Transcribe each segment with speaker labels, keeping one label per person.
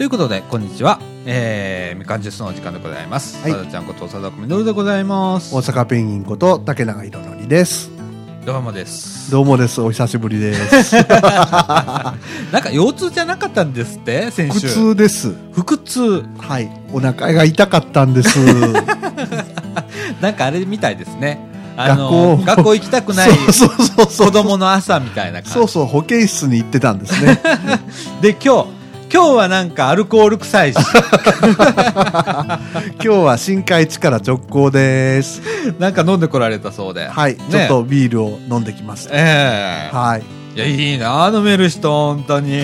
Speaker 1: いうことで、こんにちは。えー、みかんジュースのお時間でございます。
Speaker 2: はい
Speaker 1: さだちゃんことさだこみのるでございます
Speaker 2: 大。阪ペンギンこと竹永宏典です
Speaker 1: どうもです。
Speaker 2: どうもですお久しぶりです
Speaker 1: なんか腰痛じゃなかったんですって先
Speaker 2: 苦
Speaker 1: 週。
Speaker 2: 痛です
Speaker 1: 腹痛。
Speaker 2: はいお腹が痛かったんです
Speaker 1: なんかあれみたいですね。 あの、
Speaker 2: 学
Speaker 1: 学校
Speaker 2: 校
Speaker 1: 行きたくない
Speaker 2: そうそうそうそう
Speaker 1: 子供の朝みたいな
Speaker 2: そ
Speaker 1: 感
Speaker 2: う
Speaker 1: じ。
Speaker 2: そう保健室に行ってたんで すね
Speaker 1: で、今日、今日はなんかアルコール臭い し、
Speaker 2: 今日は深海地から直行です
Speaker 1: なんか飲んでこられたそうで。
Speaker 2: はい、
Speaker 1: ね
Speaker 2: ちょっとビールを飲んできました
Speaker 1: ええ
Speaker 2: はい、
Speaker 1: いや、いいな、飲める人、本当に。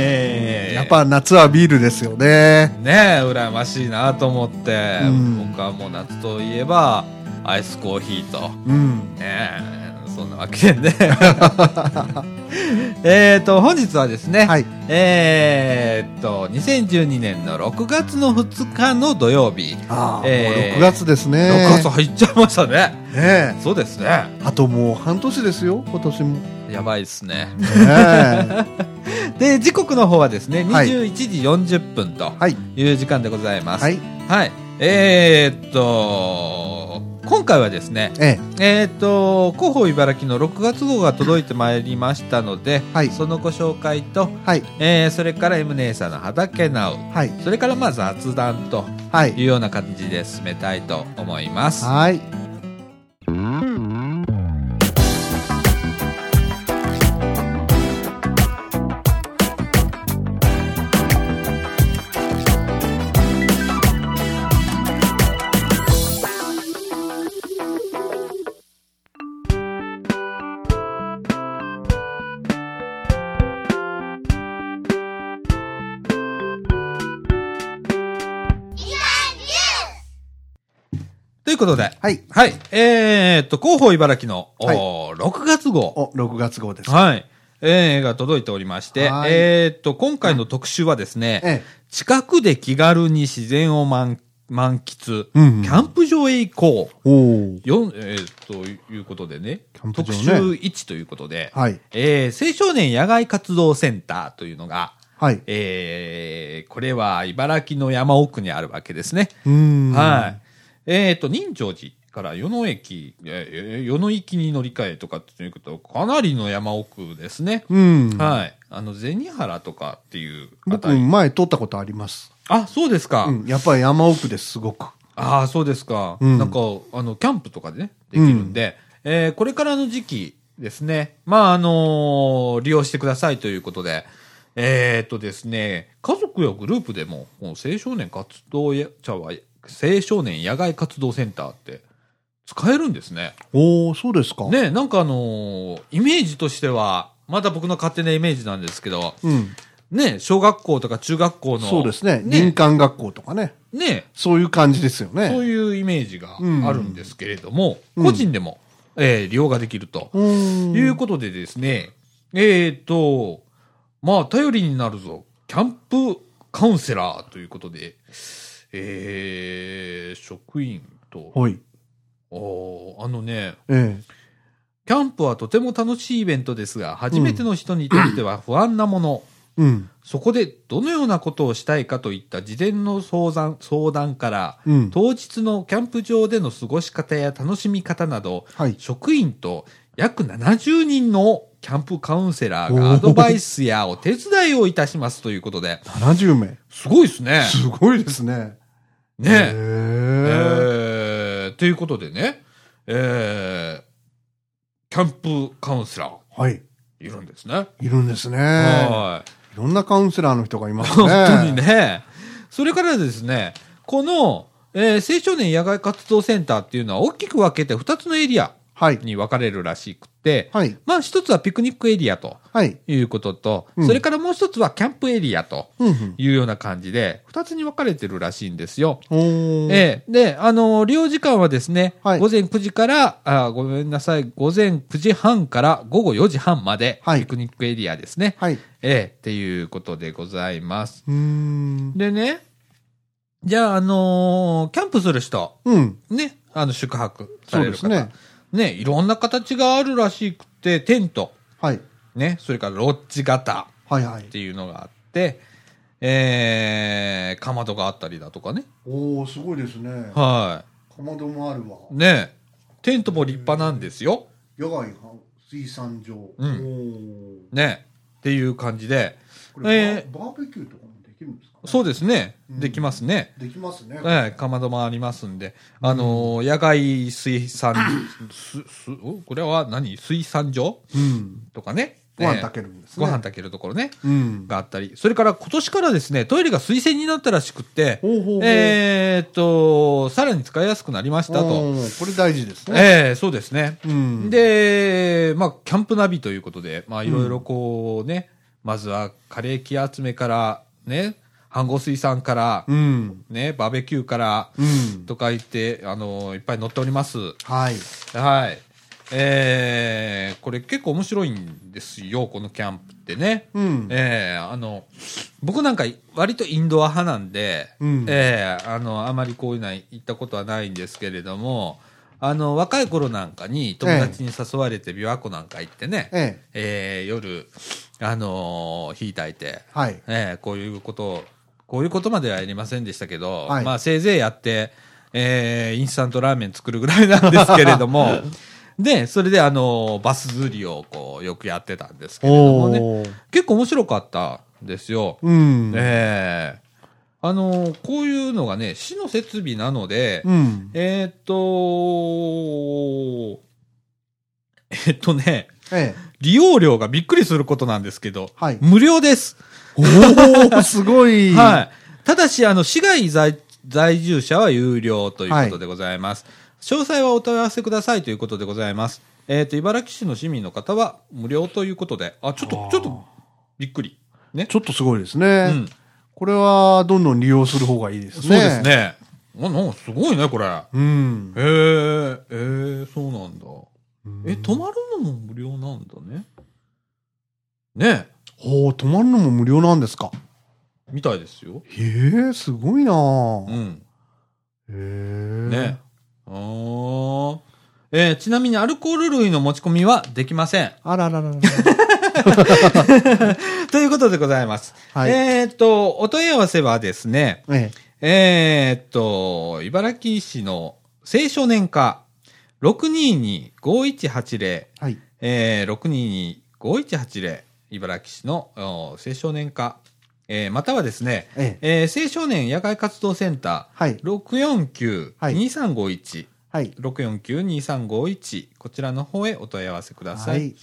Speaker 2: やっぱ夏はビールですよね
Speaker 1: ねえ、羨ましいなと思って、
Speaker 2: うん
Speaker 1: 僕はもう夏といえば、アイスコーヒーと、
Speaker 2: うん
Speaker 1: ねえ、そんなわけ でね。えっと、本日はですね、
Speaker 2: はい
Speaker 1: えーっと、2012年の6月の2日の土曜日、
Speaker 2: ああ、
Speaker 1: えー
Speaker 2: もう6月ですね
Speaker 1: 6月入っちゃいましたね。
Speaker 2: ね
Speaker 1: そうですね。
Speaker 2: えあともう半年ですよ今年もね
Speaker 1: やばいですね。
Speaker 2: え
Speaker 1: で、時刻の方はですね、
Speaker 2: はい
Speaker 1: 21時40分と
Speaker 2: はい
Speaker 1: いう時間でございます。
Speaker 2: はい
Speaker 1: はい。えーっと、今回はですね、
Speaker 2: ええ
Speaker 1: えーっと、広報茨城の6月号が届いてまいりましたので、
Speaker 2: はい
Speaker 1: そのご紹介と、
Speaker 2: はい
Speaker 1: えーそれから M 姉さんの畑直、
Speaker 2: はい
Speaker 1: それからまあ雑談と
Speaker 2: はい
Speaker 1: いうような感じで進めたいと思います。
Speaker 2: はい。
Speaker 1: ということで、
Speaker 2: はい。
Speaker 1: はい。えーっと、広報茨城の、おー
Speaker 2: はい
Speaker 1: 6月号。
Speaker 2: お、6月号です。
Speaker 1: はい。えー、が届いておりまして、
Speaker 2: はい
Speaker 1: えーっと、今回の特集はですね、
Speaker 2: ええ。
Speaker 1: 近くで気軽に自然を満満喫、
Speaker 2: うんうん
Speaker 1: キャンプ場へ行こう。
Speaker 2: おお。
Speaker 1: よんえーということでね、
Speaker 2: キャンプ場
Speaker 1: 特
Speaker 2: ね
Speaker 1: 集1ということで、
Speaker 2: はい。
Speaker 1: えー青少年野外活動センターというのが、
Speaker 2: はい。
Speaker 1: えーこれは茨城の山奥にあるわけですね。
Speaker 2: うーん。
Speaker 1: はい。えっ、と、仁常寺から与野駅、えー与野行きに乗り換えとかっていうこと、かなりの山奥ですね。
Speaker 2: い。うん。
Speaker 1: はい。あの、銭原とかっていうあ
Speaker 2: 僕、
Speaker 1: たり。
Speaker 2: 前撮ったことあります。
Speaker 1: あ、そうですか。
Speaker 2: うん。やっぱり山奥です、すごく。
Speaker 1: ああ、そうですか。
Speaker 2: うん
Speaker 1: なんか、あの、キャンプとかでね、できるんで、えーこれからの時期ですね。まあ、あのー利用してくださいということで、えーっとですね、家族やグループでも、もう青少年活動や、ちゃうわ青少年野外活動センターって使えるんですね。
Speaker 2: おお、そうですか。。
Speaker 1: ね、なんかあのーイメージとしては、まだ僕の勝手なイメージなんですけど、
Speaker 2: うん。
Speaker 1: ね、小学校とか中学校の、
Speaker 2: そうですね。林
Speaker 1: ね、
Speaker 2: 間学校とかね。
Speaker 1: ね、
Speaker 2: そういう感じですよ
Speaker 1: そう
Speaker 2: ね。
Speaker 1: いうイメージが
Speaker 2: うん
Speaker 1: あるんですけれども、
Speaker 2: うん
Speaker 1: 個人でも、えー利用ができると、
Speaker 2: うーん。
Speaker 1: いうことでですね、えっ、と、まあ、頼りになるぞ、キャンプカウンセラーということで、えー職員と、
Speaker 2: はい。
Speaker 1: おーあのね、
Speaker 2: え
Speaker 1: キャンプはとても楽しいイベントですが、初めての人にとっては不安なもの、
Speaker 2: え。うん。
Speaker 1: そこでどのようなことをしたいかといった事前の相談相談から、
Speaker 2: うん
Speaker 1: 当日のキャンプ場での過ごし方や楽しみ方など、
Speaker 2: はい。
Speaker 1: 職員と約70人のキャンプカウンセラーがアドバイスやお手伝いをいたしますということで、
Speaker 2: 70名。
Speaker 1: すごいですね。
Speaker 2: すごいですね。
Speaker 1: ね
Speaker 2: へ
Speaker 1: え。え
Speaker 2: え。
Speaker 1: ーということでね、えー、キャンプカウンセラー
Speaker 2: はい。
Speaker 1: いるんですね。
Speaker 2: いるんですね。
Speaker 1: はい。
Speaker 2: いろんなカウンセラーの人がいますね。
Speaker 1: 本当に。ね。それからですね、この、えー青少年野外活動センターっていうのは大きく分けて2つのエリア
Speaker 2: はい。
Speaker 1: に分かれるらしくて、
Speaker 2: はい。
Speaker 1: まあ一つはピクニックエリアと
Speaker 2: はい。
Speaker 1: いうことと、
Speaker 2: うん
Speaker 1: それからもう一つはキャンプエリアと
Speaker 2: うんうん。
Speaker 1: いうような感じで、2つに分かれてるらしいんですよ。
Speaker 2: おー
Speaker 1: ええで、あのー利用時間はですね、
Speaker 2: はい
Speaker 1: 午前9時から、あーごめんなさい、午前9時半から午後4時半まで、
Speaker 2: はい
Speaker 1: ピクニックエリアですね。
Speaker 2: はい。
Speaker 1: ええっていうことでございます。
Speaker 2: うーん。
Speaker 1: でね、じゃあ、あのーキャンプする人、
Speaker 2: うん。
Speaker 1: ね、あの、宿泊される方、
Speaker 2: そうで
Speaker 1: ね
Speaker 2: すね
Speaker 1: いろんな形があるらしくて、テント、
Speaker 2: はい。
Speaker 1: ね、それからロッジ型
Speaker 2: はいはい
Speaker 1: っ。ていうのがあって、えー、かまどがあったりだとかね。
Speaker 2: おおすごいですね。か
Speaker 1: は
Speaker 2: まどもあるわ。
Speaker 1: い。ねえテントも立派なんですよ。
Speaker 2: 野外水産場。
Speaker 1: う
Speaker 2: おお。
Speaker 1: ねえっていう感じで。
Speaker 2: これ、
Speaker 1: え
Speaker 2: バーベキューとかもできるんですか、ね。
Speaker 1: そうですね。
Speaker 2: うん
Speaker 1: できますね。
Speaker 2: できますね。
Speaker 1: ええかまどもありますんで。あのー野外水産、 す、す、おこれは何水産場
Speaker 2: うん。
Speaker 1: とかね。
Speaker 2: ご飯
Speaker 1: ええ
Speaker 2: 炊けるんですね。
Speaker 1: ご飯炊けるところね。
Speaker 2: うん。
Speaker 1: があったり。それから今年からですね、トイレが水洗になったらしくって、
Speaker 2: ほうほうほう
Speaker 1: えーっと、さらに使いやすくなりましたと。
Speaker 2: おーこれ大事ですね。
Speaker 1: ええそうですね。
Speaker 2: うん。、
Speaker 1: で、まあ、キャンプナビということで、まあ、いろいろこうね、まずはカレー器集めから、ね、飯合水産から、
Speaker 2: うん。
Speaker 1: ね、バーベキューから、
Speaker 2: うん。
Speaker 1: とか言って、あの、いっぱい載っております。
Speaker 2: はい。
Speaker 1: はい。えー、これ結構面白いんですよ、このキャンプってね。
Speaker 2: うん。
Speaker 1: ええあの、僕なんか割とインドア派なんで、
Speaker 2: うん
Speaker 1: ええあの、あまりこういうのは行ったことはないんですけれども、あの、若い頃なんかに友達に誘われて琵琶湖なんか行ってね、え
Speaker 2: ええ。
Speaker 1: え夜、あのー火焚いて、
Speaker 2: はい。
Speaker 1: ええこういうことを、こういうことまではやりませんでしたけど、
Speaker 2: はい
Speaker 1: まあせいぜいやって、ええインスタントラーメン作るぐらいなんですけれど も、で、それであのバス釣りをこう、よくやってたんですけれどもね。
Speaker 2: おー。
Speaker 1: 結構面白かったんですよ。
Speaker 2: うん。
Speaker 1: ええあのこういうのがね、市の設備なので、
Speaker 2: うん。
Speaker 1: えーっと、えっとね、
Speaker 2: ええ。
Speaker 1: 利用料がびっくりすることなんですけど、
Speaker 2: はい
Speaker 1: 無料です。
Speaker 2: おー、すごい。
Speaker 1: はい。ただし、あの、市外在在住者は有料ということでございます。詳細はお問い合わせくださいということでございます。えーっ、と、茨城市の市民の方は無料ということで、あ、ちょっと
Speaker 2: あ、ー
Speaker 1: ちょっと、びっくり。ね。
Speaker 2: ちょっとすごいですね。
Speaker 1: うん
Speaker 2: これは、どんどん利用する方がいいですね。
Speaker 1: そうです。ね。あ、なんかすごいね、これ。へ
Speaker 2: うん。
Speaker 1: え、えー、そうなんだ。え、泊
Speaker 2: と、
Speaker 1: まるのも無料なんだね。ねえ、
Speaker 2: ほう、泊まるのも無料なんですか。
Speaker 1: みたいですよ。
Speaker 2: へえ、すごいな
Speaker 1: う
Speaker 2: ぁ。
Speaker 1: ん。
Speaker 2: へえ。
Speaker 1: ねえ。あーえーちなみにアルコール類の持ち込みはできません。
Speaker 2: あらららら。
Speaker 1: ということでございます。
Speaker 2: はい
Speaker 1: えーっと、お問い合わせはですね、
Speaker 2: ええ。
Speaker 1: えーっと、茨城市の青少年課622-5180
Speaker 2: はい。
Speaker 1: えー、622-5180茨城市のおー青少年課、えーまたはですね、
Speaker 2: ええ。
Speaker 1: えー青少年野外活動センタ
Speaker 2: はい。
Speaker 1: ー
Speaker 2: はい
Speaker 1: 649-2351、
Speaker 2: はい。
Speaker 1: 649-2351こちらの方へお問い合わせくださ、
Speaker 2: はいい。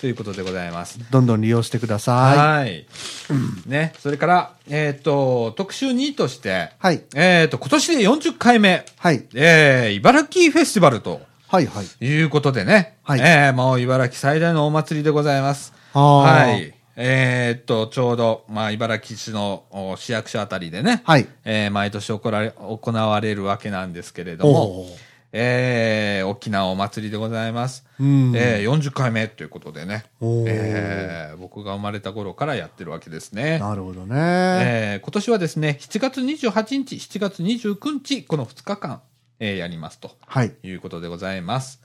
Speaker 1: ということでございます。
Speaker 2: どんどん利用してくだ
Speaker 1: はい。
Speaker 2: さ
Speaker 1: ね、それから、えーっと、特集2として、
Speaker 2: い。はい。
Speaker 1: えーっと、今年で40回目、
Speaker 2: はい。
Speaker 1: えー、茨城フェスティバルと
Speaker 2: はい。はい。
Speaker 1: いうことでね、
Speaker 2: はい
Speaker 1: えー、もう茨城最大のお祭りでございます。
Speaker 2: ああ。
Speaker 1: は。い。えーっと、ちょうど、まあ、茨城市のお市役所あたりでね、
Speaker 2: はい。
Speaker 1: えー毎年行われ行われるわけなんですけれども、
Speaker 2: おー
Speaker 1: えー大きなお祭りでございます。
Speaker 2: うん。
Speaker 1: えー40回目ということでね、
Speaker 2: おー
Speaker 1: えー僕が生まれた頃からやってるわけですね。
Speaker 2: なるほどね。
Speaker 1: えー今年はですね、7月28日、7月29日、この2日間、えーやりますと。
Speaker 2: はい。
Speaker 1: ということでございます。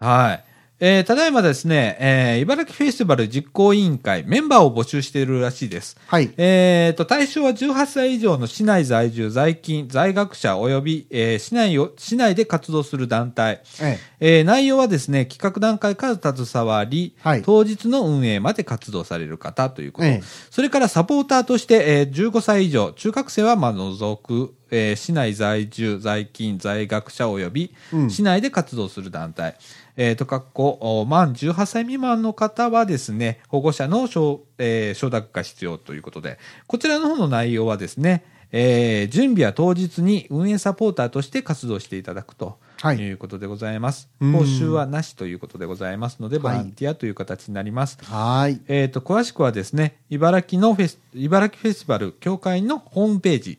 Speaker 1: はい。えーただいまですね、えー茨城フェスティバル実行委員会、メンバーを募集しているらしいです。
Speaker 2: はい。
Speaker 1: えーと、対象は18歳以上の市内在住、在勤、在学者及び、えー市内を、市内で活動する団体。
Speaker 2: え
Speaker 1: えー内容はですね、企画段階から携わり、
Speaker 2: はい
Speaker 1: 当日の運営まで活動される方ということ。
Speaker 2: ええ
Speaker 1: それからサポーターとして、えー15歳以上、中学生はまあ除く、えー市内在住、在勤、在学者及び、
Speaker 2: うん
Speaker 1: 市内で活動する団体。えーと、かっこ、お満18歳未満の方はですね、保護者の承,、えー承諾が必要ということで、こちらの方の内容はですね、えー準備は当日に運営サポーターとして活動していただくと。
Speaker 2: はい
Speaker 1: いうことでございます。
Speaker 2: うん
Speaker 1: 報酬はなしということでございますので、ボ
Speaker 2: はい
Speaker 1: ランティアという形になります。
Speaker 2: はーい。
Speaker 1: えー、と詳しくはですね茨城のフェス茨城フェスティバル協会のホームページ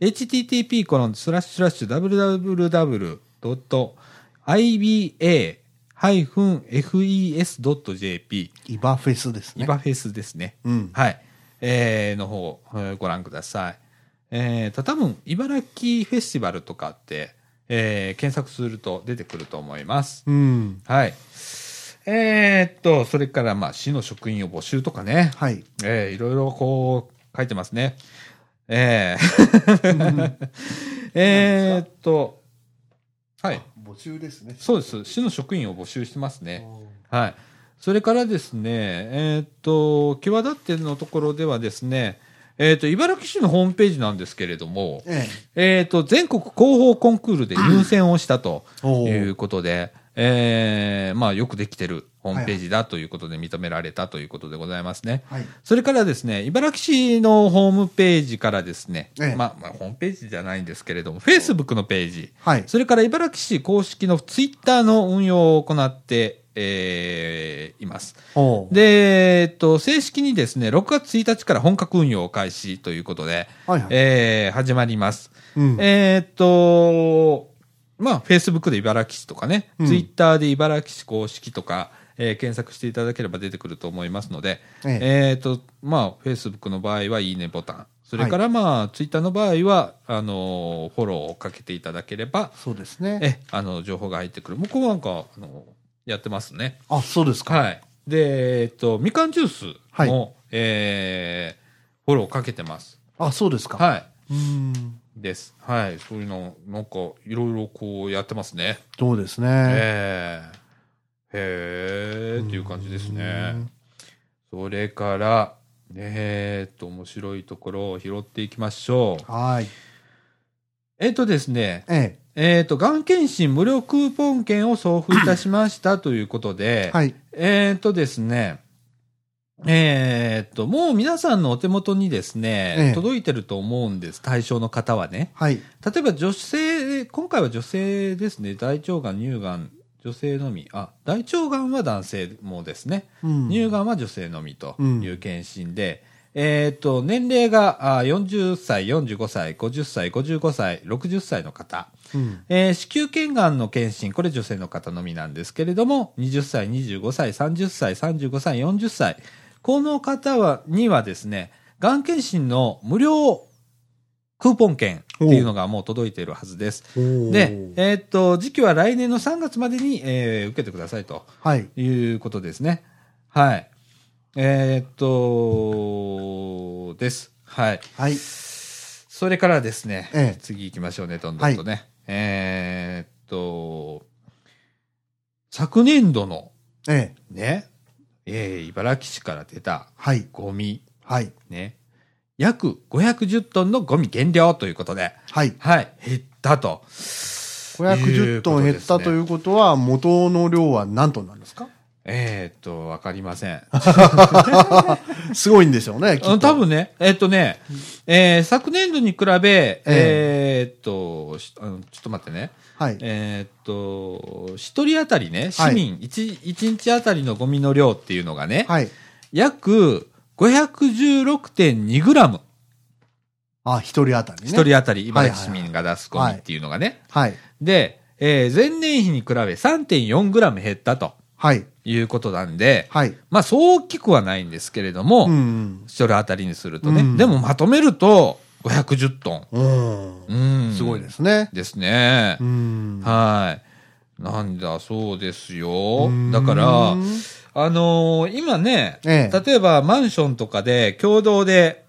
Speaker 1: http コロンスラッシュスラッシュ www.iba-fes.jp
Speaker 2: イバフェスです
Speaker 1: イ
Speaker 2: ね。
Speaker 1: バフェスですね、
Speaker 2: うん。
Speaker 1: はい、えーの方、えーご覧くださいえーと多分茨城フェスティバルとかって、えー検索すると出てくると思います
Speaker 2: うん。
Speaker 1: はい。えーっと、それから、まあ、市の職員を募集とかね、
Speaker 2: はい。
Speaker 1: えーいろいろこう、書いてますね。 えーえーっと、はい。
Speaker 2: 募集ですね。
Speaker 1: そうです。市の職員を募集してますね。
Speaker 2: おー
Speaker 1: はい。それからですね、えーっと、際立ってのところではですね、えーっと、茨城市のホームページなんですけれども、
Speaker 2: ええ。
Speaker 1: えーっと、全国広報コンクールで入選をしたと
Speaker 2: お
Speaker 1: い
Speaker 2: ー
Speaker 1: うことで、えーまあ、よくできてるホームページだということで認められたということでございますね。
Speaker 2: はい。
Speaker 1: それからですね、茨城市のホームページからですね、
Speaker 2: ええ
Speaker 1: まあ、まあ、ホームページじゃないんですけれども、Facebook のページ、
Speaker 2: はい。
Speaker 1: それから茨城市公式のツイッターの運用を行って、えーいます。
Speaker 2: おー
Speaker 1: で、えっと、正式にですね、6月1日から本格運用を開始ということで、
Speaker 2: はいはい
Speaker 1: えー始まります。
Speaker 2: うん
Speaker 1: えーっと、まあ、Facebook で茨城市とかね、
Speaker 2: うん
Speaker 1: Twitter で茨城市公式とか、えー検索していただければ出てくると思いますので、
Speaker 2: え
Speaker 1: えーっと、まあ、Facebook の場合は、いいねボタン。それから、まあ、Twitter の場合は、あのーフォローをかけていただければ、
Speaker 2: そうですね。
Speaker 1: え、あの、情報が入ってくる。向こうなんか、あの、やってますね。
Speaker 2: あ、そうですか。
Speaker 1: はい。で、えっと、みかんジュースも、
Speaker 2: はい
Speaker 1: えーフォローかけてます。
Speaker 2: あ、そうですか。
Speaker 1: はい。
Speaker 2: うーん。
Speaker 1: です。はい。そういうの、なんか、いろいろこうやってますね。
Speaker 2: そうですね。
Speaker 1: ええへえっていう感じですね。それから、えーっと、面白いところを拾っていきましょう。
Speaker 2: はい。
Speaker 1: えっとですね、
Speaker 2: え
Speaker 1: えーっと、がん検診無料クーポン券を送付いたしましたということで
Speaker 2: え。、はい。
Speaker 1: えーっとですね、えーっと、もう皆さんのお手元にですね、
Speaker 2: ええ
Speaker 1: 届いてると思うんです、対象の方はね。
Speaker 2: はい。
Speaker 1: 例えば女性、今回は女性ですね、大腸がん、乳がん、女性のみ、あ大腸がんは男性もですね、
Speaker 2: うん
Speaker 1: 乳がんは女性のみと
Speaker 2: うん
Speaker 1: いう検診で、えーっと年齢があ40歳、45歳、50歳、55歳、60歳の方。
Speaker 2: うん。
Speaker 1: えー子宮頸がんの検診、これ女性の方のみなんですけれども、20歳、25歳、30歳、35歳、40歳、この方は、にはですね、がん検診の無料クーポン券っていうのがもう届いているはずです。で、えーっと、時期は来年の3月までに、えー受けてくださいと
Speaker 2: はい。
Speaker 1: いうことですね。はい。えーっと、です。はい。
Speaker 2: はい。
Speaker 1: それからですね、
Speaker 2: ええ
Speaker 1: 次行きましょうね、どんどんとね。えーっと、昨年度の
Speaker 2: ええ。
Speaker 1: ね、えー茨城市から出た
Speaker 2: はい。
Speaker 1: ゴミ、
Speaker 2: はい。
Speaker 1: ね、約510トンのゴミ減量ということで、
Speaker 2: はい。
Speaker 1: はい、減ったと。
Speaker 2: 510トン減ったということは、元の量は何トンなんで すか
Speaker 1: えーっと、わかりません。
Speaker 2: すごいんでしょうね、きっ
Speaker 1: う
Speaker 2: と。
Speaker 1: ん多。分ね、えっとね、えー昨年度に比べ、
Speaker 2: え
Speaker 1: えーっと、しあのちょっと待ってね。
Speaker 2: はい。
Speaker 1: えーっと、一人当たりね、市民、一一日当たりのゴミの量っていうのがね、
Speaker 2: はい。
Speaker 1: 約516.2グラム。
Speaker 2: あ、一人当たりね。
Speaker 1: 一人当たり、
Speaker 2: はい
Speaker 1: 茨城
Speaker 2: はい
Speaker 1: 市民が出すゴミっていうのがね。
Speaker 2: はい。
Speaker 1: で、えー前年比に比べ3.4グラム減ったと
Speaker 2: はい。
Speaker 1: いうことなんで、
Speaker 2: はい。
Speaker 1: まあそう大きくはないんですけれども、
Speaker 2: うん。
Speaker 1: 一人当たりにするとね。
Speaker 2: うん
Speaker 1: でもまとめると、510トン。
Speaker 2: うん。
Speaker 1: うん。
Speaker 2: すごいで。すね。
Speaker 1: ですね
Speaker 2: う。ん。
Speaker 1: はい。なんだそうですよ
Speaker 2: う。ん
Speaker 1: だから、あのー今ね、
Speaker 2: ええ
Speaker 1: 例えばマンションとかで共同で、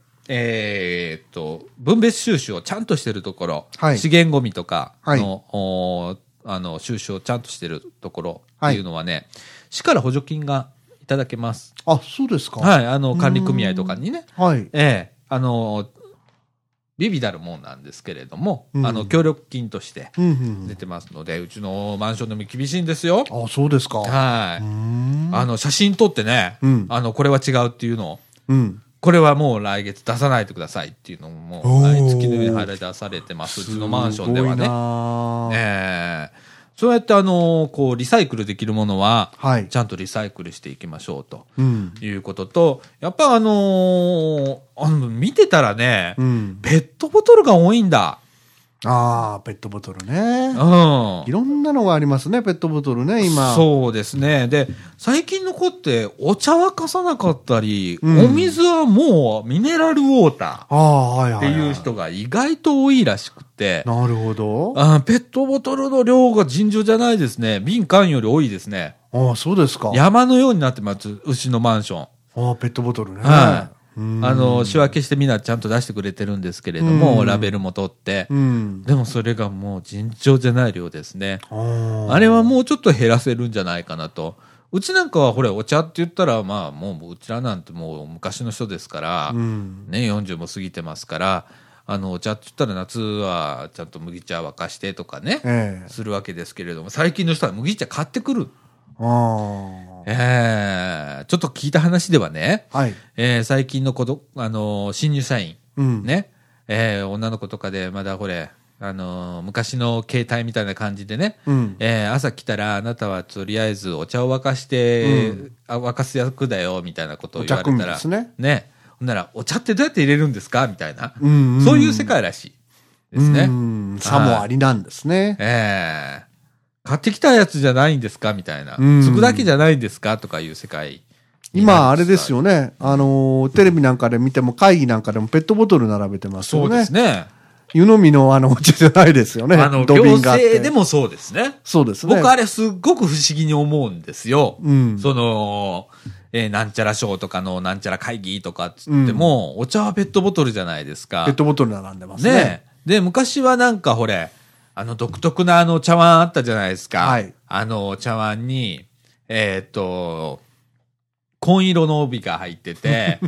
Speaker 1: えーっと、分別収集をちゃんとしてるところ、
Speaker 2: はい
Speaker 1: 資源ゴミとかの、
Speaker 2: はい
Speaker 1: おーあの、収集をちゃんとしてるところっていうのはね、市から補助金がいただけます。
Speaker 2: あ、そうですか。
Speaker 1: はい、あの、管理組合とかにね。
Speaker 2: い。はい。
Speaker 1: ええ、あの、ビビだるもんなんですけれども、
Speaker 2: うん
Speaker 1: あの、協力金として
Speaker 2: うん
Speaker 1: 出てますので、うちのマンションのみ厳しいんですよ。
Speaker 2: うん。あ、そうですか。
Speaker 1: は
Speaker 2: う
Speaker 1: い。
Speaker 2: ん。
Speaker 1: あの、写真撮ってね、
Speaker 2: うん
Speaker 1: あの、これは違うっていうのを、
Speaker 2: うん。
Speaker 1: これはもう来月出さないでくださいっていうのも、
Speaker 2: おー
Speaker 1: 毎月のように払い出されてます、うちのマンションでは
Speaker 2: すごい
Speaker 1: ね。
Speaker 2: なあ
Speaker 1: ええそうやって、あの、こう、リサイクルできるものは、
Speaker 2: はい
Speaker 1: ち。ゃんとリサイクルしていきましょうと。
Speaker 2: うん。
Speaker 1: いうことと、やっぱあのーあの、見てたらね、
Speaker 2: うん。
Speaker 1: ペットボトルが多いんだ。
Speaker 2: ああ、ペットボトル
Speaker 1: う
Speaker 2: ね。
Speaker 1: ん
Speaker 2: い。ろんなのがありますね、ペットボトルね、今。
Speaker 1: そうですね。で、最近の子ってお茶沸かさなかったり、
Speaker 2: うん
Speaker 1: お水はもうミネラルウォータ
Speaker 2: ああ、はい
Speaker 1: ーっ
Speaker 2: は
Speaker 1: て
Speaker 2: い、
Speaker 1: いう人。が意外と多いらしくて、
Speaker 2: なるほど。あ
Speaker 1: あペットボトルの量が尋常じゃないですね。瓶缶より多いですね。
Speaker 2: あ、そうですか。あ
Speaker 1: 山のようになってます、うちのマンション。
Speaker 2: あ、ペットボトルね。
Speaker 1: は
Speaker 2: うん
Speaker 1: あの、仕分けしてみんなちゃんと出してくれてるんですけれども、
Speaker 2: うん
Speaker 1: ラベルも取って
Speaker 2: う、ん。
Speaker 1: でもそれがもう尋常じゃない量ですね。
Speaker 2: あ
Speaker 1: あれはもうちょっと減らせるんじゃないかなと。うちなんかはほら、お茶って言ったら、まあもう、うちらなんてもう昔の人ですから、
Speaker 2: あうん。
Speaker 1: ね、40も過ぎてますから、あの、お茶って言ったら夏はちゃんと麦茶沸かしてとかね、
Speaker 2: ええ。
Speaker 1: するわけですけれども、最近の人は麦茶買ってくる。
Speaker 2: あ
Speaker 1: ええちょっと聞いた話ではね、
Speaker 2: あ。はい。
Speaker 1: えー最近の子ど、あのー新入社員、
Speaker 2: うん。。
Speaker 1: ね、えー女の子とかで、まだこれ、あのー昔の携帯みたいな感じでね、
Speaker 2: うん。
Speaker 1: えー朝来たら、あなたはとりあえずお茶を沸かして、
Speaker 2: う
Speaker 1: あ沸かす役だよ、みたいなことを
Speaker 2: お
Speaker 1: 言わ
Speaker 2: 茶
Speaker 1: れ
Speaker 2: 組
Speaker 1: た
Speaker 2: むん
Speaker 1: ら
Speaker 2: で、すね。
Speaker 1: ね、ほんなら、お茶ってどうやって入れるんですかみたいな、
Speaker 2: うんん
Speaker 1: そういう世界らしいですね。
Speaker 2: うんさもありなんですね。
Speaker 1: ええ買ってきたやつじゃないんですかみたいな。
Speaker 2: うん
Speaker 1: つくだけじゃないんですかとかいう世界。
Speaker 2: 今、あれです
Speaker 1: ね。
Speaker 2: よね。あのー、テレビなんかで見ても、会議なんかでもペットボトル並べてます
Speaker 1: そ
Speaker 2: よ
Speaker 1: うで
Speaker 2: ね
Speaker 1: す。ね。
Speaker 2: 湯飲みのあのお茶じゃないですよね。
Speaker 1: あの、
Speaker 2: 土
Speaker 1: 行
Speaker 2: 瓶があって
Speaker 1: 政で。もそうですね。
Speaker 2: そうですね。
Speaker 1: 僕あれすっごく不思議に思うんですよ。
Speaker 2: うん。
Speaker 1: その、えーなんちゃら賞とかのなんちゃら会議とかっつっても、お茶はペットボトルじゃないですか。
Speaker 2: ペットボトル並んでますね。
Speaker 1: ねえ。で、昔はなんかほれ、あの独特なあの茶碗あったじゃないですか。
Speaker 2: はい
Speaker 1: あの茶碗に、えーっと、紺色の帯が入って て、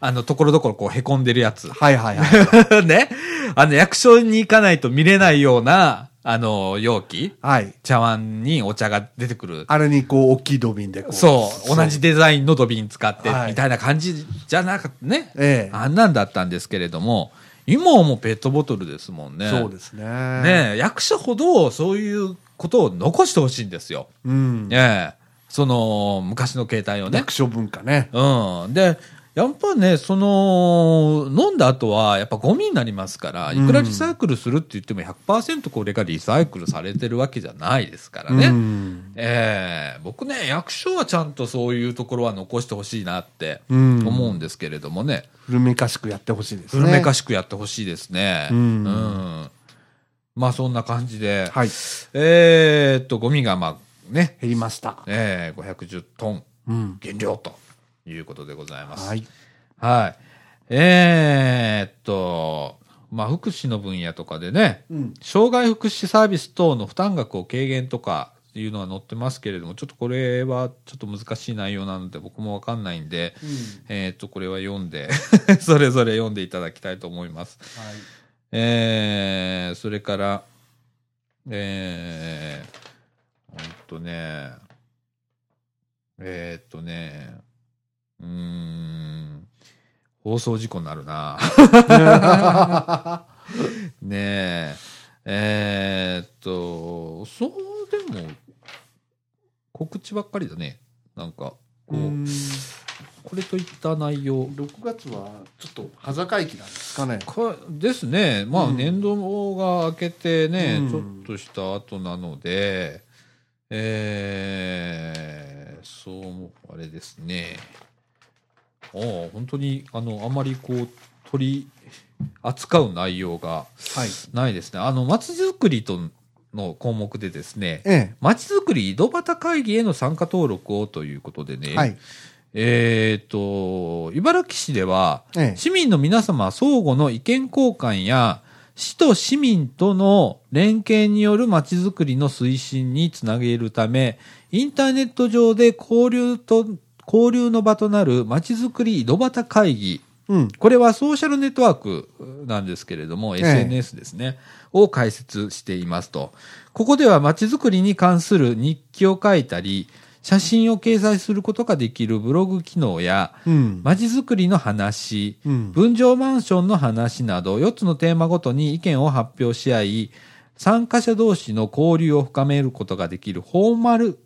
Speaker 1: あの、ところどころこう凹んでるやつ。
Speaker 2: はいはいはい。
Speaker 1: ね。あの、役所に行かないと見れないような、あの、容器。
Speaker 2: はい。
Speaker 1: 茶碗にお茶が出てくる。
Speaker 2: あれにこう、大きい土瓶でこう。
Speaker 1: そう。同じデザインの土瓶使って、
Speaker 2: はい
Speaker 1: みたいな感じじゃなかったね。
Speaker 2: ええ
Speaker 1: あんなんだったんですけれども、今はもうペットボトルですもんね。
Speaker 2: そうですね。ね
Speaker 1: ねえ、役者ほどそういうことを残してほしいんですよ。
Speaker 2: うん。
Speaker 1: ねえ、その昔の携帯をね
Speaker 2: 役。所文化ね。
Speaker 1: うん。で、やっぱね、その、飲んだ後は、やっぱゴミになりますから、いくらリサイクルするって言っても100%これがリサイクルされてるわけじゃないですからね。
Speaker 2: うん。
Speaker 1: ええ僕ね、役所はちゃんとそういうところは残してほしいなって
Speaker 2: うん
Speaker 1: 思うんですけれどもね。
Speaker 2: 古めかしくやってほしいですね。
Speaker 1: 古めか
Speaker 2: し
Speaker 1: しくやってほしいですね。
Speaker 2: うん
Speaker 1: うんまあそんな感じで、
Speaker 2: はい。
Speaker 1: えーっと、ゴミがまあね、
Speaker 2: 減りました。
Speaker 1: えー、510トン
Speaker 2: うん。
Speaker 1: 減量ということでございます。
Speaker 2: は
Speaker 1: はい。
Speaker 2: い。
Speaker 1: えーっと、まあ福祉の分野とかでね、
Speaker 2: うん。
Speaker 1: 障害福祉サービス等の負担額を軽減とかいうのは載ってますけれども、ちょっとこれはちょっと難しい内容なので僕もわかんないんで、えーっと、これは読んで、 それぞれ読んでいただきたいと思います。
Speaker 2: はい。
Speaker 1: えーそれから、えー、ほんとね、えーっとね、うーん、放送事故になるな。 ねえ、えーっと、そうでも、告知ばっかりだね。なんか、こう、
Speaker 2: うん
Speaker 1: これといった内容。
Speaker 2: 6月はちょっと端境期なんですかね。
Speaker 1: かですね、まあ、
Speaker 2: うん
Speaker 1: 年度が明けてね、
Speaker 2: うん
Speaker 1: ちょっとした後なので、えー、そう思う、あれですね、ああ、本当にあのあまりこう取り扱う内容が
Speaker 2: はい。
Speaker 1: ないですね、あのまちづくりとの項目でですね、
Speaker 2: え
Speaker 1: まちづくり井戸端会議への参加登録をということでね、
Speaker 2: え。はい。
Speaker 1: えっ、と、茨城市では、
Speaker 2: ええ。
Speaker 1: 市民の皆様相互の意見交換や、市と市民との連携によるまちづくりの推進につなげるため、インターネット上で交流と、交流の場となるまちづくり井戸端会議。
Speaker 2: うん。
Speaker 1: これはソーシャルネットワークなんですけれども、
Speaker 2: ええ
Speaker 1: SNS ですね、を開設していますと。ここではまちづくりに関する日記を書いたり、写真を掲載することができるブログ機能や、
Speaker 2: うん。
Speaker 1: まちづくりの話、
Speaker 2: うん。
Speaker 1: 分譲マンションの話など4つのテーマごとに意見を発表し合い、参加者同士の交流を深めることができるフォーマル、フ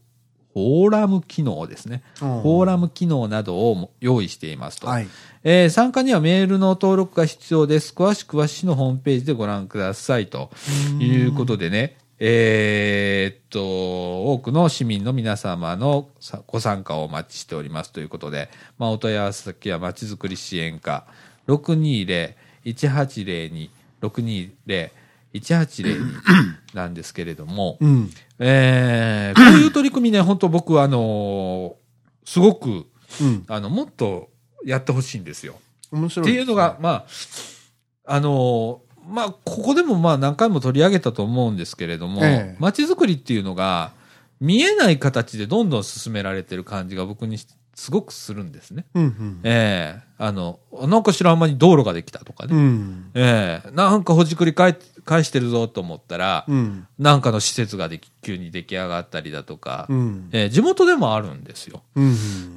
Speaker 1: ォーラム機能ですね。フォーラム機能などを用意していますと。
Speaker 2: はい。
Speaker 1: えー参加にはメールの登録が必要です。詳しくは市のホームページでご覧くださいということでね、えーっと、多くの市民の皆様のさご参加をお待ちしておりますということで、まあ、お問い合わせ先はまちづくり支援課620-1802、620-1802なんですけれども、
Speaker 2: うん。
Speaker 1: えーこういう取り組みね、本当僕はあのーすごく
Speaker 2: うん。
Speaker 1: あの、もっとやってほしいんですよ。
Speaker 2: 面白
Speaker 1: って
Speaker 2: いですね
Speaker 1: いうのが、、まあ、あのーまあ、ここでもまあ何回も取り上げたと思うんですけれども、
Speaker 2: ええ
Speaker 1: 街づくりっていうのが、見えない形でどんどん進められてる感じが僕にすごくするんですね。
Speaker 2: うんうん
Speaker 1: ええあの、なんか知らん間に道路ができたとかね。
Speaker 2: うん
Speaker 1: ええなんかほじくり返返してるぞと思ったら、
Speaker 2: うん
Speaker 1: なんかの施設ができ急に出来上がったりだとか、
Speaker 2: うん
Speaker 1: ええ地元でもあるんですよ。
Speaker 2: うん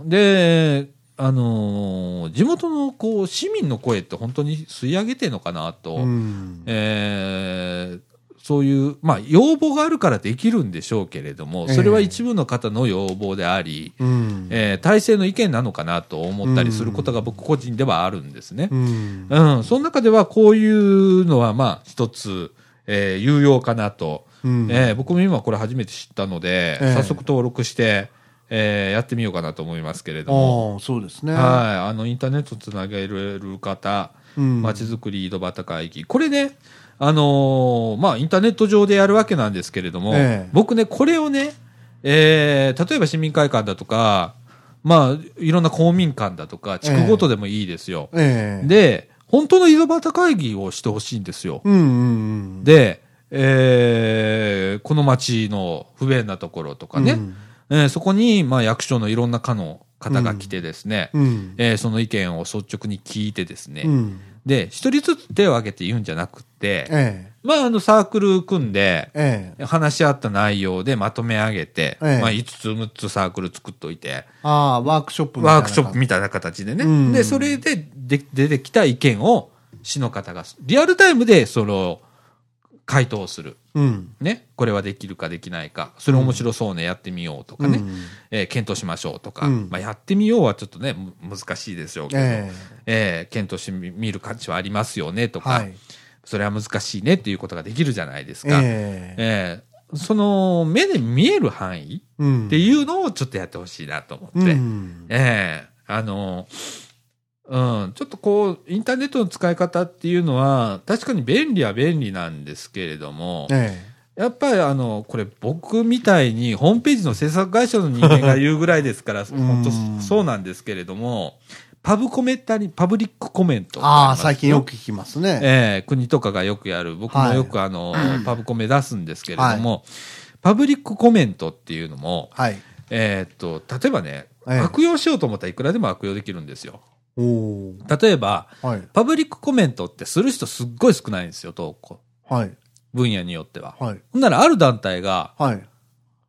Speaker 1: うん。で、あのー地元のこう市民の声って本当に吸い上げてるのかなと、
Speaker 2: うん
Speaker 1: えーそういう、まあ、要望があるからできるんでしょうけれども、それは一部の方の要望であり、
Speaker 2: うん
Speaker 1: えー体制の意見なのかなと思ったりすることが僕個人ではあるんですね。
Speaker 2: うん
Speaker 1: うん、その中ではこういうのは、まあ、一つ、えー有用かなと。
Speaker 2: うん
Speaker 1: えー僕も今これ初めて知ったので、
Speaker 2: ええ
Speaker 1: 早速登録して、えーやってみようかなと思いますけれども、
Speaker 2: ああそうですね
Speaker 1: はい、あの、インターネットつなげる方、
Speaker 2: うん
Speaker 1: まちづくり井戸端会議。これね、あのーまあ、インターネット上でやるわけなんですけれども、
Speaker 2: ええ
Speaker 1: 僕ね、これをね、えー例えば市民会館だとか、まあ、いろんな公民館だとか、地区ごとでもいいですよ。
Speaker 2: ええ
Speaker 1: で、本当の井戸端会議をしてほしいんですよ。
Speaker 2: うんうんうん
Speaker 1: で、えーこの町の不便なところとかね、
Speaker 2: うん
Speaker 1: えーそこに、まあ、役所のいろんな課の方が来てですね、
Speaker 2: うん
Speaker 1: えーその意見を率直に聞いてですね、
Speaker 2: うん
Speaker 1: で、一人ずつ手を挙げて言うんじゃなくて、
Speaker 2: え
Speaker 1: まあ、あの、サークル組んで、
Speaker 2: えええ
Speaker 1: 話し合った内容でまとめ上げて、
Speaker 2: ええ
Speaker 1: まあ、5つ6つサークル作っといて、
Speaker 2: ああワークショップみたいな
Speaker 1: ワークショップみたいな形でね。
Speaker 2: うん
Speaker 1: で、それでで出てきた意見を、市の方が、リアルタイムで、その、回答する。
Speaker 2: うん
Speaker 1: ね。これはできるかできないか。それ面白そうね、やってみようとかね。
Speaker 2: うん
Speaker 1: えー検討しましょうとか。
Speaker 2: うん
Speaker 1: まあ、やってみようはちょっとね、む難しいでしょうけど、え
Speaker 2: え
Speaker 1: ー検討してみ見る価値はありますよね、と
Speaker 2: え
Speaker 1: か、
Speaker 2: はい
Speaker 1: それは難しいねっていうことができるじゃないですか。え
Speaker 2: ええ
Speaker 1: ーその、目で見える範囲
Speaker 2: うん
Speaker 1: っていうのをちょっとやってほしいなと思って。
Speaker 2: うん
Speaker 1: ええあの、うん、ちょっとこう、インターネットの使い方っていうのは、確かに便利は便利なんですけれども、
Speaker 2: え
Speaker 1: やっぱりあの、これ僕みたいに、ホームページの制作会社の人間が言うぐらいですから、本当そうなんですけれども、パブコメったり、パブリックコメント。
Speaker 2: えああ最近よく聞きますね
Speaker 1: ええ国とかがよくやる、僕も
Speaker 2: はい
Speaker 1: よくあの、パブコメ出すんですけれども、パブリックコメントっていうのも、
Speaker 2: はい
Speaker 1: えーっと、例えばね、
Speaker 2: ええ
Speaker 1: 悪用しようと思ったらいくらでも悪用できるんですよ。
Speaker 2: おお
Speaker 1: 例えば、
Speaker 2: はい
Speaker 1: パブリックコメントってする人すっごい少ないんですよ、投稿。
Speaker 2: はい
Speaker 1: 分野によっては。
Speaker 2: はい
Speaker 1: ほんならある団体が、
Speaker 2: はい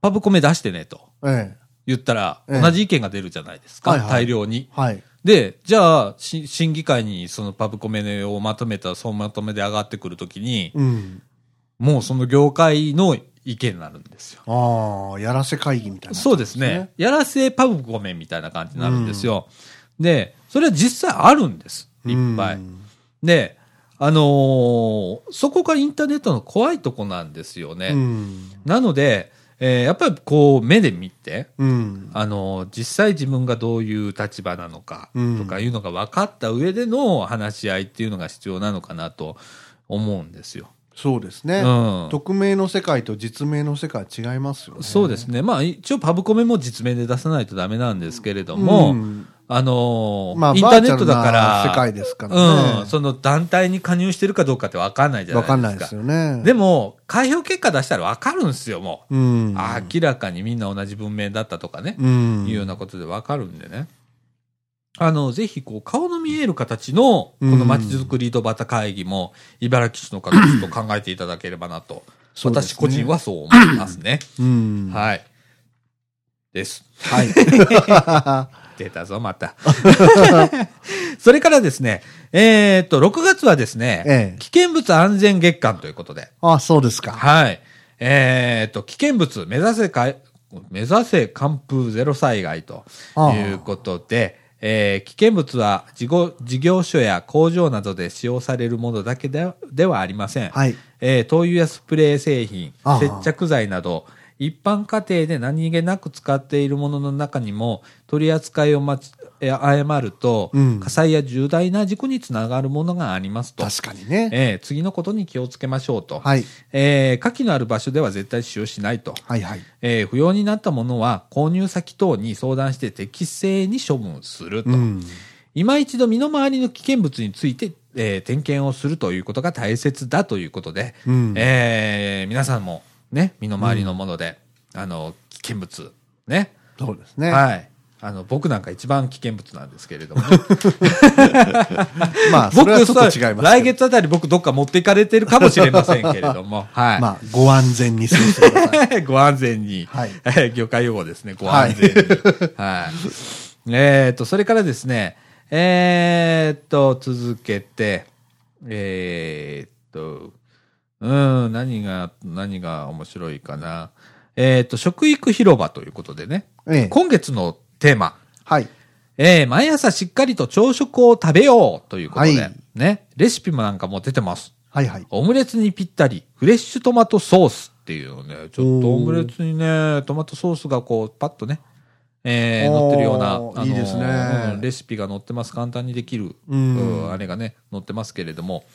Speaker 1: パブコメ出してねと
Speaker 2: ええ
Speaker 1: 言ったら、
Speaker 2: ええ
Speaker 1: 同じ意見が出るじゃないですか、
Speaker 2: はいはい
Speaker 1: 大量に。
Speaker 2: はい
Speaker 1: で、じゃあ、し審議会にそのパブコメをまとめた総まとめで上がってくるときに、
Speaker 2: うん
Speaker 1: もうその業界の意見になるんですよ。
Speaker 2: ああやらせ会議みたいな
Speaker 1: そうですね。やらせパブコメみたいな感じになるんですよ。で、それは実際あるんです。いっぱい。
Speaker 2: うん
Speaker 1: で、あのーそこがインターネットの怖いとこなんですよね。
Speaker 2: うん
Speaker 1: なので、えーやっぱりこう目で見て、
Speaker 2: うん
Speaker 1: あのー実際自分がどういう立場なのか
Speaker 2: うん
Speaker 1: とかいうのが分かった上での話し合いっていうのが必要なのかなと思うんですよ。
Speaker 2: そうですね、
Speaker 1: うん
Speaker 2: 匿名の世界と実名の世界は違いますよね
Speaker 1: そうですね。まあ一応パブコメも実名で出さないとダメなんですけれども、
Speaker 2: うん
Speaker 1: あのー
Speaker 2: まあ
Speaker 1: インターネットだか
Speaker 2: バー
Speaker 1: ら、
Speaker 2: チャルな世界ですからね
Speaker 1: うん、その団体に加入してるかどうかって分かんないじゃない
Speaker 2: わ
Speaker 1: ですか。
Speaker 2: かんないですよね
Speaker 1: で
Speaker 2: も、
Speaker 1: も、開票結果出したら分かるんですよ、もう。
Speaker 2: うん、
Speaker 1: 明らかにみんな同じ文明だったとかね、
Speaker 2: うん、
Speaker 1: いうようなことで分かるんでね。あの、ぜひ、こう、顔の見える形の、この街づくり井戸端会議も、茨城市の方、ちょっと考えていただければなと、
Speaker 2: そうで
Speaker 1: 私
Speaker 2: すね
Speaker 1: 個人はそう思いますね。
Speaker 2: うん、
Speaker 1: はい。です。
Speaker 2: はい。
Speaker 1: 出たぞ、また。 それからですね、えーっと、6月はですね、
Speaker 2: ええ
Speaker 1: 危険物安全月間ということで、
Speaker 2: あ、そうですか。
Speaker 1: はい。えーっと、危険物目指せかい、目指せ完封ゼロ災害と
Speaker 2: ああ
Speaker 1: いうことで、えー危険物は事業事業所や工場などで使用されるものだけでではありません。
Speaker 2: はい
Speaker 1: えー灯油やスプレー製品、
Speaker 2: ああ
Speaker 1: 接着剤など、一般家庭で何気なく使っているものの中にも、取り扱いをまちえー誤ると、
Speaker 2: うん
Speaker 1: 火災や重大な事故につながるものがありますと。
Speaker 2: 確かにね。
Speaker 1: えー次のことに気をつけましょうと。
Speaker 2: はい
Speaker 1: えー火器のある場所では絶対使用しないと。
Speaker 2: はいはい。
Speaker 1: えー不要になったものは購入先等に相談して適正に処分すると。
Speaker 2: うん。
Speaker 1: 今一度身の回りの危険物について、えー点検をするということが大切だということで、
Speaker 2: うん
Speaker 1: えー皆さんもね、身の回りのもので、あの、危険物、ね。
Speaker 2: そうですね。
Speaker 1: はい。あの、僕なんか一番危険物なんですけれども、
Speaker 2: まあ、そ
Speaker 1: 僕
Speaker 2: れはちょっと違いますけど。
Speaker 1: 来月あたり僕どっか持っていかれてるかもしれませんけれど も、はい。
Speaker 2: まあ、ご安全に過ごしてくださ い。
Speaker 1: ご安全に。
Speaker 2: はい
Speaker 1: えー魚介用語ですね。ご安全に。はい。えっと、それからですね、えっと、続けて、えっと、うん、何が、何が面白いかな。えっと、食育広場ということでね、
Speaker 2: ええ
Speaker 1: 今月のテーマ、
Speaker 2: はい。
Speaker 1: えー毎朝しっかりと朝食を食べようということで、
Speaker 2: はい
Speaker 1: ね、レシピもなんかも出てます。
Speaker 2: はいはい。
Speaker 1: オムレツにぴったり、フレッシュトマトソースっていうのね、ちょっとオムレツにね、トマトソースがこう、パッとね、えー、
Speaker 2: おー
Speaker 1: 乗ってるような、
Speaker 2: いいですね
Speaker 1: うんレシピが載ってます。簡単にできる、
Speaker 2: うん
Speaker 1: うんあれがね、載ってますけれども、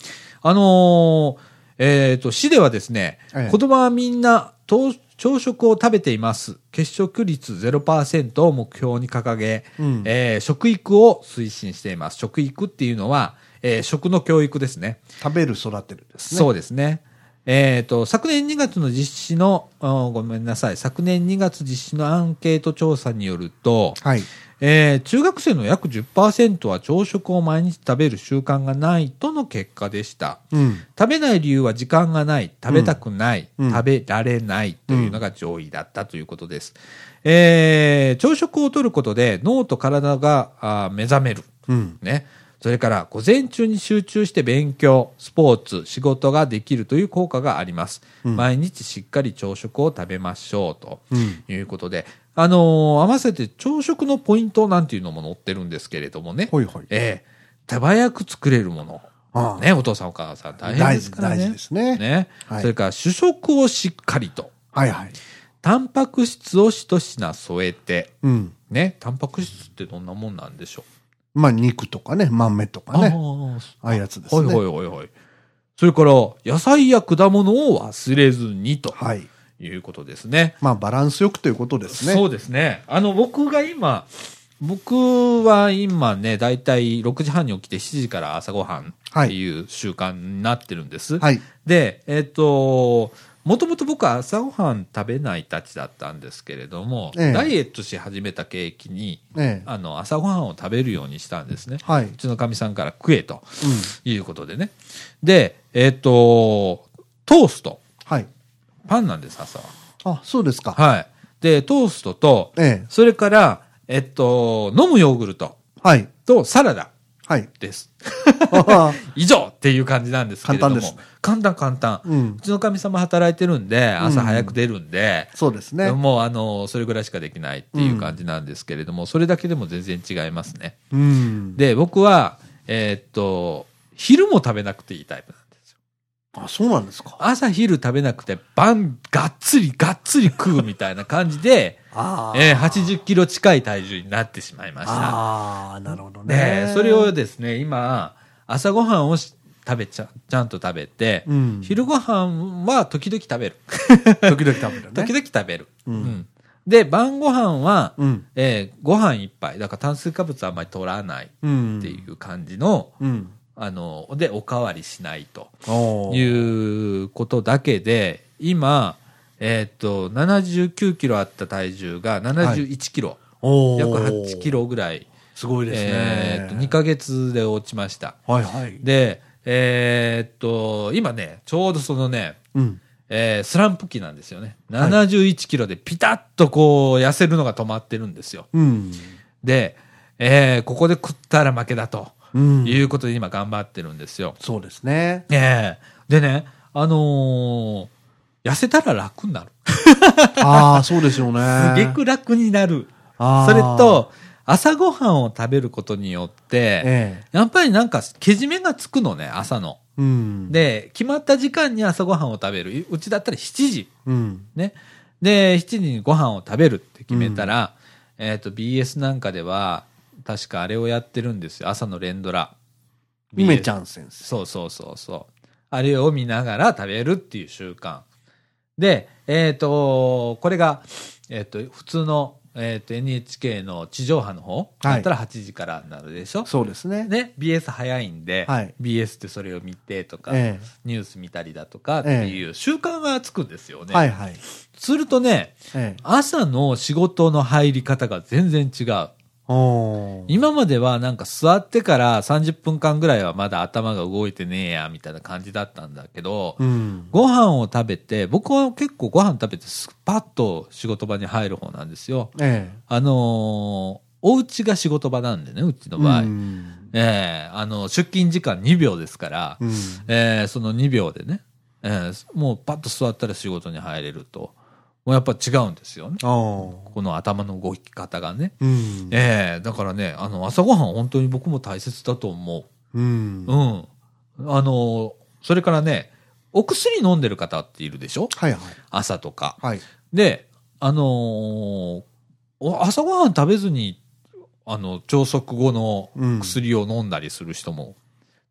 Speaker 1: あのーえっ、と、市ではですね、
Speaker 2: ええ
Speaker 1: 子供はみんな、と朝食を食べています。欠食率0%を目標に掲げ、
Speaker 2: うん
Speaker 1: えー食育を推進しています。食育っていうのは、えー食の教育ですね。
Speaker 2: 食べる、育てるですね。
Speaker 1: そうですね。えっ、と、昨年2月の実施の、うんごめんなさい、昨年2月実施のアンケート調査によると、
Speaker 2: はい。
Speaker 1: えー中学生の約10%は朝食を毎日食べる習慣がないとの結果でした。
Speaker 2: うん。
Speaker 1: 食べない理由は時間がない、食べたくない、
Speaker 2: うん
Speaker 1: 食べられないというのが上位だったということです。えー朝食をとることで脳と体があー目覚める。
Speaker 2: うん。
Speaker 1: ね。それから、午前中に集中して勉強、スポーツ、仕事ができるという効果があります。毎日しっかり朝食を食べましょうと
Speaker 2: うん
Speaker 1: いうことで、あのー合わせて朝食のポイントなんていうのも載ってるんですけれどもね。
Speaker 2: ほいほい。
Speaker 1: ええ手早く作れるもの。
Speaker 2: ああ
Speaker 1: ね、お父さんお母さん大変で
Speaker 2: 大
Speaker 1: す
Speaker 2: 事、
Speaker 1: からね。
Speaker 2: 大事ですね。
Speaker 1: ね。
Speaker 2: はい
Speaker 1: それから、主食をしっかりと。
Speaker 2: はいはい。
Speaker 1: タンパク質を一品添えて。
Speaker 2: うん。
Speaker 1: ね。タンパク質ってどんなもんなんでしょ
Speaker 2: まあ、肉とかね、豆と
Speaker 1: う
Speaker 2: かね。
Speaker 1: ああ、
Speaker 2: ああいうやつです
Speaker 1: はい
Speaker 2: ね。
Speaker 1: はいはいはい。それから、野菜や果物を忘れずにと
Speaker 2: はい。
Speaker 1: いうことですね。
Speaker 2: まあ、バランスよくということですね。。
Speaker 1: そううですね。あの、僕が今、僕は今ね、だいたい6時半に起きて7時から朝ごはん
Speaker 2: は
Speaker 1: っ
Speaker 2: い
Speaker 1: ていう習慣になってるんです。
Speaker 2: はい。
Speaker 1: で、えっ、と、もともと僕は朝ごはん食べないたちだったんですけれども、
Speaker 2: ええ
Speaker 1: ダイエットし始めた契機に、
Speaker 2: ええ。
Speaker 1: あの、朝ごはんを食べるようにしたんですね。。
Speaker 2: はいう
Speaker 1: ちのかみさんから食えと。いうことでね。で、えっ、と、トースト。
Speaker 2: はい。
Speaker 1: パンなんです、朝は。
Speaker 2: あ、そうですか。
Speaker 1: はい。で、トーストと、
Speaker 2: ええ。
Speaker 1: それから、えっと、飲むヨーグルト
Speaker 2: はい。
Speaker 1: とサラダ
Speaker 2: はい。
Speaker 1: です。
Speaker 2: あ
Speaker 1: 以上っていう感じなんですけれども。
Speaker 2: 簡単です
Speaker 1: 簡単、簡単。う
Speaker 2: うん。
Speaker 1: ちのかみさんも働いてるんで、朝早く出るんで、
Speaker 2: そうですね。
Speaker 1: もうあの、それぐらいしかできないっていう感じなんですけれども、それだけでも全然違いますね。
Speaker 2: うん。
Speaker 1: で、僕は、えっと、昼も食べなくていいタイプなんですよ。
Speaker 2: あ、そうなんですか。
Speaker 1: 朝昼食べなくて晩がっつりがっつり食うみたいな感じで、
Speaker 2: ああ。
Speaker 1: えー、80キロ近い体重になってしまいました。
Speaker 2: ああ、なるほどね。
Speaker 1: で、それを、ですね、今、朝ごはんをし食べちゃ、ちゃんと食べて、
Speaker 2: うん。
Speaker 1: 昼ごはんは時々食べる。
Speaker 2: 時々食べるね。
Speaker 1: 時々食べる。
Speaker 2: うん
Speaker 1: うんで、晩ごはんは、
Speaker 2: うん。
Speaker 1: えーご飯一杯。だから炭水化物あんまり取らない
Speaker 2: うん。
Speaker 1: っていう感じの、
Speaker 2: うん。
Speaker 1: あの、で、おかわりしないと。
Speaker 2: おー
Speaker 1: いうことだけで、今、えーっと、79キロあった体重が71キロ、
Speaker 2: おー
Speaker 1: 約8キ。ロぐらい、
Speaker 2: すごいですね。
Speaker 1: えーっと、2ヶ月で落ちました。
Speaker 2: はいはい。
Speaker 1: で、えーっと、今ね、ちょうどそのね、
Speaker 2: うん。
Speaker 1: えースランプ期なんですよね。71キロでピタッとこう、痩せるのが止まってるんですよ。
Speaker 2: うん。
Speaker 1: で、えーここで食ったら負けだと、
Speaker 2: うん。
Speaker 1: いうことで今頑張ってるんですよ。
Speaker 2: そうですね。
Speaker 1: ええでね、あのー痩せたら楽になる。
Speaker 2: ああ、そうですよね。
Speaker 1: すげく楽になる。
Speaker 2: あー
Speaker 1: それと、朝ごはんを食べることによって、
Speaker 2: ええ。
Speaker 1: やっぱりなんか、けじめがつくのね、朝の。
Speaker 2: うん。、
Speaker 1: で、決まった時間に朝ごはんを食べる。うちだったら7時。
Speaker 2: うん。
Speaker 1: ね。で、7時にご飯を食べるって決めたら、えっ、と、BS なんかでは、確かあれをやってるんですよ。朝の連ドラ。
Speaker 2: 梅
Speaker 1: ん
Speaker 2: ちゃん先生。
Speaker 1: そうそうそうそう。あれを見ながら食べるっていう習慣。で、えっ、と、これが、えっ、と、普通の、ええっ、と、NHK の地上波の方だったら8時からになるでしょ、
Speaker 2: そうですね。
Speaker 1: ね、BS 早いんで、
Speaker 2: はい
Speaker 1: BS ってそれを見てとか、
Speaker 2: ええ
Speaker 1: ニュース見たりだとかっていう習慣がつくんですよね。
Speaker 2: はいはい。
Speaker 1: するとね、
Speaker 2: ええ。
Speaker 1: 朝の仕事の入り方が全然違う。
Speaker 2: おー
Speaker 1: 今まではなんか座ってから30分間ぐらいはまだ頭が動いてねえや、みたいな感じだったんだけど、
Speaker 2: うん。
Speaker 1: ご飯を食べて、僕は結構ご飯食べてスパッと仕事場に入る方なんですよ。
Speaker 2: ええ。
Speaker 1: あのーお家が仕事場なんでね、うちの場合。
Speaker 2: うん。
Speaker 1: ええあの、出勤時間2秒ですから、
Speaker 2: うん
Speaker 1: ええその2秒でね、ええもうパッと座ったら仕事に入れると、もうやっぱ違うんですよね。
Speaker 2: おー
Speaker 1: この頭の動き方がね。
Speaker 2: うん。
Speaker 1: ええだからね、あの、朝ごはん本当に僕も大切だと思
Speaker 2: うん
Speaker 1: う。う。ん。あの、それからね、お薬飲んでる方っているでしょ
Speaker 2: はいはい。
Speaker 1: 朝とか。
Speaker 2: はい。
Speaker 1: で、あのーお朝ごはん食べずに、あの、朝食後の
Speaker 2: うん
Speaker 1: 薬を飲んだりする人も、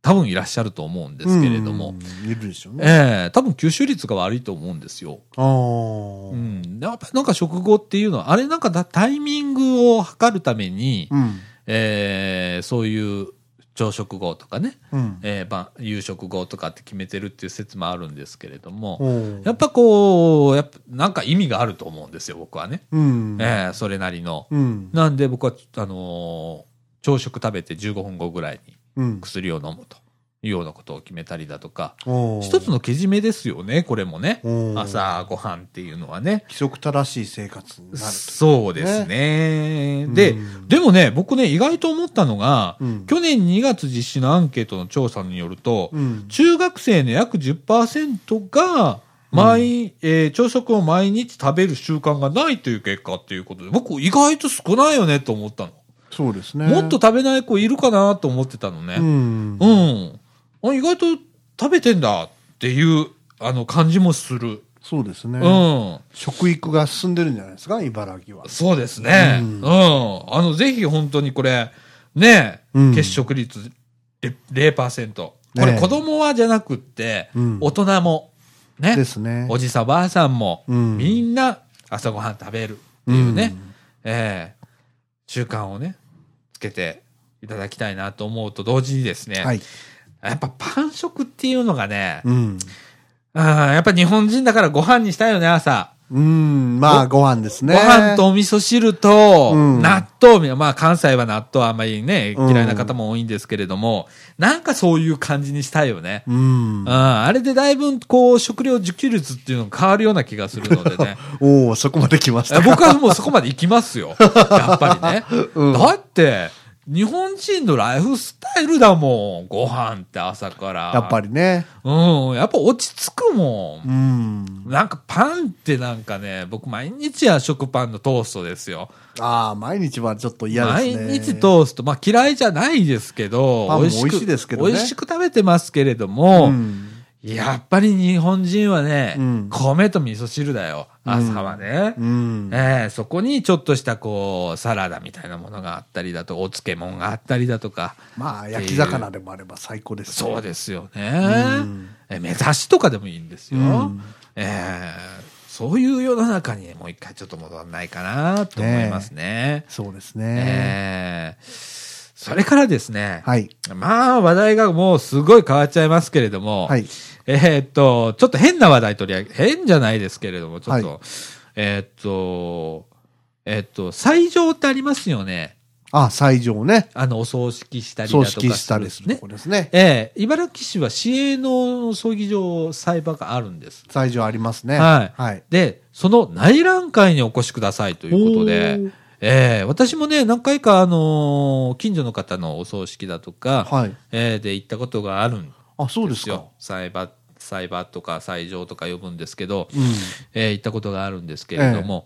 Speaker 1: 多分いらっしゃると思うんですけれども、
Speaker 2: うん。いるでしょうね。
Speaker 1: ええ多分吸収率が悪いと思うんですよ。
Speaker 2: あー
Speaker 1: う。ん。やっぱりなんか食後っていうのは、あれなんかだタイミングを測るために、
Speaker 2: うん。
Speaker 1: えーそういう朝食後とかね、
Speaker 2: うん。
Speaker 1: えー晩夕食後とかって決めてるっていう説もあるんですけれども、
Speaker 2: お
Speaker 1: やっぱこう、やっぱなんか意味があると思うんですよ、僕はね。
Speaker 2: うん。
Speaker 1: えーそれなりの。
Speaker 2: うん。
Speaker 1: なんで僕は、あのー朝食食べて15分後ぐらいに
Speaker 2: うん。
Speaker 1: 薬を飲むというようなことを決めたりだとか、
Speaker 2: おー
Speaker 1: 一つのけじめですよね、これもね。
Speaker 2: おー
Speaker 1: 朝ごはんっていうのはね。
Speaker 2: 規則正しい生活になる
Speaker 1: そうですね。
Speaker 2: ね
Speaker 1: で
Speaker 2: う、ん
Speaker 1: でもね、僕ね、意外と思ったのが、
Speaker 2: うん
Speaker 1: 去年2月実施のアンケートの調査によると、
Speaker 2: と。うん。
Speaker 1: 中学生の約10%が、毎、えー朝食を毎日食べる習慣がないという結果っていうことで、僕意外と少ないよねと思ったの。
Speaker 2: そうですね。
Speaker 1: もっと食べない子いるかなと思ってたの
Speaker 2: う
Speaker 1: ね。う
Speaker 2: ん。
Speaker 1: ん。あ意外と食べてんだっていう、あの、感じもする。
Speaker 2: そうですね。
Speaker 1: うん。
Speaker 2: 食育が進んでるんじゃないですか、茨城は。
Speaker 1: そうですね。う。
Speaker 2: うんん
Speaker 1: あの、ぜひ本当にこれ、ね、
Speaker 2: うん
Speaker 1: 欠食率れ0%。これ
Speaker 2: ね
Speaker 1: 子供はじゃなくって、
Speaker 2: うん
Speaker 1: 大人も、ね
Speaker 2: ですね
Speaker 1: おじさんばあさんも、
Speaker 2: うん
Speaker 1: みんな朝ごはん食べるっていうね、
Speaker 2: うん
Speaker 1: ええ習慣をね、つけていただきたいなと思うと同時にですね、
Speaker 2: はい。
Speaker 1: やっぱパン食っていうのがね、
Speaker 2: うん。
Speaker 1: あーやっぱ日本人だからご飯にしたいよね、朝。
Speaker 2: うん、まあ、ご飯ですね。
Speaker 1: ご飯とお味噌汁と、
Speaker 2: うん
Speaker 1: 納豆、まあ関西は納豆あんまりね、
Speaker 2: うん
Speaker 1: 嫌いな方も多いんですけれども、なんかそういう感じにしたいよね。
Speaker 2: うん
Speaker 1: うん、。あれでだいぶこう食料自給率っていうのが変わるような気がするので ね。
Speaker 2: おおそこまで来まし
Speaker 1: え
Speaker 2: たか。
Speaker 1: 僕はもうそこまで行きます よ。やっぱりね。
Speaker 2: うん
Speaker 1: だって、日本人のライフスタイルだもん。ご飯って朝から。
Speaker 2: やっぱ
Speaker 1: り。
Speaker 2: りね。
Speaker 1: うん。やっぱ落ち着くも。
Speaker 2: うんん。
Speaker 1: なんかパンってなんかね、僕毎日は食パンのトーストですよ。
Speaker 2: ああ、毎日はちょっと嫌ですね。
Speaker 1: 毎日。トースト。まあ嫌いじゃないですけど、
Speaker 2: パンも
Speaker 1: く
Speaker 2: 美味しいですけどね
Speaker 1: 美味しく食べてますけれど
Speaker 2: う
Speaker 1: も、
Speaker 2: ん。
Speaker 1: やっぱり日本人はね、
Speaker 2: うん
Speaker 1: 米と味噌汁だよ。朝はね。
Speaker 2: うん。
Speaker 1: ええそこにちょっとしたこう、サラダみたいなものがあったりだと、お漬物があったりだとか、
Speaker 2: まあ、焼き魚でもあれば最高ですね。
Speaker 1: そうですよね。
Speaker 2: ん
Speaker 1: え目指しとかでもいいんですよ。
Speaker 2: うん
Speaker 1: ええそういう世の中にもう一回ちょっと戻んないかなと思いますね。
Speaker 2: そうです
Speaker 1: ええ
Speaker 2: ね。
Speaker 1: それからですね、
Speaker 2: はい。
Speaker 1: まあ話題がもうすごい変わっちゃいますけれども、
Speaker 2: はい
Speaker 1: えーっと、ちょっと変な話題取り上げ、変じゃないですけれども、ちょっと、
Speaker 2: は
Speaker 1: えーっと、えーっと、斎場ってありますよね。
Speaker 2: あ、最上ね。
Speaker 1: あの、お葬式したりだと
Speaker 2: 葬
Speaker 1: かする
Speaker 2: 式したりする
Speaker 1: ね
Speaker 2: と。こですね。
Speaker 1: ええ茨城市は市営の葬儀場、裁判があるんです。
Speaker 2: 最上ありますね。
Speaker 1: はい
Speaker 2: はい。
Speaker 1: で、その内覧会にお越しくださいということ
Speaker 2: おー
Speaker 1: で、ええ私もね、何回か、あのー近所の方のお葬式だとか、
Speaker 2: はい
Speaker 1: ええで行ったことがあるんで
Speaker 2: あ、そうですすか
Speaker 1: よ。。サイバー、サイバーとか、斎場とか呼ぶんですけど、
Speaker 2: うん。
Speaker 1: えー行ったことがあるんですけれども、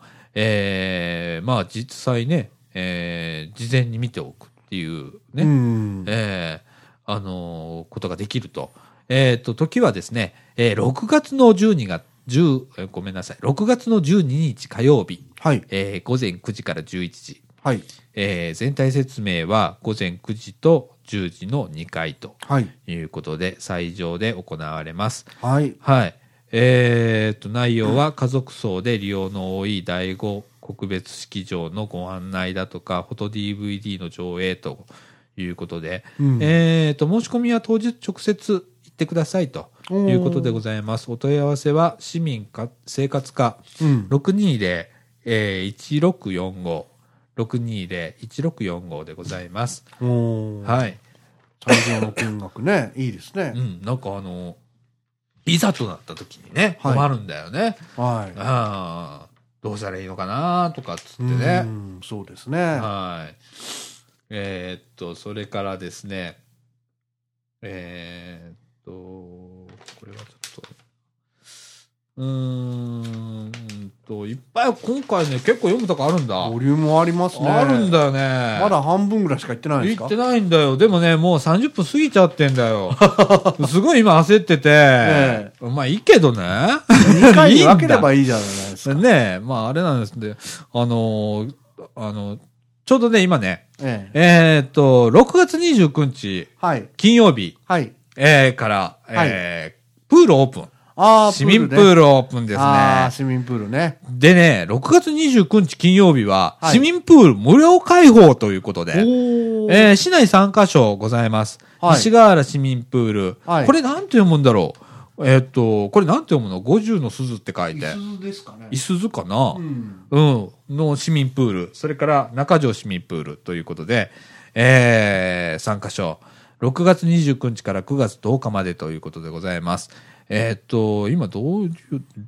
Speaker 1: えーまあ実際ね、えー事前に見ておくっていうね、
Speaker 2: うん。
Speaker 1: えーあのーことができると。えっ、と、時はですね、えー6月の12が10、えーごめんなさい、6月の12日火曜日、
Speaker 2: はい。
Speaker 1: えー午前9時から11時、
Speaker 2: はい。
Speaker 1: えー全体説明は午前9時と10時の2回と
Speaker 2: はい。
Speaker 1: いうことで、最上で行われます。
Speaker 2: はい。
Speaker 1: はい。えーっと、内容は家族層で利用の多い第5告別式場のご案内だとか、フォト DVD の上映ということで、
Speaker 2: うん
Speaker 1: えっと、申し込みは当日直接行ってくださいということでございます。お問い合わせは市民か生活課
Speaker 2: うん。
Speaker 1: 620-1645、620-1645でございます。
Speaker 2: おー
Speaker 1: はい。
Speaker 2: 会場の見学 ね、いいですね
Speaker 1: う。ん、なんかあの、いざとなった時にね、
Speaker 2: はい
Speaker 1: 困るんだよね。
Speaker 2: はい。
Speaker 1: ああ、どうしたらいいのかなとかっつって
Speaker 2: う
Speaker 1: ね。
Speaker 2: んそうですね。
Speaker 1: はい。えーっと、それからですね、えーっと、これはちょっと、うーんと、いっぱい今回ね、結構読むとこあるんだ。
Speaker 2: ボリュームありますね。
Speaker 1: あるんだよね。
Speaker 2: まだ半分ぐらいしか行ってないんです
Speaker 1: 行
Speaker 2: か
Speaker 1: ってないんだよ。でもね、もう30分過ぎちゃってんだ よ。すごい今焦ってて。
Speaker 2: え
Speaker 1: まあいいけどね。
Speaker 2: 2回に分ければ
Speaker 1: い
Speaker 2: いいじゃないですか。
Speaker 1: いんだねまああれなんですね。あのーあの、ちょうどね、今ね、
Speaker 2: ええ
Speaker 1: えーっと、6月29日、
Speaker 2: はい。
Speaker 1: 金曜日、
Speaker 2: はい。
Speaker 1: えーから、
Speaker 2: はい
Speaker 1: えープールオープン。
Speaker 2: ああ、
Speaker 1: 市民プ
Speaker 2: ね
Speaker 1: ールオープンです
Speaker 2: ああ、
Speaker 1: ね。
Speaker 2: 市民プールね。
Speaker 1: でね、6月29日金曜日は、
Speaker 2: はい
Speaker 1: 市民プール無料開放ということで、
Speaker 2: お
Speaker 1: えー市内3カ所ございます。
Speaker 2: はい
Speaker 1: 西河原市民プール。
Speaker 2: はい
Speaker 1: これなんて読むんだろうえーっと、これなんて読むの ?50 の鈴って書いて。
Speaker 2: 鈴ですかね
Speaker 1: いすずかな、
Speaker 2: うん。
Speaker 1: うん、の市民プール。それから中条市民プールということで、えー、3カ所。6月29日から9月10日までということでございます。えーっと、今どういう、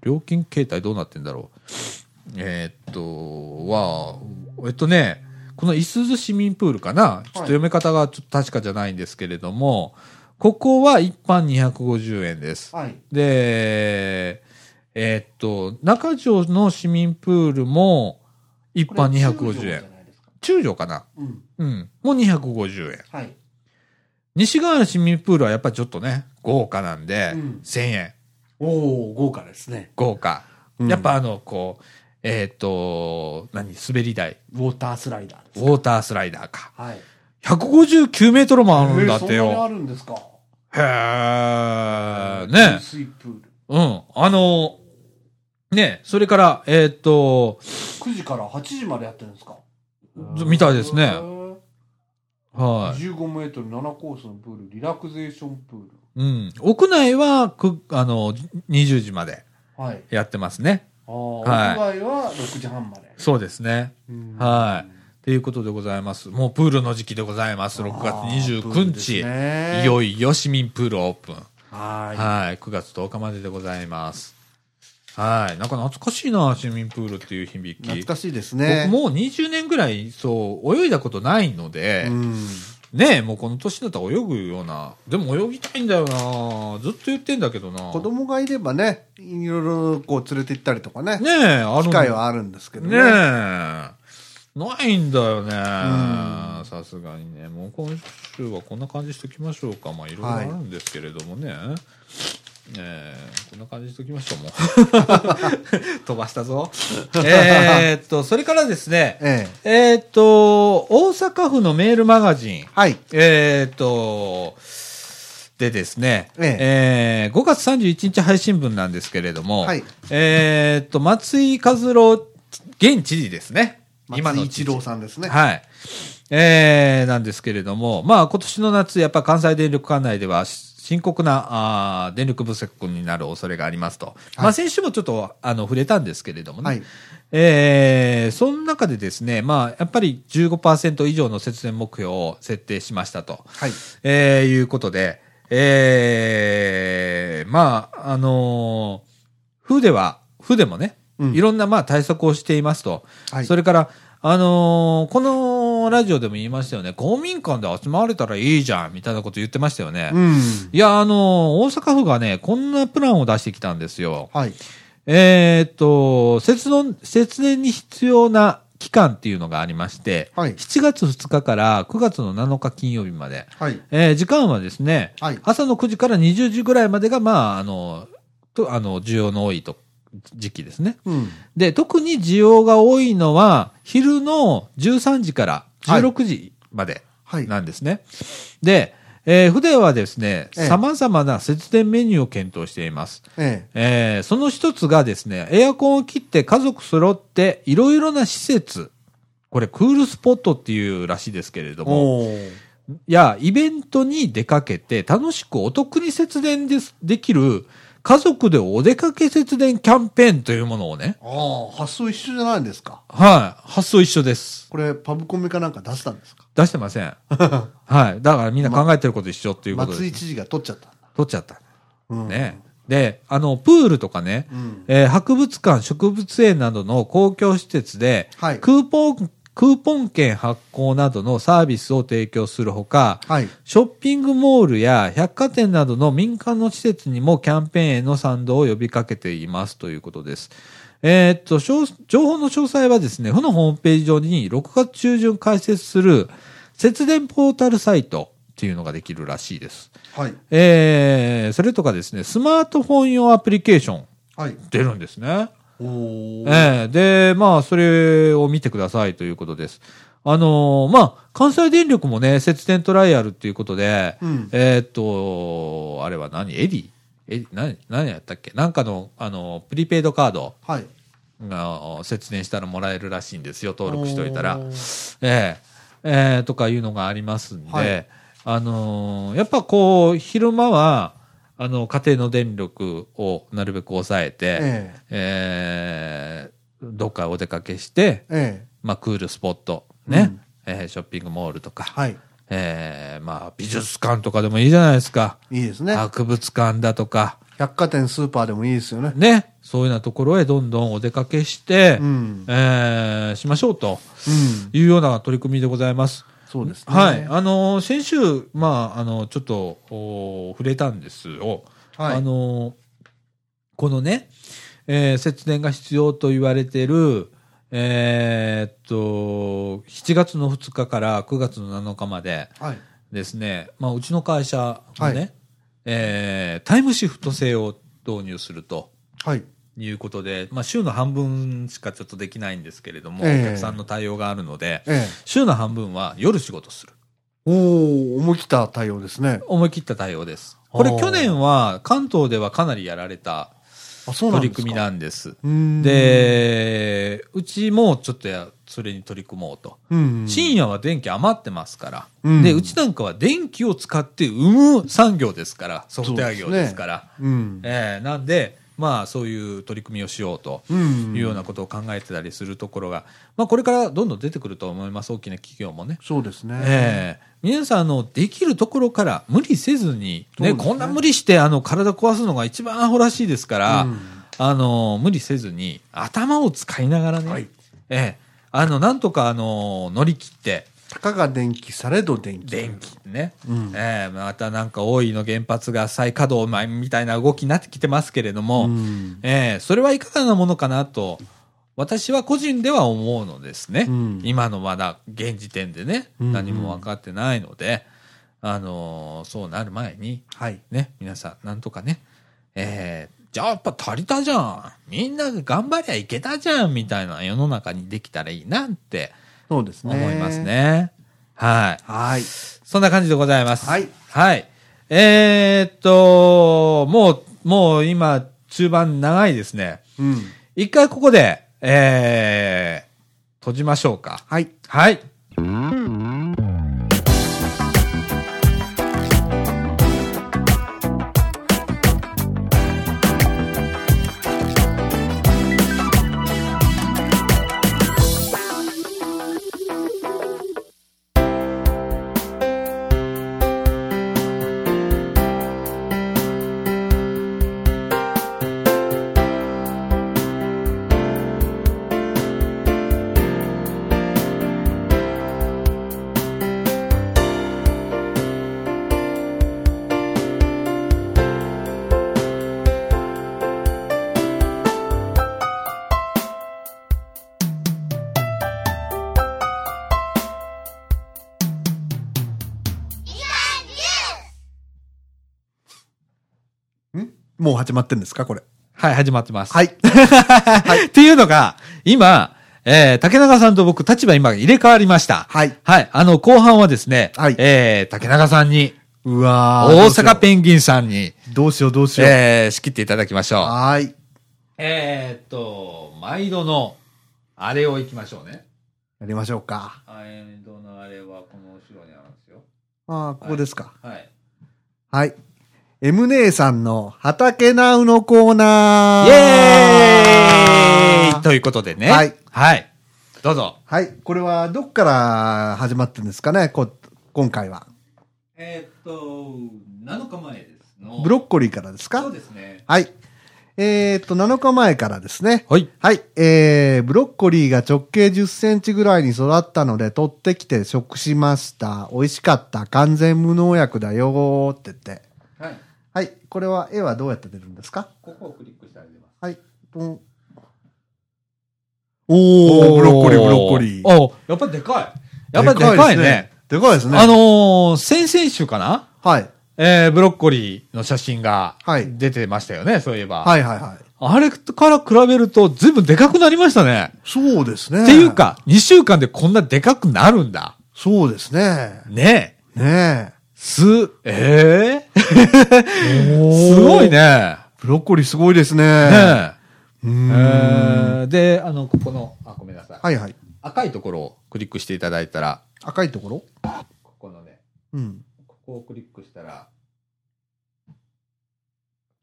Speaker 1: 料金形態どうなってんだろうえーっと、は、えっとね、このいすゞ市民プールかな、ちょっと読み方がちょっと確かじゃないんですけれども、ここは一般250円です。
Speaker 2: はい。
Speaker 1: で、えーっと、中条の市民プールも一般250円。。中条かな
Speaker 2: うん。
Speaker 1: うん。もう250円。
Speaker 2: はい。
Speaker 1: 西側の市民プールはやっぱりちょっとね、豪華なんで、
Speaker 2: うん
Speaker 1: 1000円。
Speaker 2: おお豪華ですね。
Speaker 1: 豪華。
Speaker 2: うん
Speaker 1: やっぱあの、こう、えーっと、何滑り台。
Speaker 2: ウォータースライダーです。
Speaker 1: ウォータースライダーか。
Speaker 2: はい。
Speaker 1: 159メートルもあるんだって
Speaker 2: えーそんなにあ
Speaker 1: よ。
Speaker 2: るんですか
Speaker 1: へえ。ね
Speaker 2: 水プール。
Speaker 1: うん。あの、ねそれから、えーっと、
Speaker 2: 9時から8時までやってるんですか
Speaker 1: みたいですね
Speaker 2: へー
Speaker 1: はい。
Speaker 2: 15メートル7コースのプール、リラクゼーションプール。
Speaker 1: うん。屋内は、く、あの、20時まで
Speaker 2: はい。
Speaker 1: やってますね。
Speaker 2: ああ、
Speaker 1: は
Speaker 2: 屋外は6時半まで。
Speaker 1: そうですね。
Speaker 2: うん
Speaker 1: はいということでございます。もうプールの時期でございます。6月29日。いよ
Speaker 2: い
Speaker 1: いよ市民プールオープン。
Speaker 2: は
Speaker 1: はい。9月10日まででございます。はい。なんか懐かしいな、市民プールっていう響
Speaker 2: い。
Speaker 1: き。
Speaker 2: 懐かしいです
Speaker 1: 僕
Speaker 2: ね。
Speaker 1: もう20年ぐらい、そう、泳いだことないので、
Speaker 2: うん
Speaker 1: ねえ、もうこの年だったら泳ぐような。でも泳ぎたいんだよなずっと言ってんだけどな
Speaker 2: 子供がいればね、いろいろこう連れて行ったりとかね、
Speaker 1: ねえ、ある
Speaker 2: 機
Speaker 1: ん
Speaker 2: 会はあるんですけど
Speaker 1: ねえ
Speaker 2: ね。。
Speaker 1: ないんだよね
Speaker 2: ん。
Speaker 1: さすがにね。もう今週はこんな感じにしときましょうか。まあいろいろあるんですけれどもね。えーこんな感じにしときましょう、もう。 飛ばしたぞ。えーっと、それからですね。
Speaker 2: ええ。
Speaker 1: えーっと、大阪府のメールマガジン。
Speaker 2: はい。
Speaker 1: えーっと、でですね、
Speaker 2: ええ
Speaker 1: えー5月31日配信分なんですけれども、
Speaker 2: はい
Speaker 1: えーっと、松井和郎、現知事ですね。今
Speaker 2: 松
Speaker 1: の
Speaker 2: 井一郎さんですね。
Speaker 1: はい。えー、なんですけれども、まあ今年の夏、やっぱ関西電力管内ではし深刻なあー電力不足になる恐れがありますと。まあ先週もちょっとあの触れたんですけれどもね。
Speaker 2: はい
Speaker 1: えーその中でですね、まあやっぱり15%以上の節電目標を設定しましたと。
Speaker 2: はい。
Speaker 1: えーいうことで、えーまあ、あのー、府では、府でもね、
Speaker 2: うん
Speaker 1: いろんなまあ対策をしていますと。
Speaker 2: はい
Speaker 1: それから、あのーこのラジオでも言いましたよね、公民館で集まれたらいいじゃん、みたいなこと言ってましたよね。
Speaker 2: うん。
Speaker 1: いや、あのー大阪府がね、こんなプランを出してきたんですよ。
Speaker 2: はい。
Speaker 1: えーっと、節電、節電に必要な期間っていうのがありまして、
Speaker 2: はい
Speaker 1: 7月2日から9月の7日金曜日まで、
Speaker 2: はい。
Speaker 1: えー時間はですね、
Speaker 2: はい
Speaker 1: 朝の9時から20時ぐらいまでが、まあ、あの、と、あの、需要の多いと、時期ですね。
Speaker 2: うん。
Speaker 1: で、特に需要が多いのは、昼の13時から16時まで
Speaker 2: はい。
Speaker 1: なんですね。で、えー、筆はですね、
Speaker 2: ええ
Speaker 1: 様々な節電メニューを検討しています。
Speaker 2: ええ。
Speaker 1: えーその一つがですね、エアコンを切って家族揃っていろいろな施設、これクールスポットっていうらしいですけれども、
Speaker 2: おー
Speaker 1: やイベントに出かけて楽しくお得に節電ですできる家族でお出かけ節電キャンペーンというものをね、
Speaker 2: ああ、発想一緒じゃないんですか。
Speaker 1: はい、発想一緒です。
Speaker 2: これ、パブコメかなんか出したんですか。
Speaker 1: 出してませ ん。はい。だからみんな考えてること一緒っていうことです。
Speaker 2: 松井知事が取っちゃったんだ。
Speaker 1: 取っちゃった。
Speaker 2: うん。
Speaker 1: ね。で、あの、プールとかね、
Speaker 2: うん。
Speaker 1: えー博物館、植物園などの公共施設で、
Speaker 2: はい
Speaker 1: クーポン、クーポン券発行などのサービスを提供するほか、
Speaker 2: はい。
Speaker 1: ショッピングモールや百貨店などの民間の施設にもキャンペーンへの賛同を呼びかけていますということです。えーっと、詳情報の詳細はですね、府のホームページ上に6月中旬開設する節電ポータルサイトっていうのができるらしいです。
Speaker 2: はい。
Speaker 1: えー、それとかですね、スマートフォン用アプリケーション
Speaker 2: はい。
Speaker 1: 出るんですね。
Speaker 2: おー
Speaker 1: ええで、まあ、それを見てくださいということです。あのーまあ、関西電力もね、節電トライアルっていうことで、
Speaker 2: うん
Speaker 1: えーっと、あれは何エディえ、何、何やったっけなんかの、あの、プリペイドカード
Speaker 2: はい。
Speaker 1: が節電したらもらえるらしいんですよ、登録しといたら。
Speaker 2: お
Speaker 1: え
Speaker 2: ー
Speaker 1: えええとかいうのがありますんで、
Speaker 2: はい
Speaker 1: あのーやっぱこう、昼間は、あの、家庭の電力をなるべく抑えて、
Speaker 2: ええ。
Speaker 1: えーどっかお出かけして、
Speaker 2: ええ。
Speaker 1: まあ、クールスポット、ね、
Speaker 2: うん
Speaker 1: えーショッピングモールとか、
Speaker 2: はい。
Speaker 1: えーまあ、美術館とかでもいいじゃないですか。
Speaker 2: いいですね。
Speaker 1: 博物館だとか、
Speaker 2: 百貨店、スーパーでもいいですよね。
Speaker 1: ね、そういうようなところへどんどんお出かけして、
Speaker 2: うん。
Speaker 1: えーしましょうと
Speaker 2: うん。
Speaker 1: いうような取り組みでございます。
Speaker 2: そうですね。
Speaker 1: はい。あのー先週、まあ、あの、ちょっと、おー触れたんですよ。
Speaker 2: はい
Speaker 1: あのーこのね、えー節電が必要と言われてる、えーっと、7月の2日から9月の7日まで
Speaker 2: はい。
Speaker 1: ですね、まあ、うちの会社もね、
Speaker 2: は
Speaker 1: えータイムシフト制を導入すると。
Speaker 2: はい。
Speaker 1: いうことで、まあ、週の半分しかちょっとできないんですけれども、
Speaker 2: ええ
Speaker 1: お客さんの対応があるので、
Speaker 2: ええ。
Speaker 1: 週の半分は夜仕事する。
Speaker 2: おお思い切った対応ですね。
Speaker 1: 思い切った対応です。これ
Speaker 2: あー
Speaker 1: 去年は関東ではかなりやられた
Speaker 2: あ、そうなん
Speaker 1: 取
Speaker 2: で
Speaker 1: り
Speaker 2: すか
Speaker 1: 組みなんです。
Speaker 2: うーん、
Speaker 1: で、うちもちょっとや、それに取り組もうと。
Speaker 2: うん、
Speaker 1: 深夜は電気余ってますから。
Speaker 2: うん
Speaker 1: で、うちなんかは電気を使って生む産業ですから、ソフトウェア業ですから。
Speaker 2: うん。
Speaker 1: えーなんで、まあそういう取り組みをしようと。
Speaker 2: うん。
Speaker 1: いうようなことを考えてたりするところが、まあこれからどんどん出てくると思います、大きな企業もね。
Speaker 2: そうですね。
Speaker 1: ええ皆さん、あの、できるところから無理せずに、
Speaker 2: そうで
Speaker 1: ね、
Speaker 2: すね
Speaker 1: こんな無理して、あの、体壊すのが一番アホらしいですから、
Speaker 2: うん
Speaker 1: あの、無理せずに、頭を使いながらね、
Speaker 2: はい
Speaker 1: ええあの、なんとか、あの、乗り切って、
Speaker 2: たかが電気、されど電気。
Speaker 1: 電気ね、
Speaker 2: うん
Speaker 1: ええまたなんか大井の原発が再稼働前みたいな動きになってきてますけれども、
Speaker 2: うん
Speaker 1: ええそれはいかがなものかなと、私は個人では思うのですね。
Speaker 2: うん
Speaker 1: 今のまだ現時点でね、
Speaker 2: うんうん
Speaker 1: 何も分かってないので、あのーそうなる前に、
Speaker 2: はい。
Speaker 1: ね、皆さん、なんとかね、えーじゃあやっぱ足りたじゃんみんなが頑張りゃいけたじゃんみたいな世の中にできたらいいなって
Speaker 2: そうですね。
Speaker 1: 思います。ね。はい。
Speaker 2: はい。
Speaker 1: そんな感じでございます。
Speaker 2: はい。
Speaker 1: はい。えーっと、もう、もう今、中盤長いですね。
Speaker 2: うん。
Speaker 1: 一回ここで、えー、閉じましょうか。
Speaker 2: はい。
Speaker 1: はい。
Speaker 2: もう始まってんですかこれ。
Speaker 1: はい、始まってます。。
Speaker 2: はいい。
Speaker 1: っていうのが、今、えー、竹中さんと僕、立場今入れ替わりました。
Speaker 2: はい。
Speaker 1: はい。あの、後半はですね、
Speaker 2: はい
Speaker 1: えー、竹中さんに、
Speaker 2: うわー
Speaker 1: 大阪ペンギンさんに、
Speaker 2: どうしようどうしよう。
Speaker 1: えー、仕切っていただきましょう。
Speaker 2: はーい。
Speaker 1: えー、っと、毎度の、あれをいきましょうね。
Speaker 2: やりましょうか。
Speaker 1: 毎度のあれはこの後ろにあるんですよ。
Speaker 2: ああ、ここですか。
Speaker 1: はい。
Speaker 2: はい。エムネさんの畑ナウのコーナ
Speaker 1: イ
Speaker 2: ー。
Speaker 1: エーイということでね。
Speaker 2: はい。
Speaker 1: はい。どうぞ。
Speaker 2: はい。これはどっから始まってんですかねこ今回は。
Speaker 1: えー、っと、7日前ですの
Speaker 2: ブロッコリーからです
Speaker 1: そう
Speaker 2: か
Speaker 1: ですね。
Speaker 2: はい。えー、っと、7日前からですね。
Speaker 1: はい。
Speaker 2: はい。えー、ブロッコリーが直径10センチぐらいに育ったので、取ってきて食しました。美味しかった。完全無農薬だよーって言って。
Speaker 1: はい。
Speaker 2: はい。これは絵はどうやって出るんですか
Speaker 1: ここをクリックしてあげます。
Speaker 2: はい。ポン。おー、ブロッコリー、ブロッコリー。
Speaker 1: おやっぱでかい。やっぱでかいね。
Speaker 2: でかいですね。
Speaker 1: あのー、先々週かな
Speaker 2: はい。
Speaker 1: えー、ブロッコリーの写真が
Speaker 2: はい
Speaker 1: 出てましたよね、そういえば。
Speaker 2: はいはいはい。
Speaker 1: あれから比べると、ずいぶんでかくなりましたね。
Speaker 2: そうですね。
Speaker 1: っていう。か、2週間でこんなでかくなるんだ。
Speaker 2: そうですね。
Speaker 1: ねえ。
Speaker 2: ね
Speaker 1: す、ええ
Speaker 2: え。
Speaker 1: すごい
Speaker 2: ね。
Speaker 1: ね。
Speaker 2: ブロッコリーすごいですね。
Speaker 1: ねえ。え
Speaker 2: うーん
Speaker 1: ーで、あの、ここの、あ、ごめんなさい。
Speaker 2: はいはい。
Speaker 1: 赤いところをクリックしていただいたら、
Speaker 2: 赤いところ
Speaker 1: ここのね、
Speaker 2: うん。
Speaker 1: ここをクリックしたら、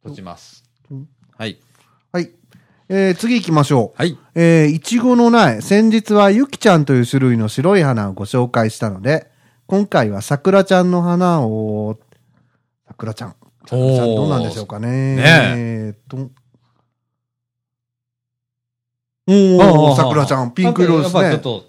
Speaker 1: 閉じます
Speaker 2: うん。
Speaker 1: はい。
Speaker 2: はい。えー、次行きましょう。
Speaker 1: はい。
Speaker 2: えー、いちごの苗。先日はゆきちゃんという種類の白い花をご紹介したので、今回は桜ちゃんの花を、桜ちゃん。桜ちゃんどうなんでしょうかね。
Speaker 1: ね
Speaker 2: えーっと。お
Speaker 1: あ
Speaker 2: ー、
Speaker 1: あ
Speaker 2: 桜ちゃん。ピンク色です
Speaker 1: やっぱ
Speaker 2: ね
Speaker 1: ち。ょっと、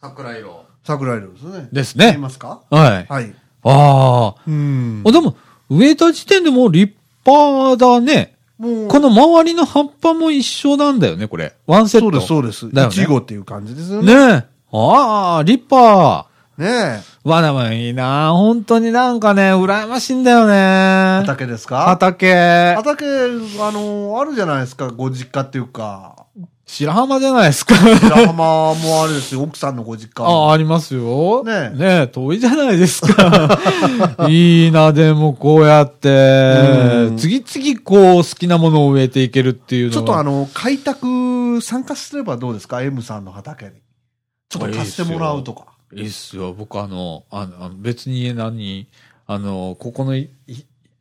Speaker 1: 桜色。
Speaker 2: 桜色ですね。
Speaker 1: です
Speaker 2: 見え
Speaker 1: ね。
Speaker 2: ますか
Speaker 1: はい。あ
Speaker 2: はい。
Speaker 1: あ
Speaker 2: う
Speaker 1: ー。
Speaker 2: ん
Speaker 1: あ、。でも、植えた時点でもう立派だね。
Speaker 2: もう
Speaker 1: この周りの葉っぱも一緒なんだよね、これ。ワンセッ
Speaker 2: そう
Speaker 1: ト。
Speaker 2: です、そうです。
Speaker 1: だよ
Speaker 2: い
Speaker 1: ね
Speaker 2: ちごっていう感じですよね。
Speaker 1: ねえ。ああ、立派。
Speaker 2: ねえ。
Speaker 1: わなもいいな。本当になんかね、羨ましいんだよね。
Speaker 2: 畑ですか
Speaker 1: 畑。
Speaker 2: 畑、あのーあるじゃないですか、ご実家っていうか。
Speaker 1: 白浜じゃないですか。
Speaker 2: 白浜もあれですよ、奥さんのご実家。
Speaker 1: ああ、ありますよ。
Speaker 2: ねえ
Speaker 1: ねえ、遠いじゃないですか。 いいな、でもこうやって
Speaker 2: う、ん
Speaker 1: 次々こう好きなものを植えていけるっていうのは
Speaker 2: ちょっとあの、開拓参加すればどうですか ?M さんの畑に。ちょっと貸してもらうとか。
Speaker 1: いいっすよ。僕あの、あの、あの別に何、あの、ここのい、い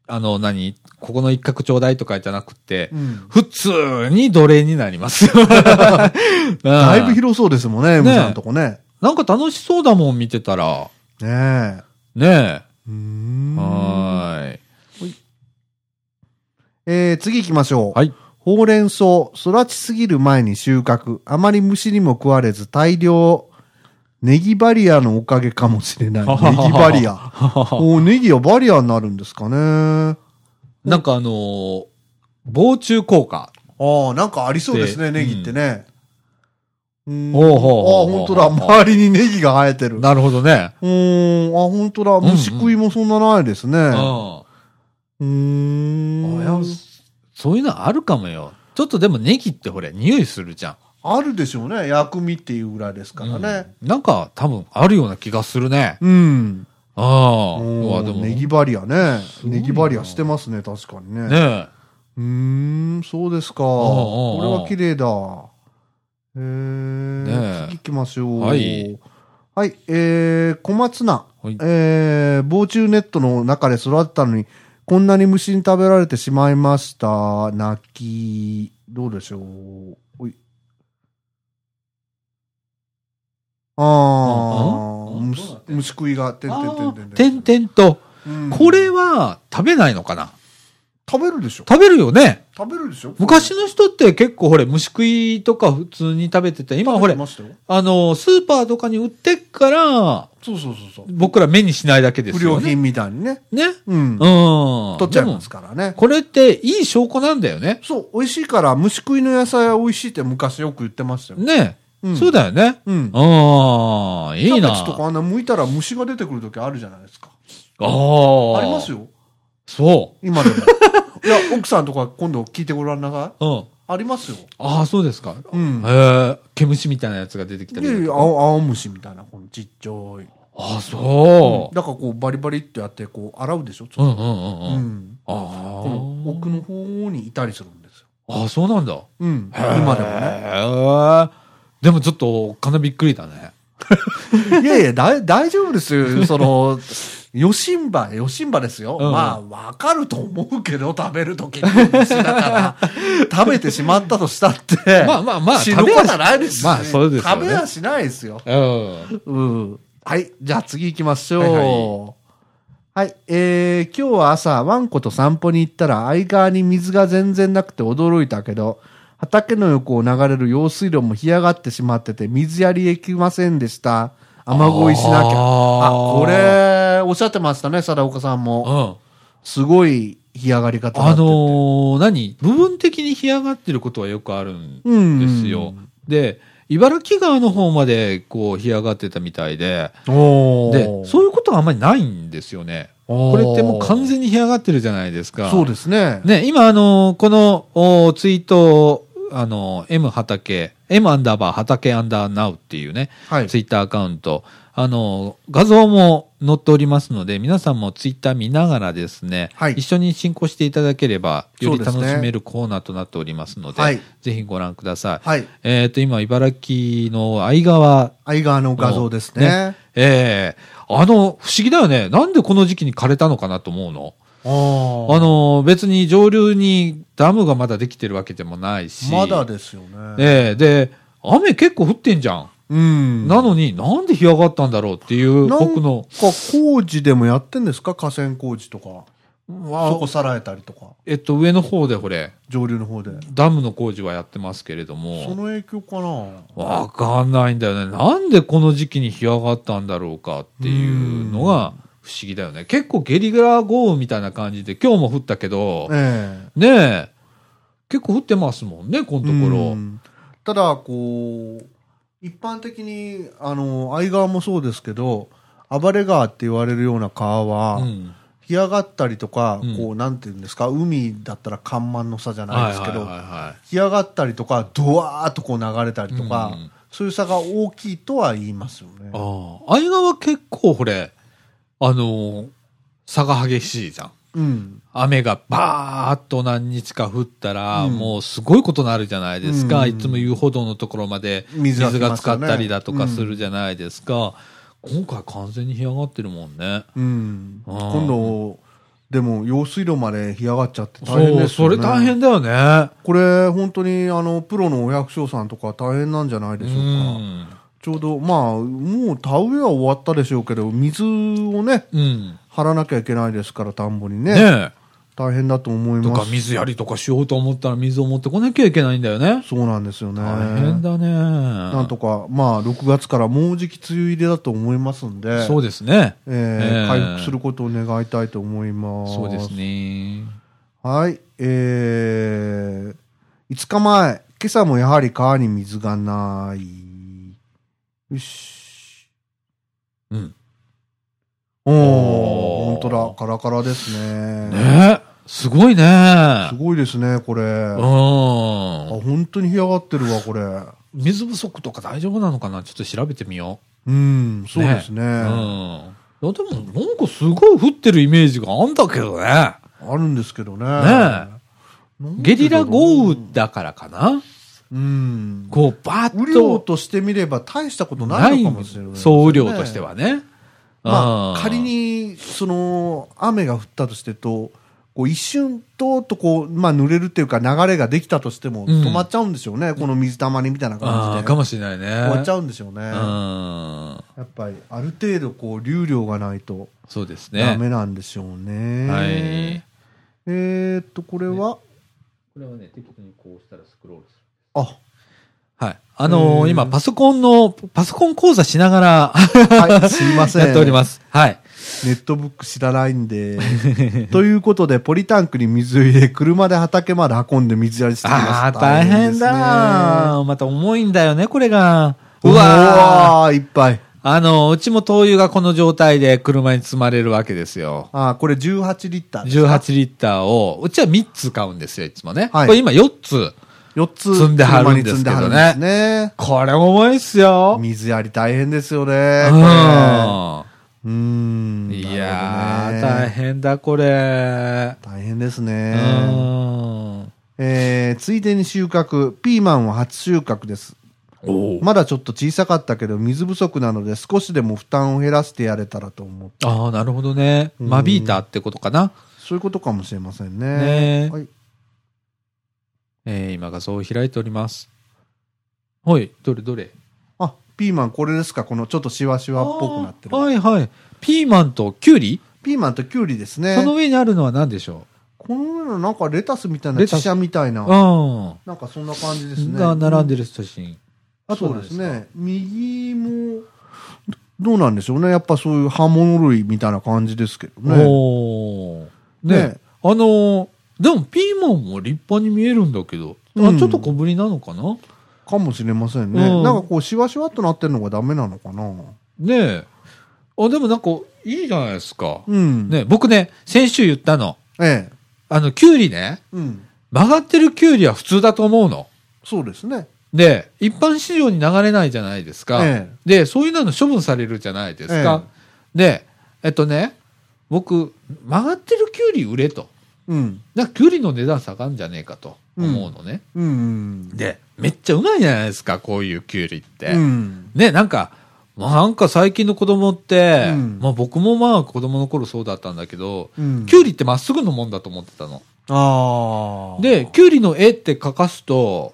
Speaker 1: あの、何、ここの一角ちょうだいとかじゃなくて、
Speaker 2: うん。
Speaker 1: 普通に奴隷になります よ。
Speaker 2: だ
Speaker 1: だ
Speaker 2: いぶ広そうですもんね、M さんのとこね。
Speaker 1: なんか楽しそうだもん、見てたら。
Speaker 2: ねえ。
Speaker 1: ね
Speaker 2: うー
Speaker 1: え。
Speaker 2: ん
Speaker 1: はーい。
Speaker 2: えー、次行きましょう。
Speaker 1: はい。
Speaker 2: ほうれん草、育ちすぎる前に収穫。あまり虫にも食われず大量。ネギバリアのおかげかもしれ ない。ネギバリア。おーネギはバリアになるんですかね。あ
Speaker 1: なんかあのー防虫効果。
Speaker 2: あ、なんかありそうですね、
Speaker 1: で
Speaker 2: ネギってね。うん、
Speaker 1: ほうほう
Speaker 2: あ
Speaker 1: ほ
Speaker 2: あ、
Speaker 1: うほう
Speaker 2: 本当だ。周りにネギが生えてる。
Speaker 1: なるほどね。
Speaker 2: うーん、あ、本当だ。
Speaker 1: んうん
Speaker 2: 虫食いもそんなないです
Speaker 1: う
Speaker 2: ね。
Speaker 1: ん。
Speaker 2: う
Speaker 1: あ
Speaker 2: ーん。
Speaker 1: やそういうのあるかもよ。ちょっとでもネギってほれ、匂いするじゃん。
Speaker 2: あるでしょうね。薬味っていうぐらいですからね。
Speaker 1: うんなんか多分あるような気がするね。
Speaker 2: うん。
Speaker 1: ああ。うわ、で
Speaker 2: うん
Speaker 1: も。
Speaker 2: ネギバリアね。
Speaker 1: ごいな
Speaker 2: ネギバリアしてますね、確かにね。
Speaker 1: ね
Speaker 2: うーん、そうですか。
Speaker 1: おうおうお
Speaker 2: こ
Speaker 1: う
Speaker 2: れは綺麗だ。え
Speaker 1: ね
Speaker 2: ー、
Speaker 1: え
Speaker 2: 次行きましょう。
Speaker 1: はい。
Speaker 2: はい、えー、小松菜。
Speaker 1: はい
Speaker 2: えー、防虫ネットの中で育ったのに、こんなに虫に食べられてしまいました。泣き。どうでしょう。おい。あ
Speaker 1: うん
Speaker 2: ー、
Speaker 1: うん
Speaker 2: 虫
Speaker 1: どうなってんの
Speaker 2: 虫食いが、て
Speaker 1: え。
Speaker 2: んてんてんて
Speaker 1: てんて
Speaker 2: ん
Speaker 1: んと。
Speaker 2: うん
Speaker 1: これは食べないのかな
Speaker 2: 食べるでしょ
Speaker 1: 食べるよね。
Speaker 2: 食べるでしょ
Speaker 1: 昔の人って結構ほれ、虫食いとか普通に食べてて、今ほ
Speaker 2: 食べ
Speaker 1: れ
Speaker 2: て、ましたよ
Speaker 1: あの、スーパーとかに売ってっから、
Speaker 2: そうそうそうそう。
Speaker 1: 僕ら目にしないだけです
Speaker 2: 不
Speaker 1: よ
Speaker 2: 良
Speaker 1: ね。
Speaker 2: 品みたいにね。
Speaker 1: ね。
Speaker 2: うん。
Speaker 1: うん。
Speaker 2: 取っちゃいますから
Speaker 1: で
Speaker 2: ね
Speaker 1: も。これっていい証拠なんだよね。
Speaker 2: そう、美味しいから、虫食いの野菜は美味しいって昔よく言ってましたよ。
Speaker 1: ね、
Speaker 2: うん
Speaker 1: そうだよね。
Speaker 2: うん。
Speaker 1: ああ、いい
Speaker 2: キャ
Speaker 1: な。
Speaker 2: ベツとかあんな剥いたら虫が出てくる時あるじゃないですか。
Speaker 1: ああ。
Speaker 2: ありますよ。
Speaker 1: そ
Speaker 2: 今で も。いや、奥さんとか今度聞いてごらんなさい。
Speaker 1: う。うん。
Speaker 2: ありますよ。
Speaker 1: ああ、そうですか。
Speaker 2: うん
Speaker 1: へえ、毛虫みたいなやつが出てきた
Speaker 2: い
Speaker 1: り
Speaker 2: や
Speaker 1: と
Speaker 2: い
Speaker 1: か
Speaker 2: や、青青虫みたいな、このちっちゃい。
Speaker 1: ああ、そう。
Speaker 2: だからこうバリバリってやってこう洗うでしょ、ち
Speaker 1: う
Speaker 2: ょっ
Speaker 1: んうんうん
Speaker 2: と
Speaker 1: う。
Speaker 2: うんん、
Speaker 1: あ
Speaker 2: この
Speaker 1: ー
Speaker 2: 奥の方にいたりするんですよ、
Speaker 1: あ、そうなんだ。
Speaker 2: うん、今でもね
Speaker 1: ね。でもちょっと、かなびっくりだね。
Speaker 2: いやいやだい大丈夫ですよそのヨシンバヨシンバですよ、
Speaker 1: うん
Speaker 2: まあわかると思うけど食べる時に虫だから食べてしまったとしたっ て
Speaker 1: まあまあまあ
Speaker 2: 死ぬことはないですし、
Speaker 1: まあそうですよね
Speaker 2: 食べはしないですよ
Speaker 1: うん。
Speaker 2: うん。はい。じゃあ次行きましょう。
Speaker 1: は
Speaker 2: はいい、
Speaker 1: は
Speaker 2: えー今日は朝、ワンコと散歩に行ったら、相川に水が全然なくて驚いたけど、畑の横を流れる用水路も干上がってしまってて、水やりできませんでした。雨乞いしなきゃ。
Speaker 1: あー
Speaker 2: あ、これ、おっしゃってましたね、貞岡さん
Speaker 1: うん。
Speaker 2: も。
Speaker 1: あ
Speaker 2: すごい干上がり方だって
Speaker 1: のー、何部分的に干上がってることはよくあるん
Speaker 2: うん。
Speaker 1: ですよ。で、茨城川の方まで、こう、干上がってたみたいで、
Speaker 2: おー。
Speaker 1: で、そういうことはあんまりないんですよね。これってもう完全に干上がってるじゃないですか。
Speaker 2: そうですね。
Speaker 1: ね、今、あの、このおツイートを、あの、M 畑、M アンダーバー畑アンダーナウっていうね、
Speaker 2: はい
Speaker 1: ツ。イッターアカウント、あの、画像も載っておりますので、皆さんもツイッター見ながらですね、
Speaker 2: はい
Speaker 1: 一緒に進行していただければ、より
Speaker 2: そうです
Speaker 1: 楽
Speaker 2: ね
Speaker 1: しめるコーナーとなっておりますので、
Speaker 2: はい
Speaker 1: ぜひご覧ください。
Speaker 2: はい。
Speaker 1: えっ、と、今、茨城の相川
Speaker 2: 相川の画像ですね。
Speaker 1: ええあの、不思議だよね。なんでこの時期に枯れたのかなと思うの。
Speaker 2: あー
Speaker 1: あの、別に上流にダムがまだできてるわけでもないし。
Speaker 2: まだですよね。
Speaker 1: ええで、雨結構降ってんじゃん。
Speaker 2: うん
Speaker 1: なのになんで干上がったんだろうっていう、
Speaker 2: なん
Speaker 1: 僕の。
Speaker 2: か工事でもやってんですか河川工事とか。そこ
Speaker 1: あ
Speaker 2: さらえたりとか、
Speaker 1: えっと、上の方でこれ、
Speaker 2: 上流の方で。
Speaker 1: ダムの工事はやってますけれど
Speaker 2: そ
Speaker 1: も、
Speaker 2: の影響かな
Speaker 1: わかんないんだよね。なんでこの時期に干上がったんだろうかっていうのが不思議だよね。結構ゲリラ豪雨みたいな感じで、今日も降ったけど、
Speaker 2: ええ。
Speaker 1: ねえ。結構降ってますもんね、このとこ
Speaker 2: う
Speaker 1: ろ。
Speaker 2: んただ、こう、一般的に、あの、相川もそうですけど、暴れ川って言われるような川は、
Speaker 1: うん。
Speaker 2: 干上がったりとか、
Speaker 1: うん
Speaker 2: こう、なんていうんですか、海だったら干満の差じゃないですけど、
Speaker 1: はいはいはいはい
Speaker 2: 干上がったりとか、ドワーっとこう流れたりとか、
Speaker 1: うんうん
Speaker 2: そういう差が大きいとは言いますよね。
Speaker 1: ああ。相川結構これ、あのー差が激しいじゃん。
Speaker 2: うん。
Speaker 1: 雨がバーっと何日か降ったら、
Speaker 2: うん
Speaker 1: もうすごいことになるじゃないですか。
Speaker 2: うん
Speaker 1: いつも遊歩道のところまで
Speaker 2: 水が来
Speaker 1: 水
Speaker 2: ますよね
Speaker 1: が浸かったりだとかするじゃないですか。今回完全に干上がってるもんね。
Speaker 2: うん。
Speaker 1: あー
Speaker 2: 今度、でも、用水路まで干上がっちゃって大変
Speaker 1: そう、
Speaker 2: です
Speaker 1: そ
Speaker 2: よね。
Speaker 1: れ大。変だよね。
Speaker 2: これ、本当に、あの、プロのお百姓さんとか大変なんじゃないで
Speaker 1: う
Speaker 2: しょうか。
Speaker 1: ん。
Speaker 2: ちょうど、まあ、もう田植えは終わったでしょうけど、水をね、
Speaker 1: うん。
Speaker 2: 張らなきゃいけないですから、田んぼにね。
Speaker 1: ねえ。
Speaker 2: 大変だと思い
Speaker 1: と
Speaker 2: ま
Speaker 1: か
Speaker 2: す。
Speaker 1: 水やりとかしようと思ったら水を持ってこなきゃいけないんだよね。
Speaker 2: そうなんですよね。
Speaker 1: 大変だね。
Speaker 2: な
Speaker 1: なん
Speaker 2: とか、まあ、6月からもうじき梅雨入りだと思いますんで、
Speaker 1: そうですね。
Speaker 2: え
Speaker 1: えー
Speaker 2: ー回復することを願いたいと思います。
Speaker 1: そうですね。
Speaker 2: はい、えー、5日前、今朝もやはり川に水がない。よし。
Speaker 1: うん。
Speaker 2: お
Speaker 1: おー
Speaker 2: お、本当だ、カラカラですね。
Speaker 1: ねえ。すごいね。
Speaker 2: すごいですね、これ。
Speaker 1: う
Speaker 2: あ、
Speaker 1: ん。
Speaker 2: 本当に干上がってるわ、これ。
Speaker 1: 水不足とか大丈夫なのかなちょっと調べてみよ
Speaker 2: うん、そうですね。
Speaker 1: う。うん。いやでも、なんかすごい降ってるイメージがあんだけどね。
Speaker 2: あるんですけどね。
Speaker 1: ね
Speaker 2: なん
Speaker 1: ゲ
Speaker 2: で
Speaker 1: リ
Speaker 2: だ
Speaker 1: ラ
Speaker 2: ろう
Speaker 1: 豪雨だからかな
Speaker 2: うん。
Speaker 1: こう、バー
Speaker 2: 雨
Speaker 1: ッと。
Speaker 2: 量としてみれば大したことないのかもしれない、
Speaker 1: ん総雨量として。はね。
Speaker 2: ま
Speaker 1: う
Speaker 2: あ、
Speaker 1: ん
Speaker 2: 仮に、その、雨が降ったとしてと、こう一瞬、とっとこう、まあ、濡れるっていうか、流れができたとして
Speaker 1: う
Speaker 2: も、
Speaker 1: ん
Speaker 2: 止まっちゃうんでしょうね、この水たまりみたいな
Speaker 1: ああ
Speaker 2: 感じで。
Speaker 1: かもしれないね。
Speaker 2: 終わっちゃうんでしょう
Speaker 1: う
Speaker 2: ね。
Speaker 1: ん。
Speaker 2: やっぱり、ある程度、こう、流量がないと、
Speaker 1: そうです
Speaker 2: ダ
Speaker 1: ね。
Speaker 2: メなんでしょうね。
Speaker 1: はい。
Speaker 2: えーっと、これは、
Speaker 1: これはね、適当にこうしたらスクロールする。
Speaker 2: あ、
Speaker 1: はい。あのー
Speaker 2: うん
Speaker 1: 今、パソコンの、パソコン講座しながら
Speaker 2: はい、すいません。
Speaker 1: やっております。はい。
Speaker 2: ネットブック知らないんで。 ということで、ポリタンクに水を入れ、車で畑まで運んで水やりしてきました。
Speaker 1: ああー、大変だ
Speaker 2: ですね。
Speaker 1: また重いんだよね、これが。う
Speaker 2: う
Speaker 1: わー
Speaker 2: わーいっぱい。
Speaker 1: あのー、うちも灯油がこの状態で車に積まれるわけですよ。
Speaker 2: あーこれ18リッターですか。
Speaker 1: 18リッターを、うちは3つ買うんですよ、いつもね。
Speaker 2: はい
Speaker 1: これ今4つ。
Speaker 2: 4つ
Speaker 1: 積んではるんですけどね
Speaker 2: 車に積んではるんですね
Speaker 1: これ重いっすよ。
Speaker 2: 水やり大変ですよね。
Speaker 1: うん。
Speaker 2: こうーん。
Speaker 1: いやー、
Speaker 2: なるほど
Speaker 1: 大
Speaker 2: ね。
Speaker 1: 変だ、これ。
Speaker 2: 大変です
Speaker 1: う
Speaker 2: ね。
Speaker 1: ーん。
Speaker 2: えー、ついでに収穫。ピーマンは初収穫です。
Speaker 1: お
Speaker 2: まだちょっと小さかったけど、水不足なので少しでも負担を減らしてやれたらと思う。
Speaker 1: ああ、なるほどね。
Speaker 2: うん
Speaker 1: 間引いたってことかな。
Speaker 2: そういうことかもしれませんね。
Speaker 1: ねえ
Speaker 2: はい。
Speaker 1: えー、今画像を開いております。はい、どれどれ
Speaker 2: あ、ピーマンこれですかこのちょっとシワシワっぽくなってる
Speaker 1: あ。ーはいはい。ピーマンとキュウリ、
Speaker 2: ピーマンとキュウリですね。
Speaker 1: その上にあるのは何でしょ
Speaker 2: この上のなんかレタスみたいな、
Speaker 1: レタス
Speaker 2: チシャみたいうな。
Speaker 1: うん。
Speaker 2: なんかそんな感じですね。
Speaker 1: が並んでる写真。あとは
Speaker 2: そう
Speaker 1: 何
Speaker 2: で
Speaker 1: ですすか。
Speaker 2: ね。右も、どうなんでしょうね。やっぱそういう刃物類みたいな感じですけどね。
Speaker 1: おーね
Speaker 2: ね
Speaker 1: あのーでもピーマンも立派に見えるんだけど、
Speaker 2: うん
Speaker 1: あちょっと小ぶりなのかな
Speaker 2: かもしれませんね。
Speaker 1: うん
Speaker 2: なんかこう、シワシワっとなってるのがダメなのかな。
Speaker 1: ねえ。あ、でもなんか、いいじゃないですか。
Speaker 2: うん。。
Speaker 1: ねえ僕ね、先週言ったの。
Speaker 2: ええ。
Speaker 1: あの、キュウリね、
Speaker 2: うん。
Speaker 1: 曲がってるキュウリは普通だと思うの。
Speaker 2: そうですね。
Speaker 1: で、一般市場に流れないじゃないですか。
Speaker 2: ええ
Speaker 1: で、そういうのの処分されるじゃないですか。で、えっとね、僕、曲がってるキュウリ売れと。
Speaker 2: うん。
Speaker 1: なんかキュウリの値段下がんじゃねえかと思うのね。
Speaker 2: うん。
Speaker 1: で、めっちゃうまいじゃないですか、こういうキュウリって。
Speaker 2: うん。
Speaker 1: ね、なんか、まあなんか最近の子供って、
Speaker 2: うん
Speaker 1: まあ僕もまあ子供の頃そうだったんだけど、
Speaker 2: うん
Speaker 1: キュウリってまっすぐのもんだと思ってたの。
Speaker 2: ああ。、
Speaker 1: で、キュウリの絵って描かすと、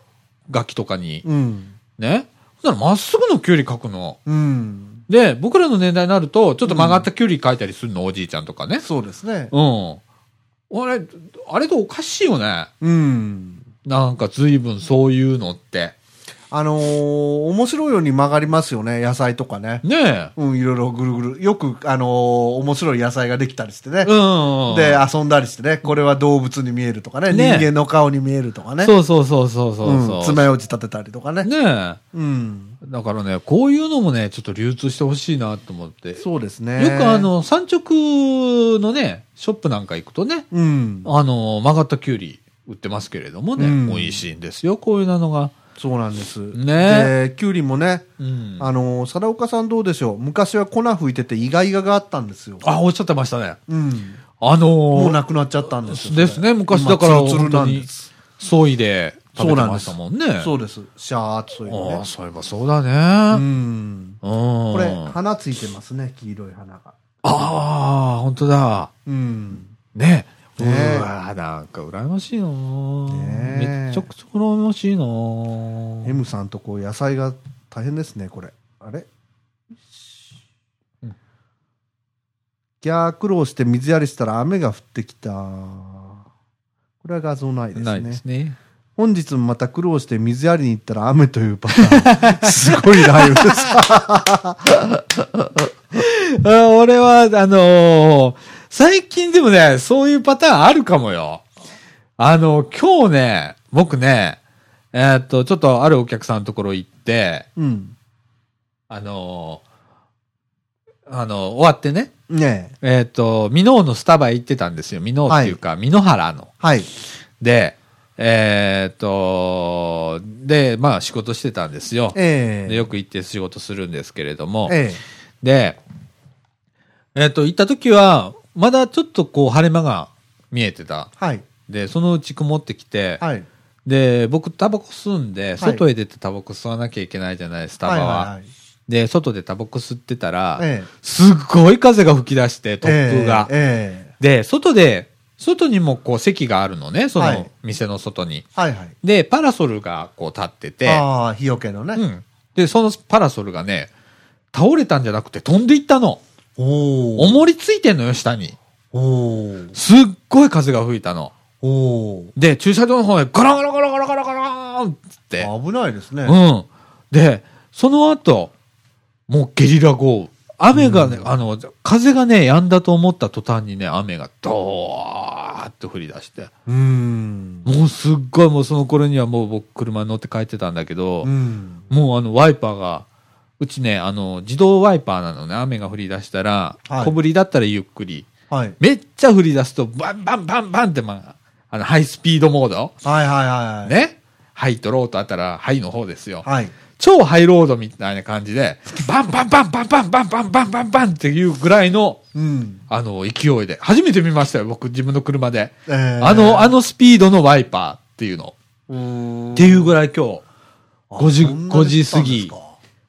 Speaker 1: 楽器とかに、
Speaker 2: うん。
Speaker 1: ね。そしたらまっすぐのキュウリ描くの。
Speaker 2: うん。
Speaker 1: で、僕らの年代になると、ちょっと曲がったキュウリ描いたりするの、おじいちゃんとかね。
Speaker 2: そうですね。
Speaker 1: うん。あれ、あれとおかしいよね。
Speaker 2: うん。
Speaker 1: なんか随分そういうのって。
Speaker 2: あのー面白いように曲がりますよね、野菜とかね。
Speaker 1: ね
Speaker 2: うん、いろいろぐるぐる。よく、あのー面白い野菜ができたりしてね
Speaker 1: え。。うん。
Speaker 2: で、遊んだりしてね。これは動物に見えるとかね。
Speaker 1: ね
Speaker 2: 人間の顔に見えるとかね。
Speaker 1: そうそうそうそうそうそう。
Speaker 2: ん爪楊枝立てたりとかね。
Speaker 1: ねえ。
Speaker 2: うん。
Speaker 1: だからね、こういうのもね、ちょっと流通してほしいなと思って。
Speaker 2: そうですね。
Speaker 1: よくあ、の、産直のね、ショップなんか行くとね、
Speaker 2: うん。
Speaker 1: あの、曲がったキュウリ売ってますけれどもね、
Speaker 2: うん
Speaker 1: 美味しいんですよ、こういうのが。
Speaker 2: そうなんです。
Speaker 1: ね
Speaker 2: で、キュウリもね、
Speaker 1: うん。
Speaker 2: あのー、貞岡さんどうでしょう昔は粉吹いててイガイガがあったんですよ。
Speaker 1: あ、おっしゃってましたね。
Speaker 2: うん。
Speaker 1: あのー
Speaker 2: もうなくなっちゃったんですよ。それ
Speaker 1: ですね昔だから
Speaker 2: 今ツルツルなんです。
Speaker 1: そいで食べてましたもんね。
Speaker 2: そうです。シャーっとそういうの
Speaker 1: ああ、
Speaker 2: ね。
Speaker 1: そういえばそうだね。
Speaker 2: うん。
Speaker 1: うん。
Speaker 2: これ、
Speaker 1: あ
Speaker 2: 花ついてますね、黄色い花が。
Speaker 1: あ、本当だ。
Speaker 2: うん。
Speaker 1: ね。う
Speaker 2: ねえ
Speaker 1: わなんか羨ましいな
Speaker 2: ねえ
Speaker 1: めっちゃくちゃ羨ましいな
Speaker 2: M さんとこう野菜が大変ですね、これ。あれ
Speaker 1: うん
Speaker 2: ギャー苦労して水やりしたら雨が降ってきた。これは画像ないです
Speaker 1: ない
Speaker 2: ね。
Speaker 1: ですね。
Speaker 2: 本日もまた苦労して水やりに行ったら雨というパターン。すごい雷雨です。
Speaker 1: あ俺は、あのー最近でもね、そういうパターンあるかもよ。あの、今日ね、僕ね、えーっと、ちょっとあるお客さんのところ行って、
Speaker 2: うん。
Speaker 1: あのーあの終わってね、
Speaker 2: ねえ。
Speaker 1: えーっと、ミノーのスタバ行ってたんですよ。ミノーっていうか、ミノハラの。
Speaker 2: はい。
Speaker 1: で、えーっと、で、まあ仕事してたんですよ。
Speaker 2: ええ
Speaker 1: でよく行って仕事するんですけれども、
Speaker 2: ええ
Speaker 1: で、えっ、と、行った時は、まだちょっとこう晴れ間が見えてた。
Speaker 2: はい。
Speaker 1: で、そのうち曇ってきて、
Speaker 2: はい。
Speaker 1: で、僕タバコ吸うんで、
Speaker 2: い
Speaker 1: 外へ出てタバコ吸わなきゃいけないじゃない、スタバは。
Speaker 2: はいはいはい
Speaker 1: で、外でタバコ吸ってたら、
Speaker 2: ええ
Speaker 1: すっごい風が吹き出して、突風が。
Speaker 2: ええ
Speaker 1: で、外で、外にもこう席があるのね、そ
Speaker 2: はい
Speaker 1: の店の外に。
Speaker 2: はいはい。
Speaker 1: で、パラソルがこう立ってて、
Speaker 2: ああ、日よけのね。
Speaker 1: うん。で、そのパラソルがね、倒れたんじゃなくて飛んでいったの。
Speaker 2: おお。
Speaker 1: 重りついてんのよ、下に。
Speaker 2: おお。
Speaker 1: すっごい風が吹いたの。
Speaker 2: お
Speaker 1: で、駐車場の方へゴロゴロゴロゴロゴロゴローンっつって。
Speaker 2: お。危ないですね。
Speaker 1: うん。で、その後、もうゲリラ豪雨。雨がね、あの、風がね、止んだと思った途端にね、雨がドーッと降り出して。
Speaker 2: うーん。
Speaker 1: もうすっごい、もうその頃にはもう僕車に乗って帰ってたんだけど、
Speaker 2: うん。
Speaker 1: もうあのワイパーが、うちね、あの、自動ワイパーなのね、雨が降り出したら、
Speaker 2: はい
Speaker 1: 小ぶりだったらゆっくり。
Speaker 2: はい。
Speaker 1: めっちゃ降り出すと、バンバンバンバンって、まあ、あの、ハイスピードモード
Speaker 2: はいはいはいはい。。
Speaker 1: ね。ハイとローとあったら、ハイの方ですよ。
Speaker 2: はい。
Speaker 1: 超ハイロードみたいな感じで、バンバンバンバンバンバンバンバンバンバンっていうぐらいの、
Speaker 2: うん。
Speaker 1: あの、勢いで。初めて見ましたよ、僕、自分の車で。
Speaker 2: えー
Speaker 1: あの、あのスピードのワイパーっていうの。
Speaker 2: うーん
Speaker 1: っていうぐらい今日、5時、
Speaker 2: そんな
Speaker 1: 5
Speaker 2: に来
Speaker 1: 時
Speaker 2: た
Speaker 1: 過
Speaker 2: んです
Speaker 1: ぎ
Speaker 2: か。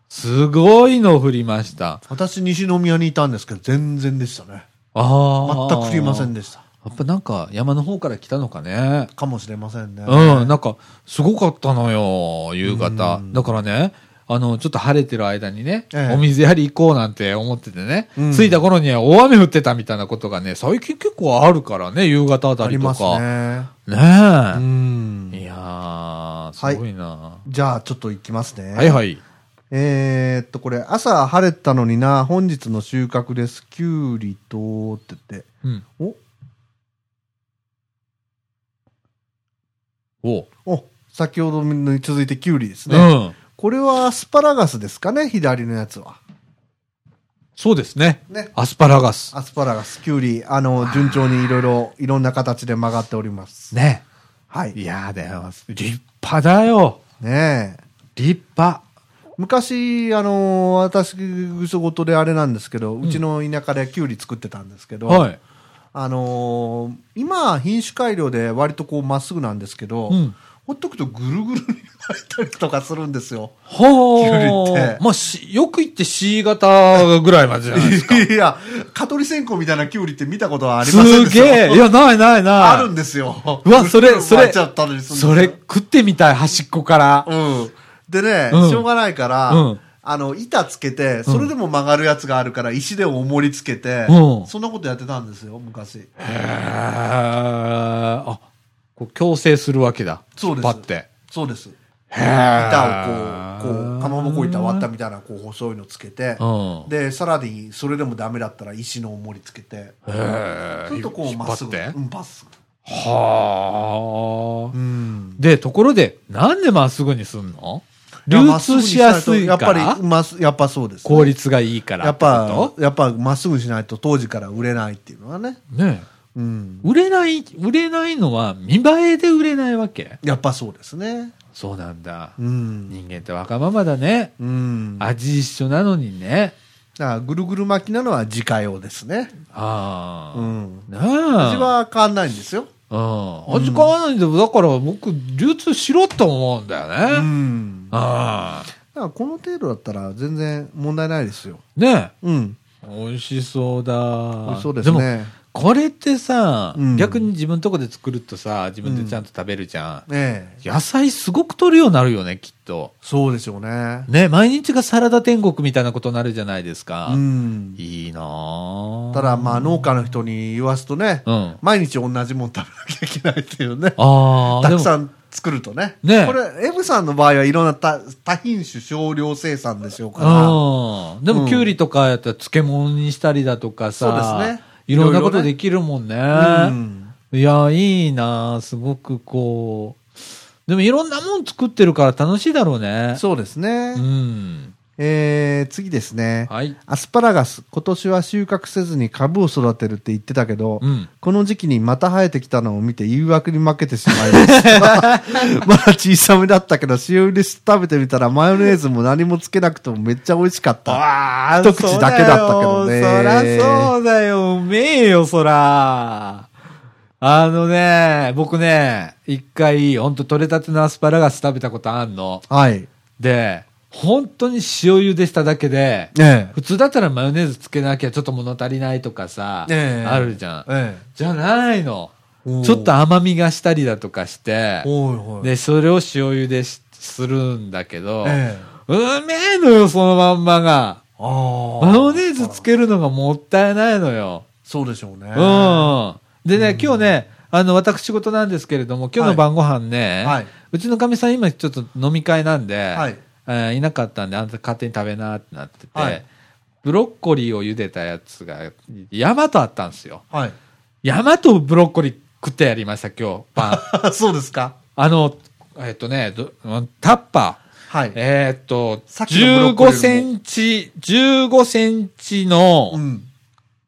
Speaker 1: すごいの降りました。
Speaker 2: 私、西宮にいたんですけど、全然でしたね。
Speaker 1: ああ。
Speaker 2: 全く降りません
Speaker 1: や
Speaker 2: でした。
Speaker 1: っぱなんか山の方から来たのかね。
Speaker 2: かもしれませんね。
Speaker 1: うん、なんか、すごかったのよ、夕方。だからね、あの、ちょっと晴れてる間にね、
Speaker 2: ええ
Speaker 1: お水やり行こうなんて思っててね、
Speaker 2: うん
Speaker 1: 着いた頃には大雨降ってたみたいなことがね、最近結構あるからね、夕方あた
Speaker 2: あり
Speaker 1: りと
Speaker 2: ます
Speaker 1: か。ね
Speaker 2: ね。う
Speaker 1: え。
Speaker 2: ん。
Speaker 1: いやー、すごいな、
Speaker 2: じゃあ、ちょっと行きますね。
Speaker 1: はい、はい
Speaker 2: えーっと、これ、朝晴れたのにな、本日の収穫です。きゅうりと、って言って。
Speaker 1: うん。
Speaker 2: お
Speaker 1: おう。
Speaker 2: お、先ほどに続いてきゅうりです
Speaker 1: う
Speaker 2: ね。
Speaker 1: ん。
Speaker 2: これはアスパラガスですかね、左のやつは。
Speaker 1: そうですね。
Speaker 2: ね。
Speaker 1: アスパラガス。
Speaker 2: アスパラガス、きゅうり、あの、順調にいろいろ、いろんな形で曲がっております。
Speaker 1: ね。
Speaker 2: はい。
Speaker 1: いやーだよ。立派だよ。
Speaker 2: ねえ。
Speaker 1: 立派。
Speaker 2: 昔、あの私、仕事であれなんですけど、うちの田舎できゅうり作ってたんですけど、
Speaker 1: はい。
Speaker 2: あのー今、品種改良で割とこう、まっすぐなんですけど、
Speaker 1: うん
Speaker 2: ほっとくとぐるぐるになったりとかするんですよ。
Speaker 1: ほ
Speaker 2: きゅうりっ
Speaker 1: ー
Speaker 2: て
Speaker 1: まあ、し、よく言って C 型ぐらいまでじゃないですか。
Speaker 2: いや、蚊取り線香みたいなきゅうりって見たこと はあり
Speaker 1: す
Speaker 2: ませんでした
Speaker 1: げえ。いや、ないないない。
Speaker 2: あるんですよ。
Speaker 1: うわ、それ、そ
Speaker 2: 巻
Speaker 1: れ、
Speaker 2: いちゃったりする
Speaker 1: それ食ってみたい、端っこから。
Speaker 2: うん。でね、
Speaker 1: うん
Speaker 2: しょうがないから、
Speaker 1: うん
Speaker 2: あの、板つけて、それでも曲がるやつがあるから、石で重りつけて、
Speaker 1: うん
Speaker 2: そんなことやってたんですよ、昔。
Speaker 1: へえ。あ、こう強制するわけだ。
Speaker 2: そうです
Speaker 1: 引っ張って。
Speaker 2: そうです。
Speaker 1: へえ。
Speaker 2: 板をこう、こう、かまぼこ板割ったみたいな、こう、細いのつけて、
Speaker 1: うん
Speaker 2: で、さらに、それでもダメだったら、石の重りつけて、
Speaker 1: へえ。
Speaker 2: ずっとこう、
Speaker 1: 引っ
Speaker 2: ま
Speaker 1: 張
Speaker 2: っす
Speaker 1: っ
Speaker 2: ぐ。
Speaker 1: て
Speaker 2: う。ん、まっす
Speaker 1: は
Speaker 2: ぐ。
Speaker 1: あ。
Speaker 2: うん。
Speaker 1: で、ところで、なんでまっすぐにすんの流
Speaker 2: いやまっすぐ
Speaker 1: 通
Speaker 2: に
Speaker 1: し
Speaker 2: な
Speaker 1: や
Speaker 2: と
Speaker 1: すい
Speaker 2: やっ
Speaker 1: か
Speaker 2: ぱ
Speaker 1: ら
Speaker 2: り、まっすやっぱそうです、
Speaker 1: 効率がいいから
Speaker 2: や
Speaker 1: っ
Speaker 2: って
Speaker 1: こ
Speaker 2: ぱ
Speaker 1: と。、
Speaker 2: やっぱ、まっすぐにしないと、当時から売れないっていうのはね。
Speaker 1: ねえ
Speaker 2: うん。
Speaker 1: 売れない、売れないのは見栄えで売れないわけ
Speaker 2: やっぱそうですね。
Speaker 1: そうなんだ。
Speaker 2: うん。
Speaker 1: 人間ってわがままだね。
Speaker 2: うん。だか
Speaker 1: 味一緒なのにね。
Speaker 2: らぐるぐる巻きなのは自家用ですね。
Speaker 1: ああ。
Speaker 2: うん。
Speaker 1: ねえ。
Speaker 2: 味は変わんないんですよ。
Speaker 1: うん。味変わらないんだよ。だから僕、流通しろって思うんだよね。
Speaker 2: う
Speaker 1: あ
Speaker 2: ん。だか
Speaker 1: あ。
Speaker 2: らこの程度だったら全然問題ないですよ。
Speaker 1: ね
Speaker 2: うん。
Speaker 1: え。美味しそうだ。
Speaker 2: 美味しそうです
Speaker 1: でも、
Speaker 2: ね。
Speaker 1: これってさ、
Speaker 2: うん
Speaker 1: 逆に自分とこで作るとさ、自分でちゃんと食べるじゃん。
Speaker 2: ええ。
Speaker 1: 野菜すごく取るようになるよね、きっと。
Speaker 2: そうでしょうね。
Speaker 1: ね、毎日がサラダ天国みたいなことになるじゃないですか。
Speaker 2: うん。
Speaker 1: いいなぁ
Speaker 2: ただまあ農家の人に言わすとね、
Speaker 1: うん。
Speaker 2: 毎日同じもん食べなきゃいけないっていうね。
Speaker 1: ああ、
Speaker 2: たく
Speaker 1: ん。
Speaker 2: さん作るとね。
Speaker 1: ね
Speaker 2: これ、エブさんの場合はいろんな多多品種少量生産でしょうから。
Speaker 1: うん。でも、きゅうりとかやったら漬物にしたりだとかさ、
Speaker 2: そうですね
Speaker 1: いろんなこ
Speaker 2: いろいろ
Speaker 1: と
Speaker 2: ね
Speaker 1: できるもんね。
Speaker 2: うん
Speaker 1: いや、いいなぁすごくこう。でも、いろんなもん作ってるから楽しいだろうね。
Speaker 2: そうですね。
Speaker 1: うん。
Speaker 2: えー、次ですね。
Speaker 1: はい。
Speaker 2: アスパラガス、今年は収穫せずに株を育てるって言ってたけど、
Speaker 1: うん。
Speaker 2: この時期にまた生えてきたのを見て誘惑に負けてしまいま した。まだ小さめだったけど、塩ゆでして食べてみたらマヨネーズも何もつけなくてもめっちゃ美味しかった。
Speaker 1: あ
Speaker 2: 一口だけだったけどね
Speaker 1: そらそうだよ、うめえよ、そら。あのね、僕ね、一回、ほんと取れたてのアスパラガス食べたことあんの。
Speaker 2: はい。
Speaker 1: で、本当に塩茹でしただけで、
Speaker 2: え
Speaker 1: 普通だったらマヨネーズつけなきゃちょっと物足りないとかさ、
Speaker 2: ええ
Speaker 1: あるじゃん。
Speaker 2: え
Speaker 1: じゃないの。
Speaker 2: おう
Speaker 1: ちょっと甘みがしたりだとかして、
Speaker 2: おいおい。
Speaker 1: で、それを塩茹でしするんだけど、
Speaker 2: ええ
Speaker 1: うめえのよ、そのまんまが。
Speaker 2: ああ
Speaker 1: マヨネーズつけるのがもったいないのよ。
Speaker 2: そうでしょうね。
Speaker 1: うん。でね、今日ね、あの、私事なんですけれども、今日の晩ご飯ね、
Speaker 2: はいう
Speaker 1: ちのかみさん今ちょっと飲み会なんで、
Speaker 2: はい
Speaker 1: えーいなかったんで、あんた勝手に食べなってなってて、
Speaker 2: はい
Speaker 1: ブロッコリーを茹でたやつが、山とあったんですよ。
Speaker 2: はい。
Speaker 1: 山とブロッコリー食ってやりました、今日、 晩。
Speaker 2: そうですか
Speaker 1: あの、えっとね、どタッパー。
Speaker 2: はい。
Speaker 1: えーっと、
Speaker 2: さっきのブロッコ
Speaker 1: 15
Speaker 2: リーも
Speaker 1: センチ、15センチの、
Speaker 2: うん。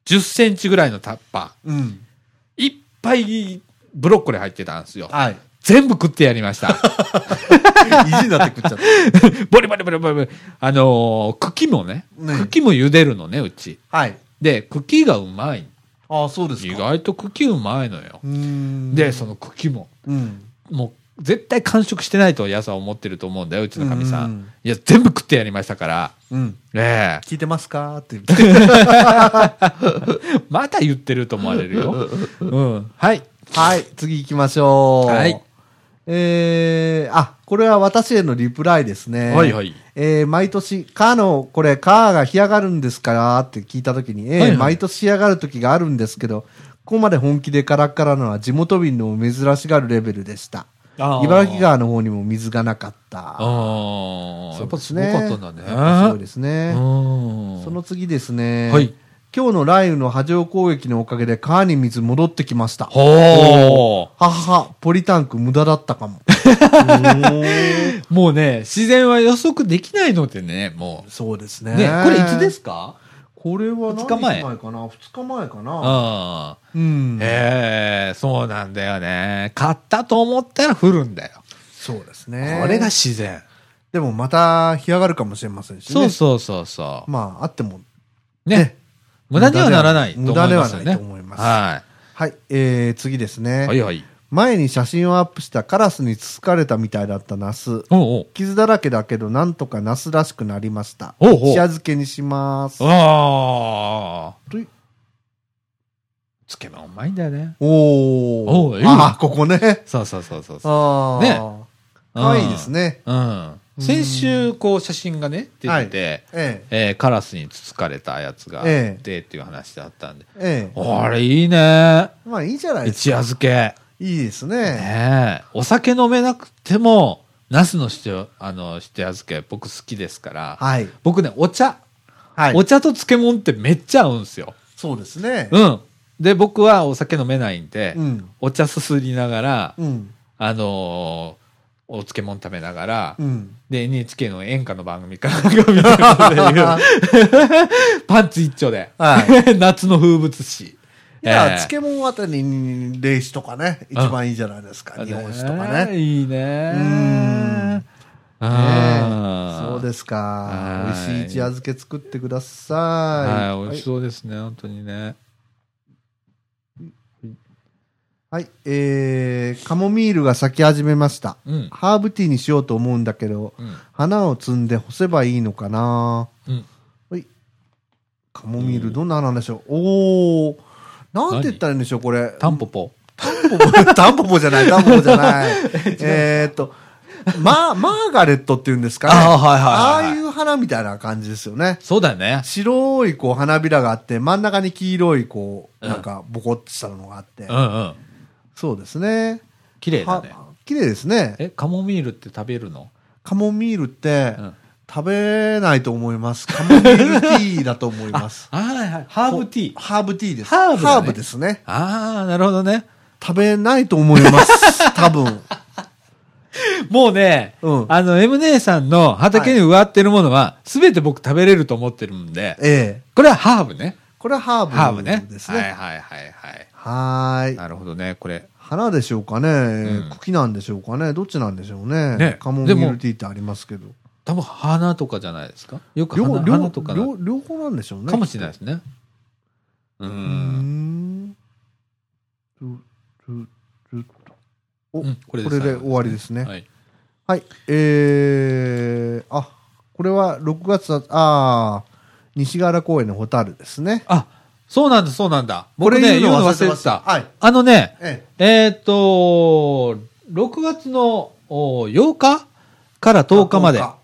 Speaker 1: 10センチぐらいのタッパー。
Speaker 2: うん。
Speaker 1: いっぱいブロッコリー入ってたんですよ。
Speaker 2: はい。
Speaker 1: 全部食ってやりました。
Speaker 2: 意地になって食っちゃった。
Speaker 1: ボリボリボリボリボリ。あのー茎もね、
Speaker 2: ね
Speaker 1: 茎も茹でるのね、うち。
Speaker 2: はい。
Speaker 1: で、茎がうまい。
Speaker 2: ああ、そうです
Speaker 1: 意
Speaker 2: か。
Speaker 1: 外と茎うまいのよ
Speaker 2: う。ーん。
Speaker 1: で、、その茎も、
Speaker 2: うん。
Speaker 1: もう絶対完食してないと安さん思ってると思うんだよ、うちのかみさ
Speaker 2: うんうん
Speaker 1: ん。いや、全部食ってやりましたから。
Speaker 2: うん。
Speaker 1: ね
Speaker 2: 聞いてますかって言って。
Speaker 1: え。また言ってると思われる よ。うん。はい。
Speaker 2: はい、次行きましょう。
Speaker 1: はい。
Speaker 2: えー、あ、これは私へのリプライですね。
Speaker 1: はいはい。
Speaker 2: えー、毎年、カーの、これ、カーが干上がるんですからって聞いたときに、えー
Speaker 1: はいはい
Speaker 2: 毎年干上がる時があるんですけど、ここまで本気でカラッカラなのは地元民の珍しがるレベルでした。
Speaker 1: あー
Speaker 2: 茨城川の方にも水がなかった。
Speaker 1: ああ、やっぱすご
Speaker 2: そうです
Speaker 1: かったんだね。
Speaker 2: そうですすね。
Speaker 1: うん。
Speaker 2: その次ですね。
Speaker 1: はい
Speaker 2: 今日の雷雨の波状攻撃のおかげで川に水戻ってきました。
Speaker 1: ほ
Speaker 2: はは、ポリタンク無駄だったか も。
Speaker 1: う。もうね、自然は予測できないのでね、も
Speaker 2: そうです
Speaker 1: う。
Speaker 2: ね。
Speaker 1: ね、これいつですか
Speaker 2: これは何
Speaker 1: 二日前
Speaker 2: 日前かな ?2 日前かな
Speaker 1: ああ。
Speaker 2: うん。
Speaker 1: ええそうなんだよね。買ったと思ったら降るんだよ。
Speaker 2: そうですね。
Speaker 1: これが自然。
Speaker 2: でもまた、干上がるかもしれませんしね。
Speaker 1: そうそうそうそ
Speaker 2: まあ、あっても。
Speaker 1: う。ね。無駄にはならないと思いますよね。
Speaker 2: 無駄ではないと思います
Speaker 1: は
Speaker 2: はい、えー、次ですね。
Speaker 1: い。はいはい。
Speaker 2: 前に写真をアップしたカラスにつつかれたみたいだったナス。
Speaker 1: おう
Speaker 2: 傷だらけだけど、なんとかナスらしくなりました。
Speaker 1: おうおう
Speaker 2: 塩漬けにします
Speaker 1: おう。。ああ。
Speaker 2: とい
Speaker 1: つけ麺うまいんだよね。
Speaker 2: おー。
Speaker 1: おういい
Speaker 2: あー、ここね。
Speaker 1: そうそうそうそうそう。
Speaker 2: あー。
Speaker 1: ね
Speaker 2: かわいいですね。
Speaker 1: うん。先週、こう、写真がね、出てて、
Speaker 2: ええ。
Speaker 1: えーカラスにつつかれたやつがあ
Speaker 2: え
Speaker 1: ってっていう話だったんで。
Speaker 2: ええ。
Speaker 1: あれ、いいね。
Speaker 2: まあ、いいじゃないです
Speaker 1: 一
Speaker 2: か。
Speaker 1: 夜漬け。
Speaker 2: いいですね。
Speaker 1: ねえ。お酒飲めなくても、ナスのして、あの、して漬け、僕好きですから。
Speaker 2: はい。
Speaker 1: 僕ね、お茶。
Speaker 2: はい
Speaker 1: お。茶と漬物ってめっちゃ合うんですよ。
Speaker 2: そうですね。
Speaker 1: うん。で、僕はお酒飲めないんで、
Speaker 2: うん。
Speaker 1: お茶すすりながら、
Speaker 2: うん。
Speaker 1: あのーお漬物食べながら、
Speaker 2: うん。
Speaker 1: で、NHK の演歌の番組から なんか見てるっていう パンツ一丁で。
Speaker 2: は
Speaker 1: 夏の風物詩。
Speaker 2: いや、
Speaker 1: ええ
Speaker 2: 漬物あたりに、冷酒とかね、一番いいじゃないですか。日本酒とかね。
Speaker 1: えいいね
Speaker 2: ん
Speaker 1: あー
Speaker 2: そうですか。
Speaker 1: は
Speaker 2: 美
Speaker 1: い
Speaker 2: 味しい一夜漬け作ってください。
Speaker 1: はい、美味しそうですね、本当にね。
Speaker 2: はい。えー、カモミールが咲き始めました。
Speaker 1: うん。
Speaker 2: ハーブティーにしようと思うんだけど、
Speaker 1: うん。
Speaker 2: 花を摘んで干せばいいのかな
Speaker 1: うん。
Speaker 2: カモミールどんな花でしょうおー。なんて言ったらいいんでしょうこれ。
Speaker 1: タンポポ。
Speaker 2: タンポポじゃない、タンポポじゃ ない。えーっと、ま、マーガレットっていうんですかね。
Speaker 1: あーはいはいはいはい
Speaker 2: ああいう花みたいな感じですよね。
Speaker 1: そうだよね。
Speaker 2: 白いこう花びらがあって、真ん中に黄色いこう、なんかボコッとしたのがあって。
Speaker 1: うんうん。
Speaker 2: そうですね。
Speaker 1: 綺麗だね。
Speaker 2: は綺麗ですね。
Speaker 1: え、カモミールって食べるの
Speaker 2: カモミールって、
Speaker 1: うん
Speaker 2: 食べないと思います。カモミールティーだと思 います。
Speaker 1: はいはい。ハーブティー。
Speaker 2: ハーブティーです。
Speaker 1: ハーブだね
Speaker 2: ですね。
Speaker 1: ああ、なるほどね。
Speaker 2: 食べないと思います。多 分。
Speaker 1: もうね、
Speaker 2: うん
Speaker 1: あの、M 姉さんの畑に植わってるものは、すべて僕食べれると思ってるんで、
Speaker 2: ええ。
Speaker 1: これはハーブね。
Speaker 2: これは
Speaker 1: ハ
Speaker 2: ハ
Speaker 1: ー
Speaker 2: ー
Speaker 1: ブ
Speaker 2: ブ
Speaker 1: ね。
Speaker 2: です
Speaker 1: はい
Speaker 2: ね。
Speaker 1: はいはいはい。
Speaker 2: はーい。
Speaker 1: なるほどね、これ。
Speaker 2: 花でしょうかね、
Speaker 1: ん
Speaker 2: 茎なんでしょうかねどっちなんでしょうね
Speaker 1: ね
Speaker 2: カモミールティーってありますけど
Speaker 1: 多分花とかじゃないですかよく
Speaker 2: 両
Speaker 1: 花
Speaker 2: 両
Speaker 1: 花とかな
Speaker 2: 両両方なんでしょうね
Speaker 1: かもしれないですね。う
Speaker 2: うー
Speaker 1: ん。
Speaker 2: んルルルお、
Speaker 1: うん
Speaker 2: こ
Speaker 1: こ
Speaker 2: れ
Speaker 1: れ
Speaker 2: で
Speaker 1: で
Speaker 2: 終わりですねはい、
Speaker 1: はい。
Speaker 2: えー、あこれは6月だあー西ヶ原公園のホタルですね
Speaker 1: あ、そうなんだ、そうなんだ。
Speaker 2: こ
Speaker 1: 僕
Speaker 2: れ
Speaker 1: ね、
Speaker 2: 言
Speaker 1: 言
Speaker 2: う
Speaker 1: う
Speaker 2: の
Speaker 1: の
Speaker 2: 忘
Speaker 1: 忘
Speaker 2: れ
Speaker 1: れ
Speaker 2: てま
Speaker 1: て
Speaker 2: した
Speaker 1: た。
Speaker 2: はい
Speaker 1: あのね、
Speaker 2: ええ
Speaker 1: えーっと、6月のお8日から10日まで
Speaker 2: あ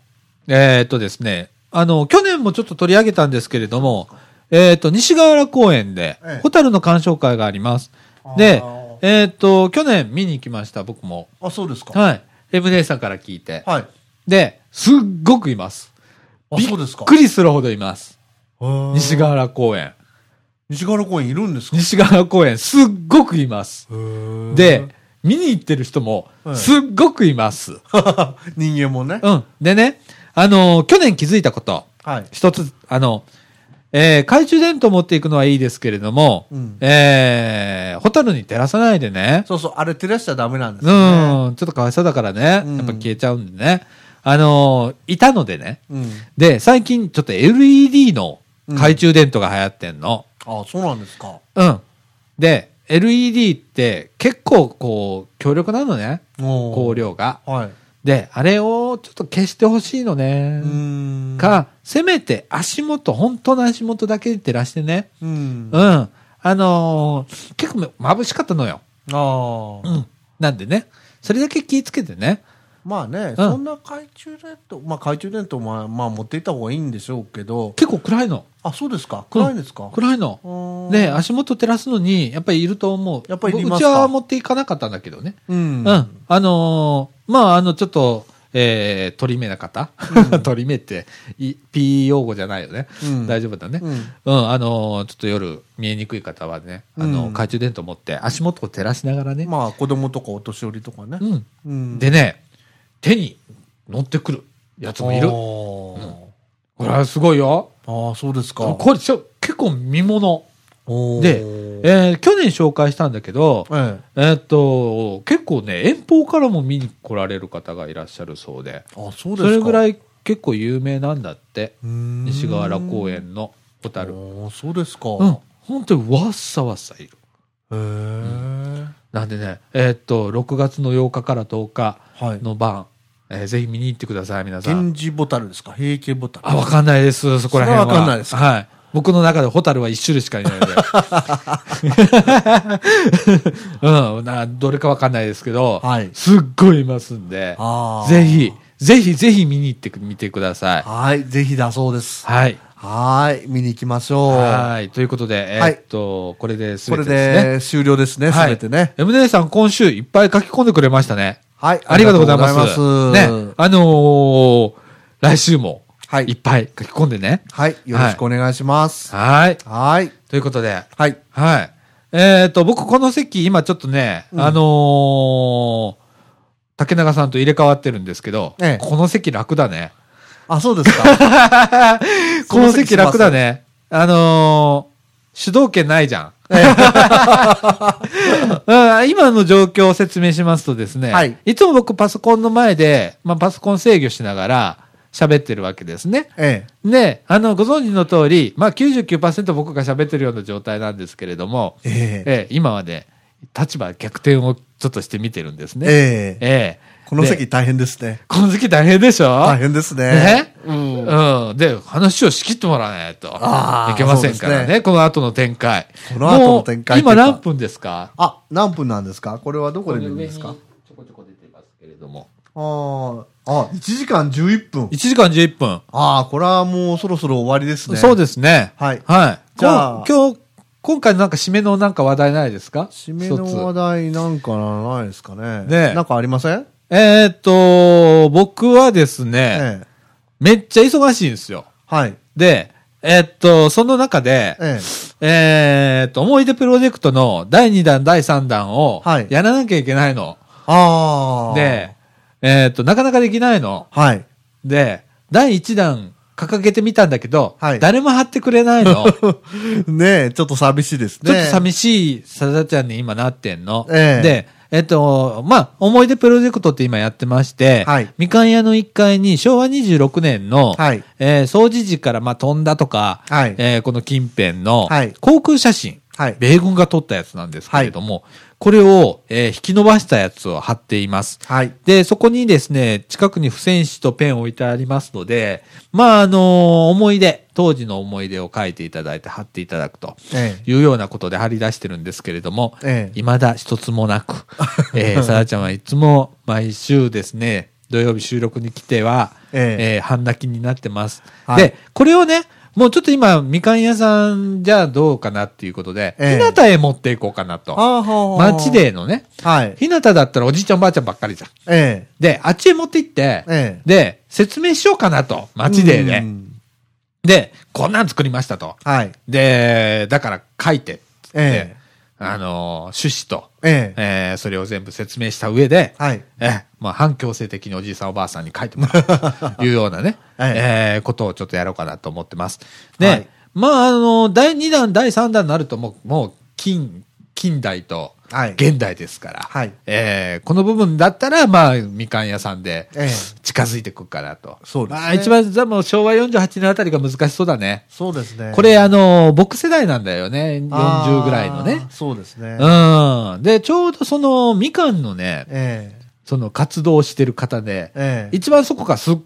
Speaker 2: 10。
Speaker 1: えーっとですね、あの、去年もちょっと取り上げたんですけれども、えーっと、西河原公園で
Speaker 2: ええ、
Speaker 1: ホタルの鑑賞会があります。で
Speaker 2: あー、
Speaker 1: えーっと、去年見に行きました、僕も。
Speaker 2: あそうですか
Speaker 1: はい。エム姉さんから聞いて。
Speaker 2: はい
Speaker 1: で、すっごくいます。
Speaker 2: あ
Speaker 1: び
Speaker 2: そうですか
Speaker 1: びっくりするほどいます。西
Speaker 2: 西
Speaker 1: 河原公園。
Speaker 2: 西ヶ原公園いるんですか
Speaker 1: 西河原公園、すっごくいます。で、見に行ってる人も
Speaker 2: は、い
Speaker 1: すっごくいます。
Speaker 2: 人間もね
Speaker 1: うん。でね、あのー去年気づいたこと、
Speaker 2: はい
Speaker 1: 一つ、あの、えー懐中電灯持っていくのはいいですけれども、
Speaker 2: うん
Speaker 1: えー、ホタルに照らさないでね。
Speaker 2: そうそう、あれ照らしちゃダメなんです
Speaker 1: う
Speaker 2: よね。
Speaker 1: ん、ちょっとかわいそうだからね。
Speaker 2: うん
Speaker 1: やっぱ消えちゃうんでね。あのーいたのでね。
Speaker 2: うん。
Speaker 1: で、最近ちょっと LED の懐中電灯が流行ってんの。
Speaker 2: あ、そうなんですか。
Speaker 1: うん。で、LED って結構こう、強力なのね。
Speaker 2: お
Speaker 1: 光
Speaker 2: ー
Speaker 1: 量が。
Speaker 2: はい。
Speaker 1: で、あれをちょっと消してほしいのね。
Speaker 2: ん
Speaker 1: か、せめて足元、本当の足元だけ照らしてね。
Speaker 2: うん。
Speaker 1: う
Speaker 2: あ
Speaker 1: ん。あのー結構眩しかったのよ。
Speaker 2: あ
Speaker 1: う。ん。なんでね。それだけ気ぃつけてね。
Speaker 2: まあね、そんな懐中電灯、まあ懐中電灯も、まあ持っていった方がいいんでしょうけど、
Speaker 1: 結構暗いの。
Speaker 2: あ、そうですか。暗いんですか。
Speaker 1: 暗いの。
Speaker 2: うん
Speaker 1: で、足元照らすのに、やっぱりいると思う。
Speaker 2: やっぱりいります
Speaker 1: う
Speaker 2: か
Speaker 1: ちは持っていかなかったんだけどね。
Speaker 2: う
Speaker 1: う
Speaker 2: ん。
Speaker 1: ん。あのーまあ、あの、ちょっと、えー、取り目な方、 取り目って、い P 用語じゃないよね。
Speaker 2: うん
Speaker 1: 大丈夫だね。
Speaker 2: うん。
Speaker 1: うん、あのーちょっと夜見えにくい方はね、あのー
Speaker 2: うん
Speaker 1: 懐中電灯持って足元を照らしながらね。
Speaker 2: まあ子供とかお年寄りとかね。
Speaker 1: うん。
Speaker 2: うん
Speaker 1: でね、手に乗ってくるやつもいる。こ
Speaker 2: あ
Speaker 1: れはすごいよ。
Speaker 2: ーあー、そうですか。
Speaker 1: これちょ、結構見物。
Speaker 2: おー
Speaker 1: で、えー去年紹介したんだけど、
Speaker 2: ええ。
Speaker 1: えーっと、結構ね、遠方からも見に来られる方がいらっしゃるそうで、
Speaker 2: あ、そうですか。
Speaker 1: それぐ
Speaker 2: い、
Speaker 1: らい結構有名なんだって。西
Speaker 2: 西
Speaker 1: 河原公園のホタル。うん。
Speaker 2: おーそうですか。へ
Speaker 1: 本当にわっさわっさいる。
Speaker 2: え。
Speaker 1: なんでね、えーっと、6月の8日から10日
Speaker 2: はい。
Speaker 1: の晩、えーぜひ見に行ってください、皆さん。
Speaker 2: 源氏ボタルですか平家ボタル。
Speaker 1: あ、わかんないです、そこら辺は。
Speaker 2: それはわかんないです
Speaker 1: はい。僕の中でホタルは一種類しかい ないので。うん、などれかわかんないですけど、
Speaker 2: はい
Speaker 1: すっごいいますんで、
Speaker 2: あー
Speaker 1: ぜひ、ぜひぜひ見に行ってみてください。
Speaker 2: はい、ぜひだそうです。
Speaker 1: はい。
Speaker 2: はい、見に行きましょう。
Speaker 1: はい。ということで、え
Speaker 2: はい
Speaker 1: ーっと、これで全
Speaker 2: これ
Speaker 1: てですね。
Speaker 2: で終了ですね、すべてね。
Speaker 1: はい、MD さん今週いっぱい書き込んでくれましたね。
Speaker 2: はい、
Speaker 1: ありがとうございます。
Speaker 2: ありがとうございます
Speaker 1: ね。あのー来週も、
Speaker 2: はい
Speaker 1: いっぱい書き込んでね。
Speaker 2: はい、よろしくお願いします。
Speaker 1: はい。
Speaker 2: はい。
Speaker 1: ということで、
Speaker 2: はい。
Speaker 1: はい。えっ、と、僕この席、今ちょっとね、
Speaker 2: うん
Speaker 1: あのー竹永さんと入れ替わってるんですけど、
Speaker 2: ええ
Speaker 1: この席楽だね。
Speaker 2: あ、そうで すか。
Speaker 1: この席楽だね。あのー主導権ないじゃん。 うん今の状況を説明しますとですね、
Speaker 2: はい
Speaker 1: つも僕パソコンの前で、まあ、パソコン制御しながら喋ってるわけですね。
Speaker 2: ええ。
Speaker 1: で、あの、ご存知の通り、まあ、99%僕が喋ってるような状態なんですけれども、
Speaker 2: ええ
Speaker 1: ええ今はね、立場逆転をちょっとして見てるんですね。
Speaker 2: ええ。
Speaker 1: ええ
Speaker 2: この
Speaker 1: で
Speaker 2: 席大変ですね。
Speaker 1: この席大変でしょ
Speaker 2: 大変ですね。
Speaker 1: ね、うん、で、話を仕切ってもらわないと
Speaker 2: あー
Speaker 1: いけませんから
Speaker 2: そう
Speaker 1: ね、
Speaker 2: ですね
Speaker 1: この後の展開。
Speaker 2: この後の展開
Speaker 1: もう今
Speaker 2: というか
Speaker 1: 何分ですか
Speaker 2: あ、何分なんですかこれはどこで見るんですか
Speaker 1: ちょこちょこ出てますけれども。
Speaker 2: あーあ、1時間11分
Speaker 1: 1。時間11分。
Speaker 2: ああ、これはもうそろそろ終わりですね。
Speaker 1: そう
Speaker 2: す。
Speaker 1: ですね。
Speaker 2: はい
Speaker 1: はい。
Speaker 2: じゃあ
Speaker 1: 今日、今回のなんか締めのなんか話題ないですか
Speaker 2: 締めの話
Speaker 1: 一つ
Speaker 2: 題なんかないですかね。
Speaker 1: ねえ
Speaker 2: なんかありません
Speaker 1: えーっと、僕はですね、
Speaker 2: ええ。
Speaker 1: めっちゃ忙しいんですよ。
Speaker 2: はい。
Speaker 1: で、えーっと、その中で、
Speaker 2: ええ。
Speaker 1: えーっと、思い出プロジェクトの第2弾、第3弾を
Speaker 2: はい、
Speaker 1: やらなきゃいけないの。
Speaker 2: ああ。
Speaker 1: で、えーっと、なかなかできないの。
Speaker 2: はい。
Speaker 1: で、第1弾掲げてみたんだけど、
Speaker 2: はい
Speaker 1: 誰も貼ってくれない の。ちょっ
Speaker 2: ねえ、ちょっと寂しいですね。
Speaker 1: と寂しいさだちゃんに今なってんの。
Speaker 2: ええ
Speaker 1: で、えっと、まあ、思い出プロジェクトって今やってまして、
Speaker 2: はい
Speaker 1: みかん屋の1階に昭和26年の、
Speaker 2: はい
Speaker 1: えー掃除時から、まあ、飛んだとか、
Speaker 2: はい
Speaker 1: えーこの近辺の、
Speaker 2: はい
Speaker 1: 航空写真、
Speaker 2: はい
Speaker 1: 米軍が撮ったやつなんですけれども、これを、えー引き伸ばしたやつを貼っています。
Speaker 2: はい。
Speaker 1: で、そこにですね、近くに付箋紙とペンを置いてありますので、まあ、あの、思い出、当時の思い出を書いていただいて貼っていただくと。
Speaker 2: ええ。
Speaker 1: いうようなことで貼り出してるんですけれども、
Speaker 2: ええ
Speaker 1: 未だ一つもなく、 えー、さだちゃんはいつも毎週ですね、土曜日収録に来ては、
Speaker 2: ええ
Speaker 1: えー半泣きになってます。
Speaker 2: はい
Speaker 1: で、これをね、もうちょっと今、みかん屋さんじゃどうかなっていうことで、
Speaker 2: え
Speaker 1: 日
Speaker 2: え
Speaker 1: 向へ持っていこうかなと。
Speaker 2: ああ、はあ
Speaker 1: 街。でのね、
Speaker 2: はい。
Speaker 1: 日向だったらおじいちゃんおばあちゃんばっかりじゃん。
Speaker 2: ええ。
Speaker 1: で、あっちへ持って行って、
Speaker 2: ええ
Speaker 1: で、説明しようかなと、街で
Speaker 2: う
Speaker 1: ね。
Speaker 2: ん
Speaker 1: で、こんなん作りましたと。
Speaker 2: はい。
Speaker 1: で、だから書いてっつって、
Speaker 2: ええ
Speaker 1: あのー趣旨と、
Speaker 2: ええ。
Speaker 1: えーそれを全部説明した上で、
Speaker 2: はい。
Speaker 1: ええまあ、反強制的におじいさんおばあさん に書いてもらうというようなね、
Speaker 2: はい
Speaker 1: えーことをちょっとやろうかなと思ってます。で、
Speaker 2: はい
Speaker 1: まあ、あの、第2弾、第3弾になると、もう、もう、近、近代と、
Speaker 2: はい
Speaker 1: 現代ですから、
Speaker 2: はい
Speaker 1: えーこの部分だったら、まあ、みかん屋さんで
Speaker 2: ええ、
Speaker 1: 近づいていくかなと。
Speaker 2: そうですね
Speaker 1: まあ、一番、じゃあもう昭和48年あたりが難しそうだね。
Speaker 2: そうですね。
Speaker 1: これ、あの、僕世代なんだよね。40ぐらいのね
Speaker 2: あー。そうですね。
Speaker 1: うん。で、ちょうどその、みかんのね、
Speaker 2: ええ
Speaker 1: その活動してる方で、
Speaker 2: ええ
Speaker 1: 一番そこがすっ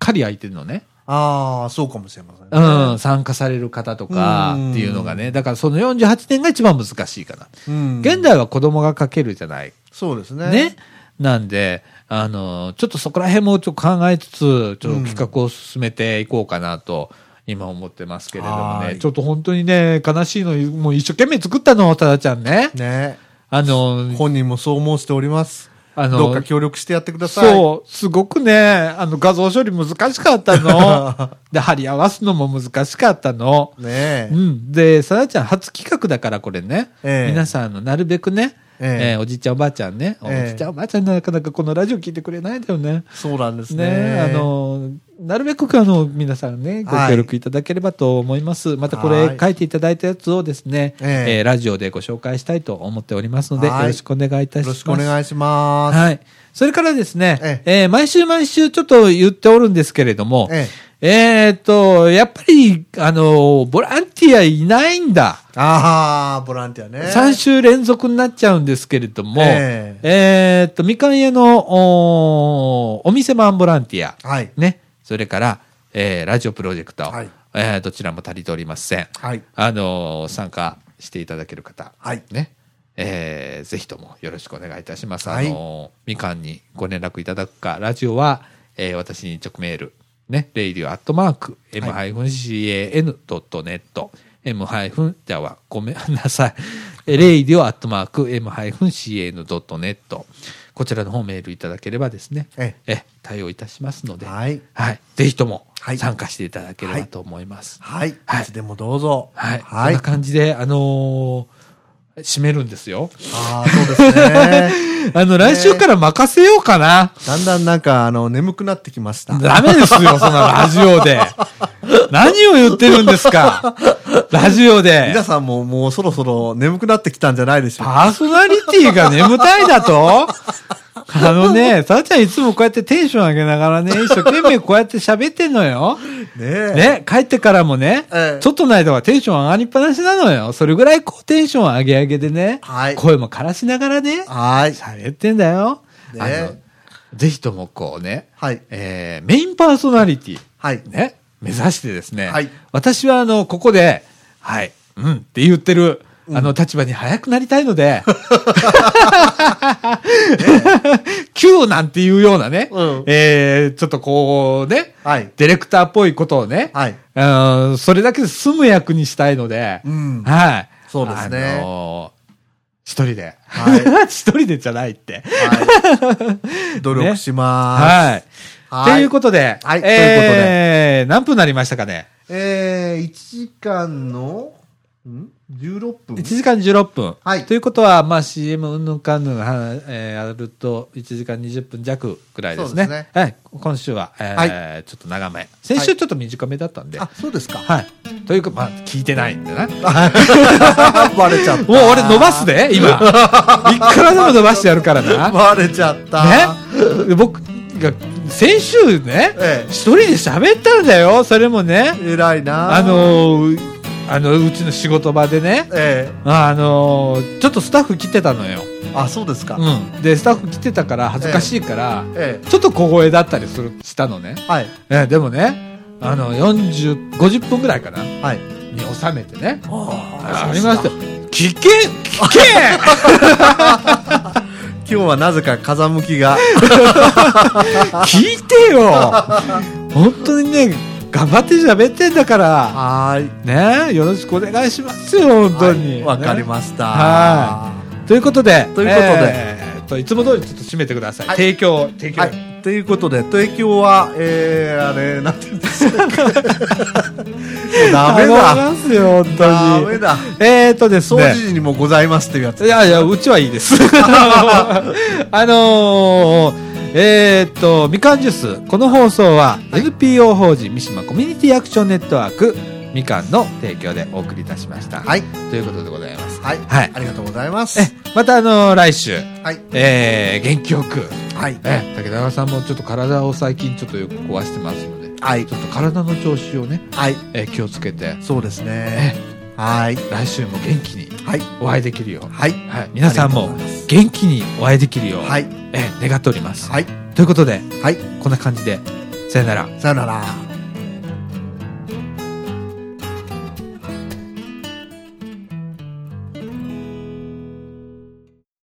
Speaker 1: かり空いてるのね。
Speaker 2: ああ、そうかもしれませんね。
Speaker 1: うん、参加される方とか
Speaker 2: うん
Speaker 1: っていうのがね、だからその48年が一番難しいかな。
Speaker 2: うん
Speaker 1: 現代は子供が書けるじゃない。
Speaker 2: そうですね。
Speaker 1: ね。なんで、あの、ちょっとそこら辺もちょっと考えつつ、ちょっと企画を進めていこうかなと、今思ってますけれども
Speaker 2: は
Speaker 1: ね。
Speaker 2: い
Speaker 1: ちょっと本当にね、悲しいの、もう一生懸命作ったの、ただちゃんね。
Speaker 2: ね。
Speaker 1: あの、
Speaker 2: 本人もそう申しております。
Speaker 1: あの
Speaker 2: どうか協力してやってください。
Speaker 1: そう、すごくね、あの画像処理難しかったの。 で、貼り合わすのも難しかったの。
Speaker 2: ね
Speaker 1: う
Speaker 2: え。
Speaker 1: ん、で、さだちゃん、初企画だから、これね、
Speaker 2: ええ
Speaker 1: 皆さんあの、なるべくね、
Speaker 2: ええ
Speaker 1: えーおじいちゃん、おばあちゃんね、
Speaker 2: ええ
Speaker 1: おじいちゃん、おばあちゃん、なかなかこのラジオ聞いてくれないんだよね。
Speaker 2: そうなんです
Speaker 1: ね
Speaker 2: ね。
Speaker 1: あ、の、なるべくあの皆さんね、ご協力いただければと思います。またこ
Speaker 2: は
Speaker 1: れ、
Speaker 2: い
Speaker 1: 書いていただいたやつをですね、
Speaker 2: ええ
Speaker 1: えーラジオでご紹介したいと思っておりますので、よ
Speaker 2: はい
Speaker 1: ろしくお願いいた
Speaker 2: よ
Speaker 1: しま
Speaker 2: ろ
Speaker 1: す。
Speaker 2: しくお願いします。
Speaker 1: はい。それからですね、
Speaker 2: え
Speaker 1: えー毎週毎週ちょっと言っておるんですけれども、
Speaker 2: え
Speaker 1: えーっと、やっぱり、あの、ボランティアいないんだ。
Speaker 2: ああ、ボランティアね。
Speaker 1: 3週連続になっちゃうんですけれども、
Speaker 2: え
Speaker 1: えーっと、みかん屋のおーお店マンボランティア、
Speaker 2: はい。
Speaker 1: ね、それから、えーラジオプロジェクト、
Speaker 2: はい
Speaker 1: えーどちらも足りておりません。
Speaker 2: はい。
Speaker 1: あのー参加していただける方、
Speaker 2: はい
Speaker 1: ね、えーぜひともよろしくお願いいたします。
Speaker 2: はい
Speaker 1: あのーみかんにご連絡いただくか、ラジオは、えー私に直メール、ね、レイディオアットマーク、m-can.net、m- じゃあ、ごめんなさい。えレイディオアットマーク、m-can.net、こちらの方メールいただければですね、
Speaker 2: え
Speaker 1: え対応いたしますので、
Speaker 2: はい
Speaker 1: ぜひとも
Speaker 2: はい
Speaker 1: 参加していただければと思います。
Speaker 2: はい。い
Speaker 1: はい
Speaker 2: つでもどうぞ。
Speaker 1: はい。そ
Speaker 2: はい。
Speaker 1: んな感じで、あのー締めるんですよ。
Speaker 2: ああ、そうですね。
Speaker 1: あの、来週から任せようかな。
Speaker 2: だんだんなんか、あの、眠くなってきました。
Speaker 1: ダメですよ、そんなラジオで。何を言ってるんですか。ラジオで
Speaker 2: 皆。さんももうそろそろ眠くなってきたんじゃないでしょうか。
Speaker 1: パーソナリティが眠たいだとあのね、さあちゃんいつもこうやってテンション上げながらね、一生懸命こうやって喋ってんのよ。
Speaker 2: ねえ。
Speaker 1: ね、帰ってからもね、
Speaker 2: ええ
Speaker 1: ちょっとの間はテンション上がりっぱなしなのよ。それぐらいこうテンション上げ上げでね、
Speaker 2: はい
Speaker 1: 声も枯らしながらね、
Speaker 2: はい。
Speaker 1: 喋ってんだよ。
Speaker 2: ね
Speaker 1: あの、ぜひともこうね、
Speaker 2: はい
Speaker 1: えーメインパーソナリティ、
Speaker 2: はい。
Speaker 1: ね、目指してですね、
Speaker 2: はい
Speaker 1: 私はあの、ここで、はい、うんって言ってる、あの、立場に早くなりたい の で、Q なんていうようなね、
Speaker 2: うん
Speaker 1: えーちょっとこうね、
Speaker 2: はい
Speaker 1: ディレクターっぽいことをね、
Speaker 2: はい
Speaker 1: うんそれだけで済む役にしたいので、
Speaker 2: うん
Speaker 1: はい。
Speaker 2: そうですね
Speaker 1: あのー一人で。
Speaker 2: は
Speaker 1: 一人でじゃないって。
Speaker 2: はい。努力しま
Speaker 1: はい。
Speaker 2: す。は
Speaker 1: ということで、
Speaker 2: はいということ
Speaker 1: えー、何分になりましたかね
Speaker 2: えー、1時間の、ん ?16 分
Speaker 1: ?1 時間16分。
Speaker 2: はい
Speaker 1: ということは、まあ CM うんぬんかんぬん、はえー、やると1時間20分弱ぐらいですね。
Speaker 2: そうです
Speaker 1: はい。今週は、えーちょっと長め。先週ちょっと短めだったんで。
Speaker 2: あ、そうですか。
Speaker 1: はい。というか、まあ、聞いてないんだな。もう
Speaker 2: バレちゃった。
Speaker 1: 俺伸ばす で、今。いくらでも伸ばしてやるからな。
Speaker 2: バレちゃった。
Speaker 1: ね、僕が先週ね、
Speaker 2: ええ
Speaker 1: 一人で喋ったんだよ、それもね、
Speaker 2: 偉いな。
Speaker 1: あ、のーあのうちの仕事場でね、
Speaker 2: え
Speaker 1: あのーちょっとスタッフ来てたのよ、
Speaker 2: えあ、そうですか。
Speaker 1: うん、でスタッフ来てたから恥ずかしいから、
Speaker 2: え
Speaker 1: ちょっと小声だったりするしたのね、
Speaker 2: えはい。
Speaker 1: ええでもね、あの40 50分ぐらいかな、に
Speaker 2: はい。
Speaker 1: 収めてね、
Speaker 2: あ
Speaker 1: ありました。聞け聞け
Speaker 2: 今日はなぜか風向きが。
Speaker 1: 聞いてよ本当にね、頑張って喋ってんだから。
Speaker 2: はーい。
Speaker 1: ねえ、よろしくお願いしますよ、本当
Speaker 2: はい
Speaker 1: に。
Speaker 2: わかりました。
Speaker 1: はということで、
Speaker 2: ということで
Speaker 1: えーといつも通りちょっと締めてください。
Speaker 2: はい
Speaker 1: 提供、提供。
Speaker 2: はい。ということで、提供は、えー、あれ、なんて言うんですか。 ダメだ。
Speaker 1: 頼みますよ、本
Speaker 2: ダ
Speaker 1: 当
Speaker 2: メ
Speaker 1: に。
Speaker 2: だ。
Speaker 1: えーとです
Speaker 2: 掃
Speaker 1: ね。
Speaker 2: 除時にもございますっていうやつ。
Speaker 1: いやいや、うちはいい です。あのー、えーっと、みかんジュース。この放送は、NPO 法人三島コミュニティアクションネットワーク、みかんの提供でお送りいたしました。
Speaker 2: はい。
Speaker 1: ということでございます。
Speaker 2: はい。
Speaker 1: はい
Speaker 2: ありがとうございます。
Speaker 1: え、またあのー来週、
Speaker 2: はい。
Speaker 1: えー、元気よく、
Speaker 2: はい。
Speaker 1: え、竹田さんもちょっと体を最近ちょっとよく壊してますので、
Speaker 2: はい
Speaker 1: ち。ょっと体の調子をね、
Speaker 2: はい。
Speaker 1: えー気をつけて、
Speaker 2: そうですね。はい。
Speaker 1: 来週も元気に
Speaker 2: はい。
Speaker 1: お会いできるよう、
Speaker 2: はい。
Speaker 1: はい、皆さん
Speaker 2: あり
Speaker 1: も
Speaker 2: がとうございます
Speaker 1: 元気にお会いできるよう、
Speaker 2: はい。
Speaker 1: えー願っております。
Speaker 2: はい。
Speaker 1: ということで、
Speaker 2: はい。
Speaker 1: こんな感じで、さよなら。
Speaker 2: さよなら。